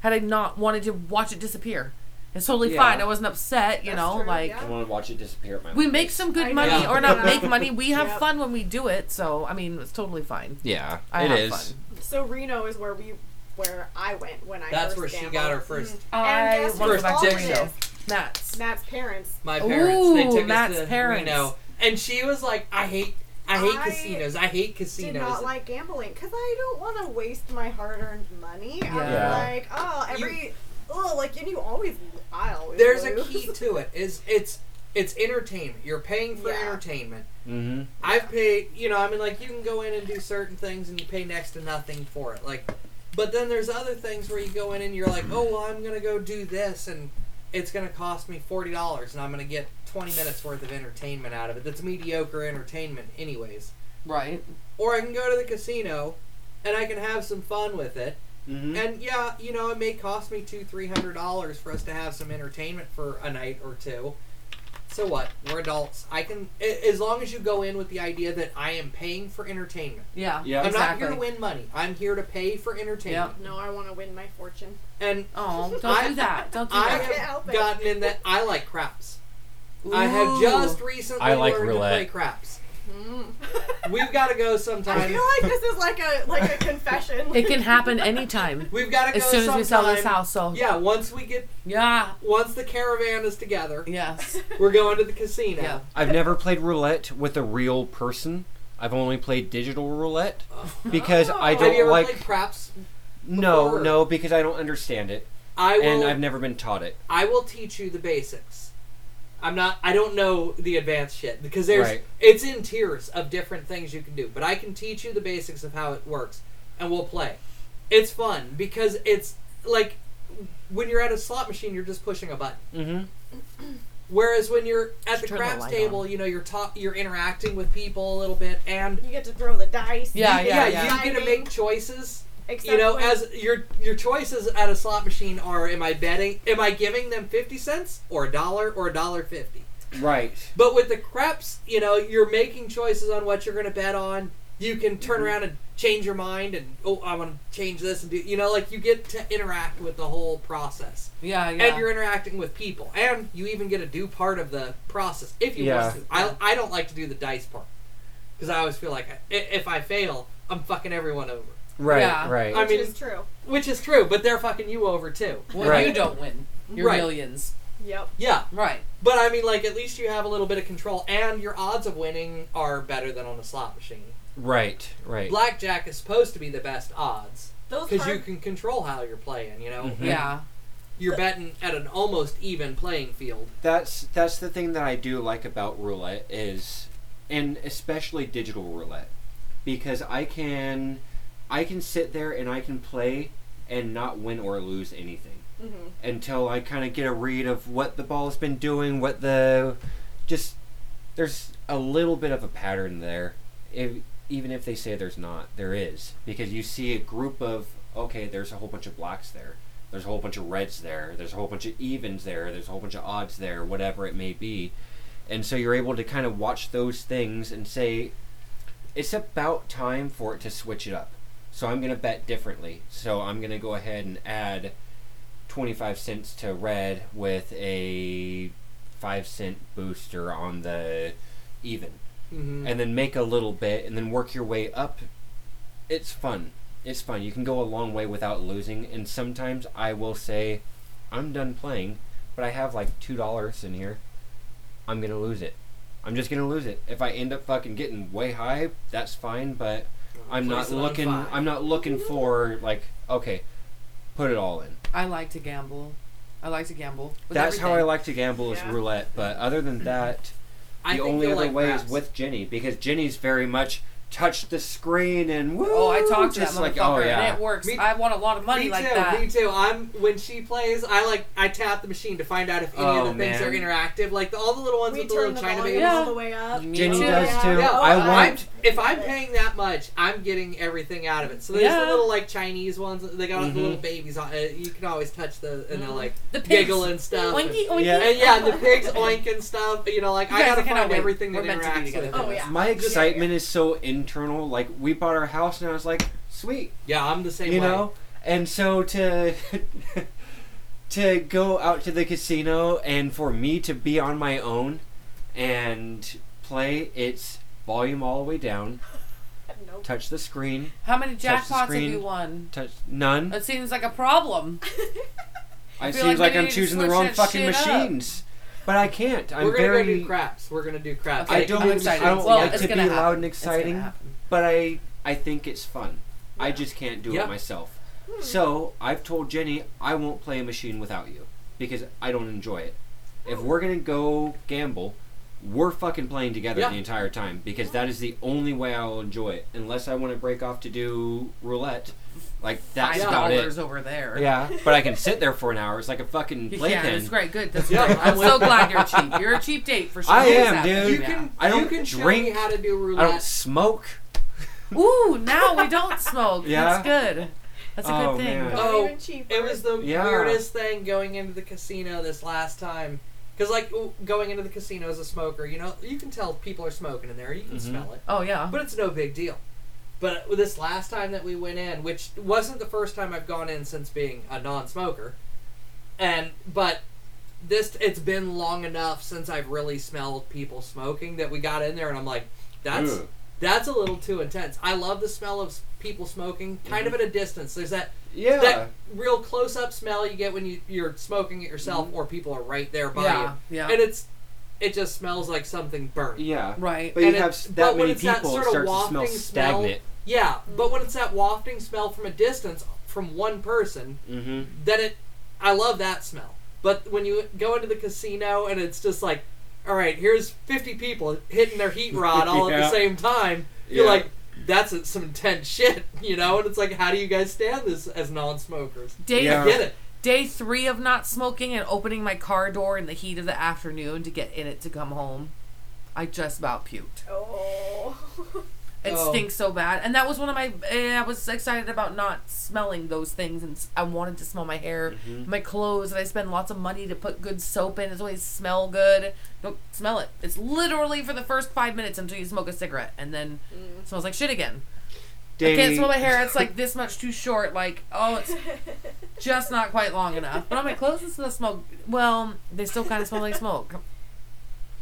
had I not wanted to watch it disappear. It's totally Yeah. fine. I wasn't upset. You That's know, true, like. yeah. I want to watch it disappear at my We make some I good know. money Yeah. or not make money. We have Yep. fun when we do it, so I mean it's totally fine. Yeah, I it have is. fun. So Reno is where we, where I went when I. that's first where she gambled. Mm-hmm. got her 1st And I want guess to go who's who's back to Dick all Reno. this? Matt's. Matt's parents. My parents. they Ooh, took Matt's us to parents. Reno, and she was like, "I hate, I hate I casinos. I hate Did casinos." not like gambling because I don't want to waste my hard-earned money. Yeah. I'm like, oh, every, oh, like, and you always, I always. There's a lose. key to it. Is it's it's entertainment. You're paying for Yeah. entertainment. Mm-hmm. I've paid, you know, I mean, like you can go in and do certain things and you pay next to nothing for it. Like, but then there's other things where you go in and you're like, oh, well, I'm gonna go do this, and it's going to cost me forty dollars, and I'm going to get twenty minutes worth of entertainment out of it. That's mediocre entertainment, anyways. Right. Or I can go to the casino, and I can have some fun with it. Hmm? Mm-hmm. And yeah, you know, it may cost me two, three hundred dollars for us to have some entertainment for a night or two. So what? We're adults. I can, a- as long as you go in with the idea that I am paying for entertainment. Yeah. Yeah. I'm not here to Exactly. win money. I'm here to pay for entertainment. No, I want to win my fortune. And Oh, don't I- do that. Don't do I that. can't help have it. gotten in that I like craps. I have Ooh. just recently I like learned roulette. to play craps. Mm. We've got to go sometime. Hmm. I feel like this is like a like a confession. It can happen anytime. We've got to go As soon as sometime. we sell this house, so Yeah, once we get yeah. once the caravan is together, Yes. we're going to the casino. Yeah. I've never played roulette with a real person. I've only played digital roulette because I Have you don't ever like. played craps? no, before? no, because I don't understand it, I and will. I've never been taught it. I will teach you the basics. I'm not. I don't know the advanced shit because there's. Right. It's in tiers of different things you can do, but I can teach you the basics of how it works, and we'll play. It's fun because it's like when you're at a slot machine, you're just pushing a button. Mm-hmm. Whereas when you're at Just the turn the craps light table, on. you know you're talk, you're interacting with people a little bit, and You get to throw the dice. Yeah, You yeah, get yeah. you get to timing, make choices. except you know, when- as your your choices at a slot machine are: am I betting? Am I giving them fifty cents or a dollar or a dollar fifty? Right. But with the craps, you know, you're making choices on what you're going to bet on. You can turn around and change your mind, and oh, I want to change this and do. You know, like you get to interact with the whole process, Yeah. and Yeah. you're interacting with people, and you even get to do part of the process if you Yeah. want to. I I don't like to do the dice part because I always feel like I, i- if I fail, I'm fucking everyone over. Right. Yeah. Right. I which mean- is true. Which is true, but they're fucking you over too. Well, Right. you don't win. Your Right. millions. Yep. Yeah, Right. but I mean, like, at least you have a little bit of control, and your odds of winning are better than on a slot machine. Right. Right. Blackjack is supposed to be the best odds Those because hard, you can control how you're playing, you know? Mhm. Yeah. You're betting at an almost even playing field. That's that's the thing that I do like about roulette is, and especially digital roulette, because I can, I can sit there and I can play and not win or lose anything Mhm. until I kind of get a read of what the ball's been doing, what the, just there's a little bit of a pattern there, if, even if they say there's not, there is because you see a group of okay, there's a whole bunch of blacks there, there's a whole bunch of reds there, there's a whole bunch of evens there, there's a whole bunch of odds there, whatever it may be, and so you're able to kind of watch those things and say, it's about time for it to switch it up. So I'm gonna bet differently. So I'm gonna go ahead and add 25 cents to red with a 5 cent booster on the even Mm-hmm. and then make a little bit and then work your way up it's fun it's fun you can go a long way without losing and sometimes i will say i'm done playing but i have like two dollars in here i'm gonna lose it i'm just gonna lose it if i end up fucking getting way high that's fine but i'm not looking i'm not looking for like okay put it all in I like to gamble. I like to gamble. with that's how I everything. like to gamble is Yeah. roulette. But other than that, I the think only you'll other like way craps. is with Jenny because Jenny's very much touched the screen and woo. Oh, I talk to that just motherfucker like oh and yeah, it works. Me- I want a lot of money me like too, that. Me too. I'm when she plays, I like I tap the machine to find out if any Oh, of the things man. are interactive. Like the, all the little ones We with the turn the little China volume babies. Yeah. all the way up. Me Jenny too. does too. Yeah. I Oh, I'm- want if I'm paying that much, I'm getting everything out of it. So there's Yeah. the little like Chinese ones. uh, They got Mhm. the little babies on. Uh, you can always touch the and they're like Mm-hmm. The pigs. giggle and stuff. Oinky, And- oinky. Yeah. And yeah, the pigs oink and stuff. You know, like You I guys, gotta I cannot find wait. everything We're that meant to be interacts together with for it. Oh, this. yeah. my excitement is so internal. Like we bought our house and I was like sweet, Yeah, I'm the same you way. know. And so to. To go out to the casino and for me to be on my own and play, it's volume all the way down, Nope. touch the screen, How many Touch the jackpots have screen. you won? touch none. That seems like a problem. feel It seems like like, we I'm need to choosing the switch wrong that fucking shit up. machines. But I can't. I'm We're gonna very. go do craps. We're gonna do craps. I Okay, don't- I'm I'm excited. I don't well, like it's to gonna be happen. loud and It's gonna exciting. happen. But I, I think it's fun. I just can't do Yeah. it myself. Hmm. So I've told Jenny I won't Hmm. play a machine without you because I don't enjoy it. If we're gonna go gamble, we're fucking playing together Yeah. the entire time because that is the only way I will enjoy it. Unless I want to break off to do roulette, like that's Five about dollars it. over there. Yeah, but I can sit there for an hour. It's like a fucking Yeah, it's playpen. great. Good. That's Yeah, great. I'm I'm so with- glad you're cheap. You're a cheap date for sure. I am, Exactly. dude. You Yeah. can. I don't you can Show drink. me how to do I don't roulette. smoke. Ooh, now we don't smoke. Yeah. That's good. That's a Oh, good thing. man. Not Oh, even cheaper. It was the Yeah. weirdest thing going into the casino this last time. Because, like, w- going into the casino as a smoker, you know, you can tell people are smoking in there. You can Mhm. smell it. Oh yeah. But it's no big deal. But this last time that we went in, which wasn't the first time I've gone in since being a non-smoker, and but this it's been long enough since I've really smelled people smoking that we got in there and I'm like, that's Ugh. that's a little too intense. I love the smell of s- people smoking, kind Mm-hmm. of at a distance. There's that Yeah. that real close-up smell you get when you you're smoking it yourself or people are right there by yeah. Yeah. you, and it's it just smells like something burnt. yeah. right. But you And have it's- s- but that when many it's that people, it sort of starts to smell wafting smell- stagnant. Yeah, but when it's that wafting smell from a distance from one person, hmm then it I love that smell. But when you go into the casino and it's just like, all right, here's 50 people hitting their heat rod all at Yeah. the same time, you're Yeah. like that's some intense shit, you know? And it's like, how do you guys stand this as non-smokers? Day Yeah. I get it. day three of not smoking and opening my car door in the heat of the afternoon to get in it to come home. I just about puked. Oh. It Oh. stinks so bad, and that was one of my. eh, I was excited about not smelling those things, and s- I wanted to smell my hair, mm-hmm. my clothes. And I spend lots of money to put good soap in. It's always smell good. Don't smell it. It's literally for the first five minutes until you smoke a cigarette, and then it smells like shit again. I can't smell my hair. It's like this much too short. Like, oh, it's just not quite long enough. But on my clothes, it's the smoke. Well, they still kind of smell like smoke.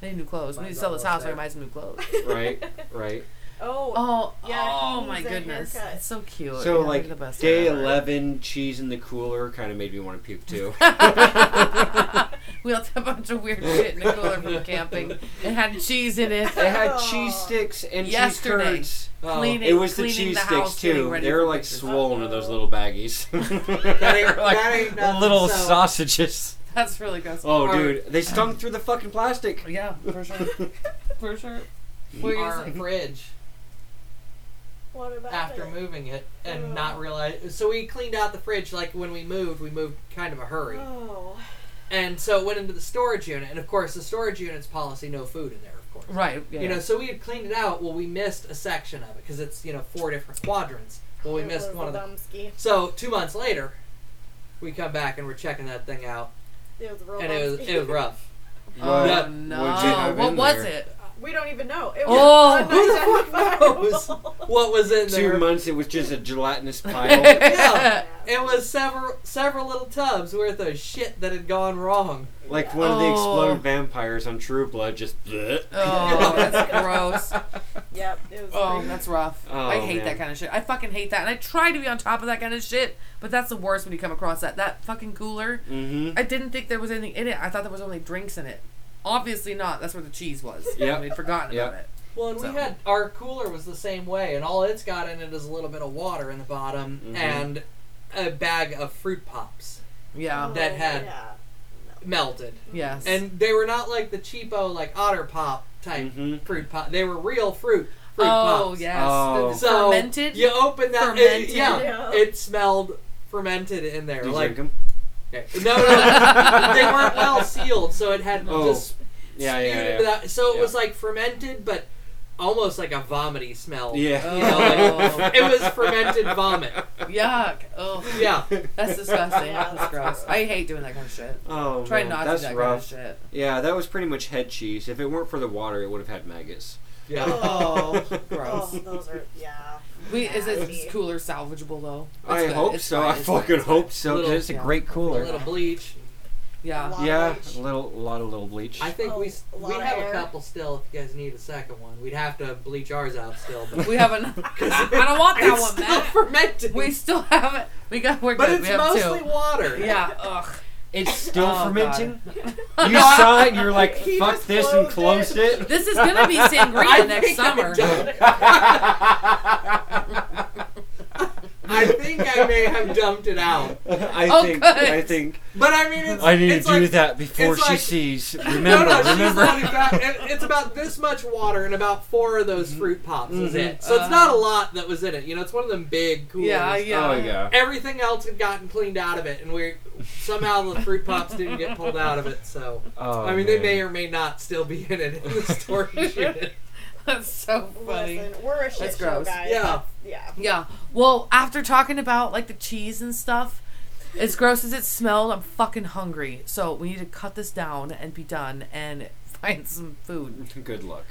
They need new clothes. we need to sell this house. so I can buy some new clothes. right, right. Oh. Oh, Yeah, oh he my needs a goodness, haircut. it's so cute. So Yeah, like they're the best day ever. eleven, cheese in the cooler kind of made me want to puke too. we left a bunch of weird shit in the cooler from camping. It had cheese in it. They had cheese sticks and Yesterday. cheese curds. Oh, Cleaning- It was the cleaning cheese the sticks house, getting too. ready They were for like pictures. swollen to those Uh-oh. little baggies. That they ain't- were like that ain't nothing, little so- sausages. That's really gross. Oh, Our- dude, uh, they stung through the fucking plastic. Yeah, for sure, for sure. What were you Our saying? fridge What about after it? moving it and Oh. not realize. So we cleaned out the fridge like when we moved. We moved kind of a hurry. Oh. And so it went into the storage unit, and of course the storage unit's policy no food in there, of course. Right. Yeah. You know, so we had cleaned it out. Well, we missed a section of it because it's you know four different quadrants. Well, we It missed was one a of them. Bumsky. So two months later, we come back and we're checking that thing out, It was a real and it was Bumsky. it was rough. oh What- no! what'd you have What in was there? it? We don't even know. It Oh. was Who the unidentifiable. fuck What was in there? Two months, it was just a gelatinous pile. Yeah. Yeah. It was several several little tubs worth of shit that had gone wrong. like one of the Oh. exploded vampires on True Blood, just. bleh. Oh, that's gross. Yep. It was Oh, pretty- that's rough. Oh, I hate that man. kind of shit. I fucking hate that. And I try to be on top of that kind of shit, but that's the worst when you come across that. That fucking cooler. Mm-hmm. I didn't think there was anything in it. I thought there was only drinks in it. Obviously not. That's where the cheese was. Yep. We'd forgotten Yep. about it. Well, and So- we had our cooler was the same way, and all it's got in it is a little bit of water in the bottom Mhm. and a bag of fruit pops Yeah. That had- Yeah. melted. Yes. And they were not like the cheapo like otter pop type Mhm. fruit pop. They were real fruit fruit oh pops. yes. Oh. The So fermented. You open that it- Fermented. yeah, Yeah. It smelled fermented in there. Did you like drink 'em? Okay. no, no, no. they weren't well sealed, so it had Oh. just Yeah, spewed yeah, into yeah. that- So it Yeah. was like fermented, but almost like a vomity smell. Yeah. You know, like, it was fermented vomit. Yuck. Oh. Yeah. That's disgusting. Yeah, that's that's gross. I hate doing that kind of shit. Oh, Try man, not to do that's that rough. kind of shit. Yeah, that was pretty much head cheese. If it weren't for the water, it would have had maggots. Yeah. Oh, Oh, gross. those are yeah. We is this Nasty. cooler salvageable though? It's I good. hope It's so. fine. I It's fine. fucking hope so. 'cause Little- it's a yeah. great A cooler. little bleach. Yeah. Lot of yeah, bleach. a little, a lot of little bleach. I think we s- Oh, a lot we of have a air. couple still. If you guys need a second one, we'd have to bleach ours out still. But We have an. I don't want that it's one, still Matt. fermented. We still have it. We got. We're but good. it's we have mostly two. water. Yeah. Ugh. it's still Oh, God. fermenting. you saw it and you're like, He fuck just this and closed closed it. This is gonna be I sangria next think I'm summer. done. I think think I may have dumped it out. I Oh, think. good. I think. But I mean, it's, I need to it's do like, that before it's she like- sees. No, Remember, no, she's not remember. about, it, it's about this much water and about four of those fruit pops is Mhm. it. So it's not a lot that was in it. You know, it's one of them big coolers. Uh. Yeah, yeah. Oh yeah. Everything else had gotten cleaned out of it, and we somehow the fruit pops didn't get pulled out of it. So Oh, I mean, they man. may or may not still be in it in the storage unit. That's so funny. Listen, we're a shit That's show, gross. guys. Yeah. That's- yeah. Yeah. Well, after talking about like the cheese and stuff, as gross as it smelled, I'm fucking hungry. So we need to cut this down and be done and find some food. Good luck.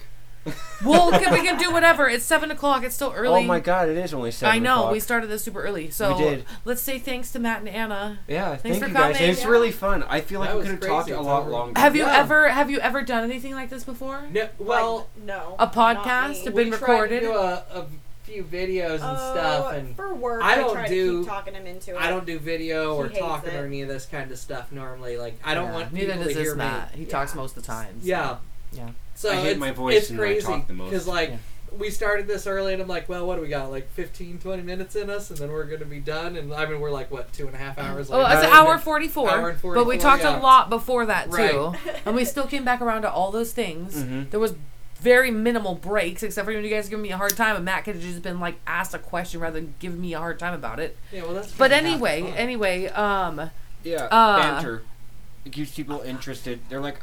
Well, can, we can do whatever. It's seven o'clock. It's still early. Oh my God! It is only seven. I know o'clock. we started this super early, so We did. let's say thanks to Matt and Anna. Yeah, thank for you guys. coming. It's Yeah. really fun. I feel like That we was could have crazy. talked a It's lot over. longer. Have you Yeah. ever have you ever done anything like this before? No, well, Like, no. A not podcast me. to been we recorded? Tried to do a, a few videos and Oh, stuff, and for work, I I don't try to do- keep talking him into it. I don't do video or He hates talking it. or any of this kind of stuff normally. Like I don't Yeah. want Neither people does to hear this me. Matt. He talks Yeah. most of the time. so- Yeah. Yeah. So I hate it's, my voice it's and I crazy talk the most. because like Yeah. we started this early and I'm like, well, what do we got? Like 15, 20 minutes in us, and then we're gonna be done. And I mean, we're like what two and a half hours. Oh, later? it's an Hour hour and- 44, hour and But we 44, talked yeah. a lot before that, too. Right. Mm-hmm. And we still came back around to all those things. Mhm. There was very minimal breaks, except for when you guys giving me a hard time, and Matt could have just been like, asked a question rather than giving me a hard time about it. Yeah, well, that's But kinda half anyway, the fun. anyway, um, Yeah, Uh, banter. It keeps people interested. They're like,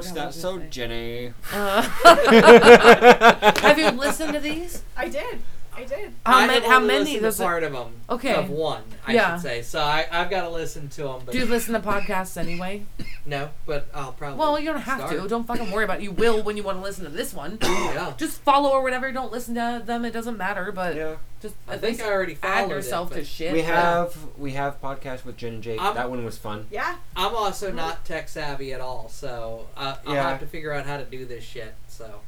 Forgot it's what I not was so, gonna say. Jenny." uh, have you listened to these? I did. I did. How, I ma- have how only many? listened to There's a- part of them. Okay. Of one, I Yeah. should say. So I, I've got to listen to them. But Do you listen to podcasts anyway? no, but I'll probably. Well, you don't have to. start. Don't fucking worry about it. You will when you want to listen to this one. Yeah. Just follow or whatever. Don't listen to them. It doesn't matter. But Yeah, just I at think least I already add followed yourself it, to but shit. we Yeah. have we have podcasts with Jen and Jake. I'm- that one was fun. Yeah. I'm also not tech savvy at all, so I, I'll Yeah. have to figure out how to do this shit. So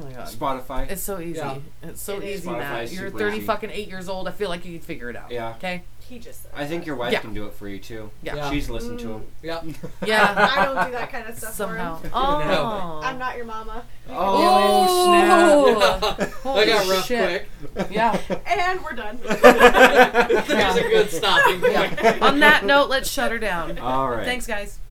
Oh my god. uh, Spotify. It's so easy. Yeah. It's so It is. easy, Spotify Matt. is You're super 30 easy. fucking 8 years old. I feel like you can figure it out. Yeah. Okay? He just. I think your wife Yeah. can do it for you too. Yeah. Mm. Yeah. She's listened to him. yeah, Yeah. I don't do that kind of stuff. Somehow. For him. Oh. I'm not your mama. Oh, I Holy got rough shit. snap. Yeah. And we're done. quick. There's a good stopping point. On that note, let's shut her down. All right. Thanks, guys.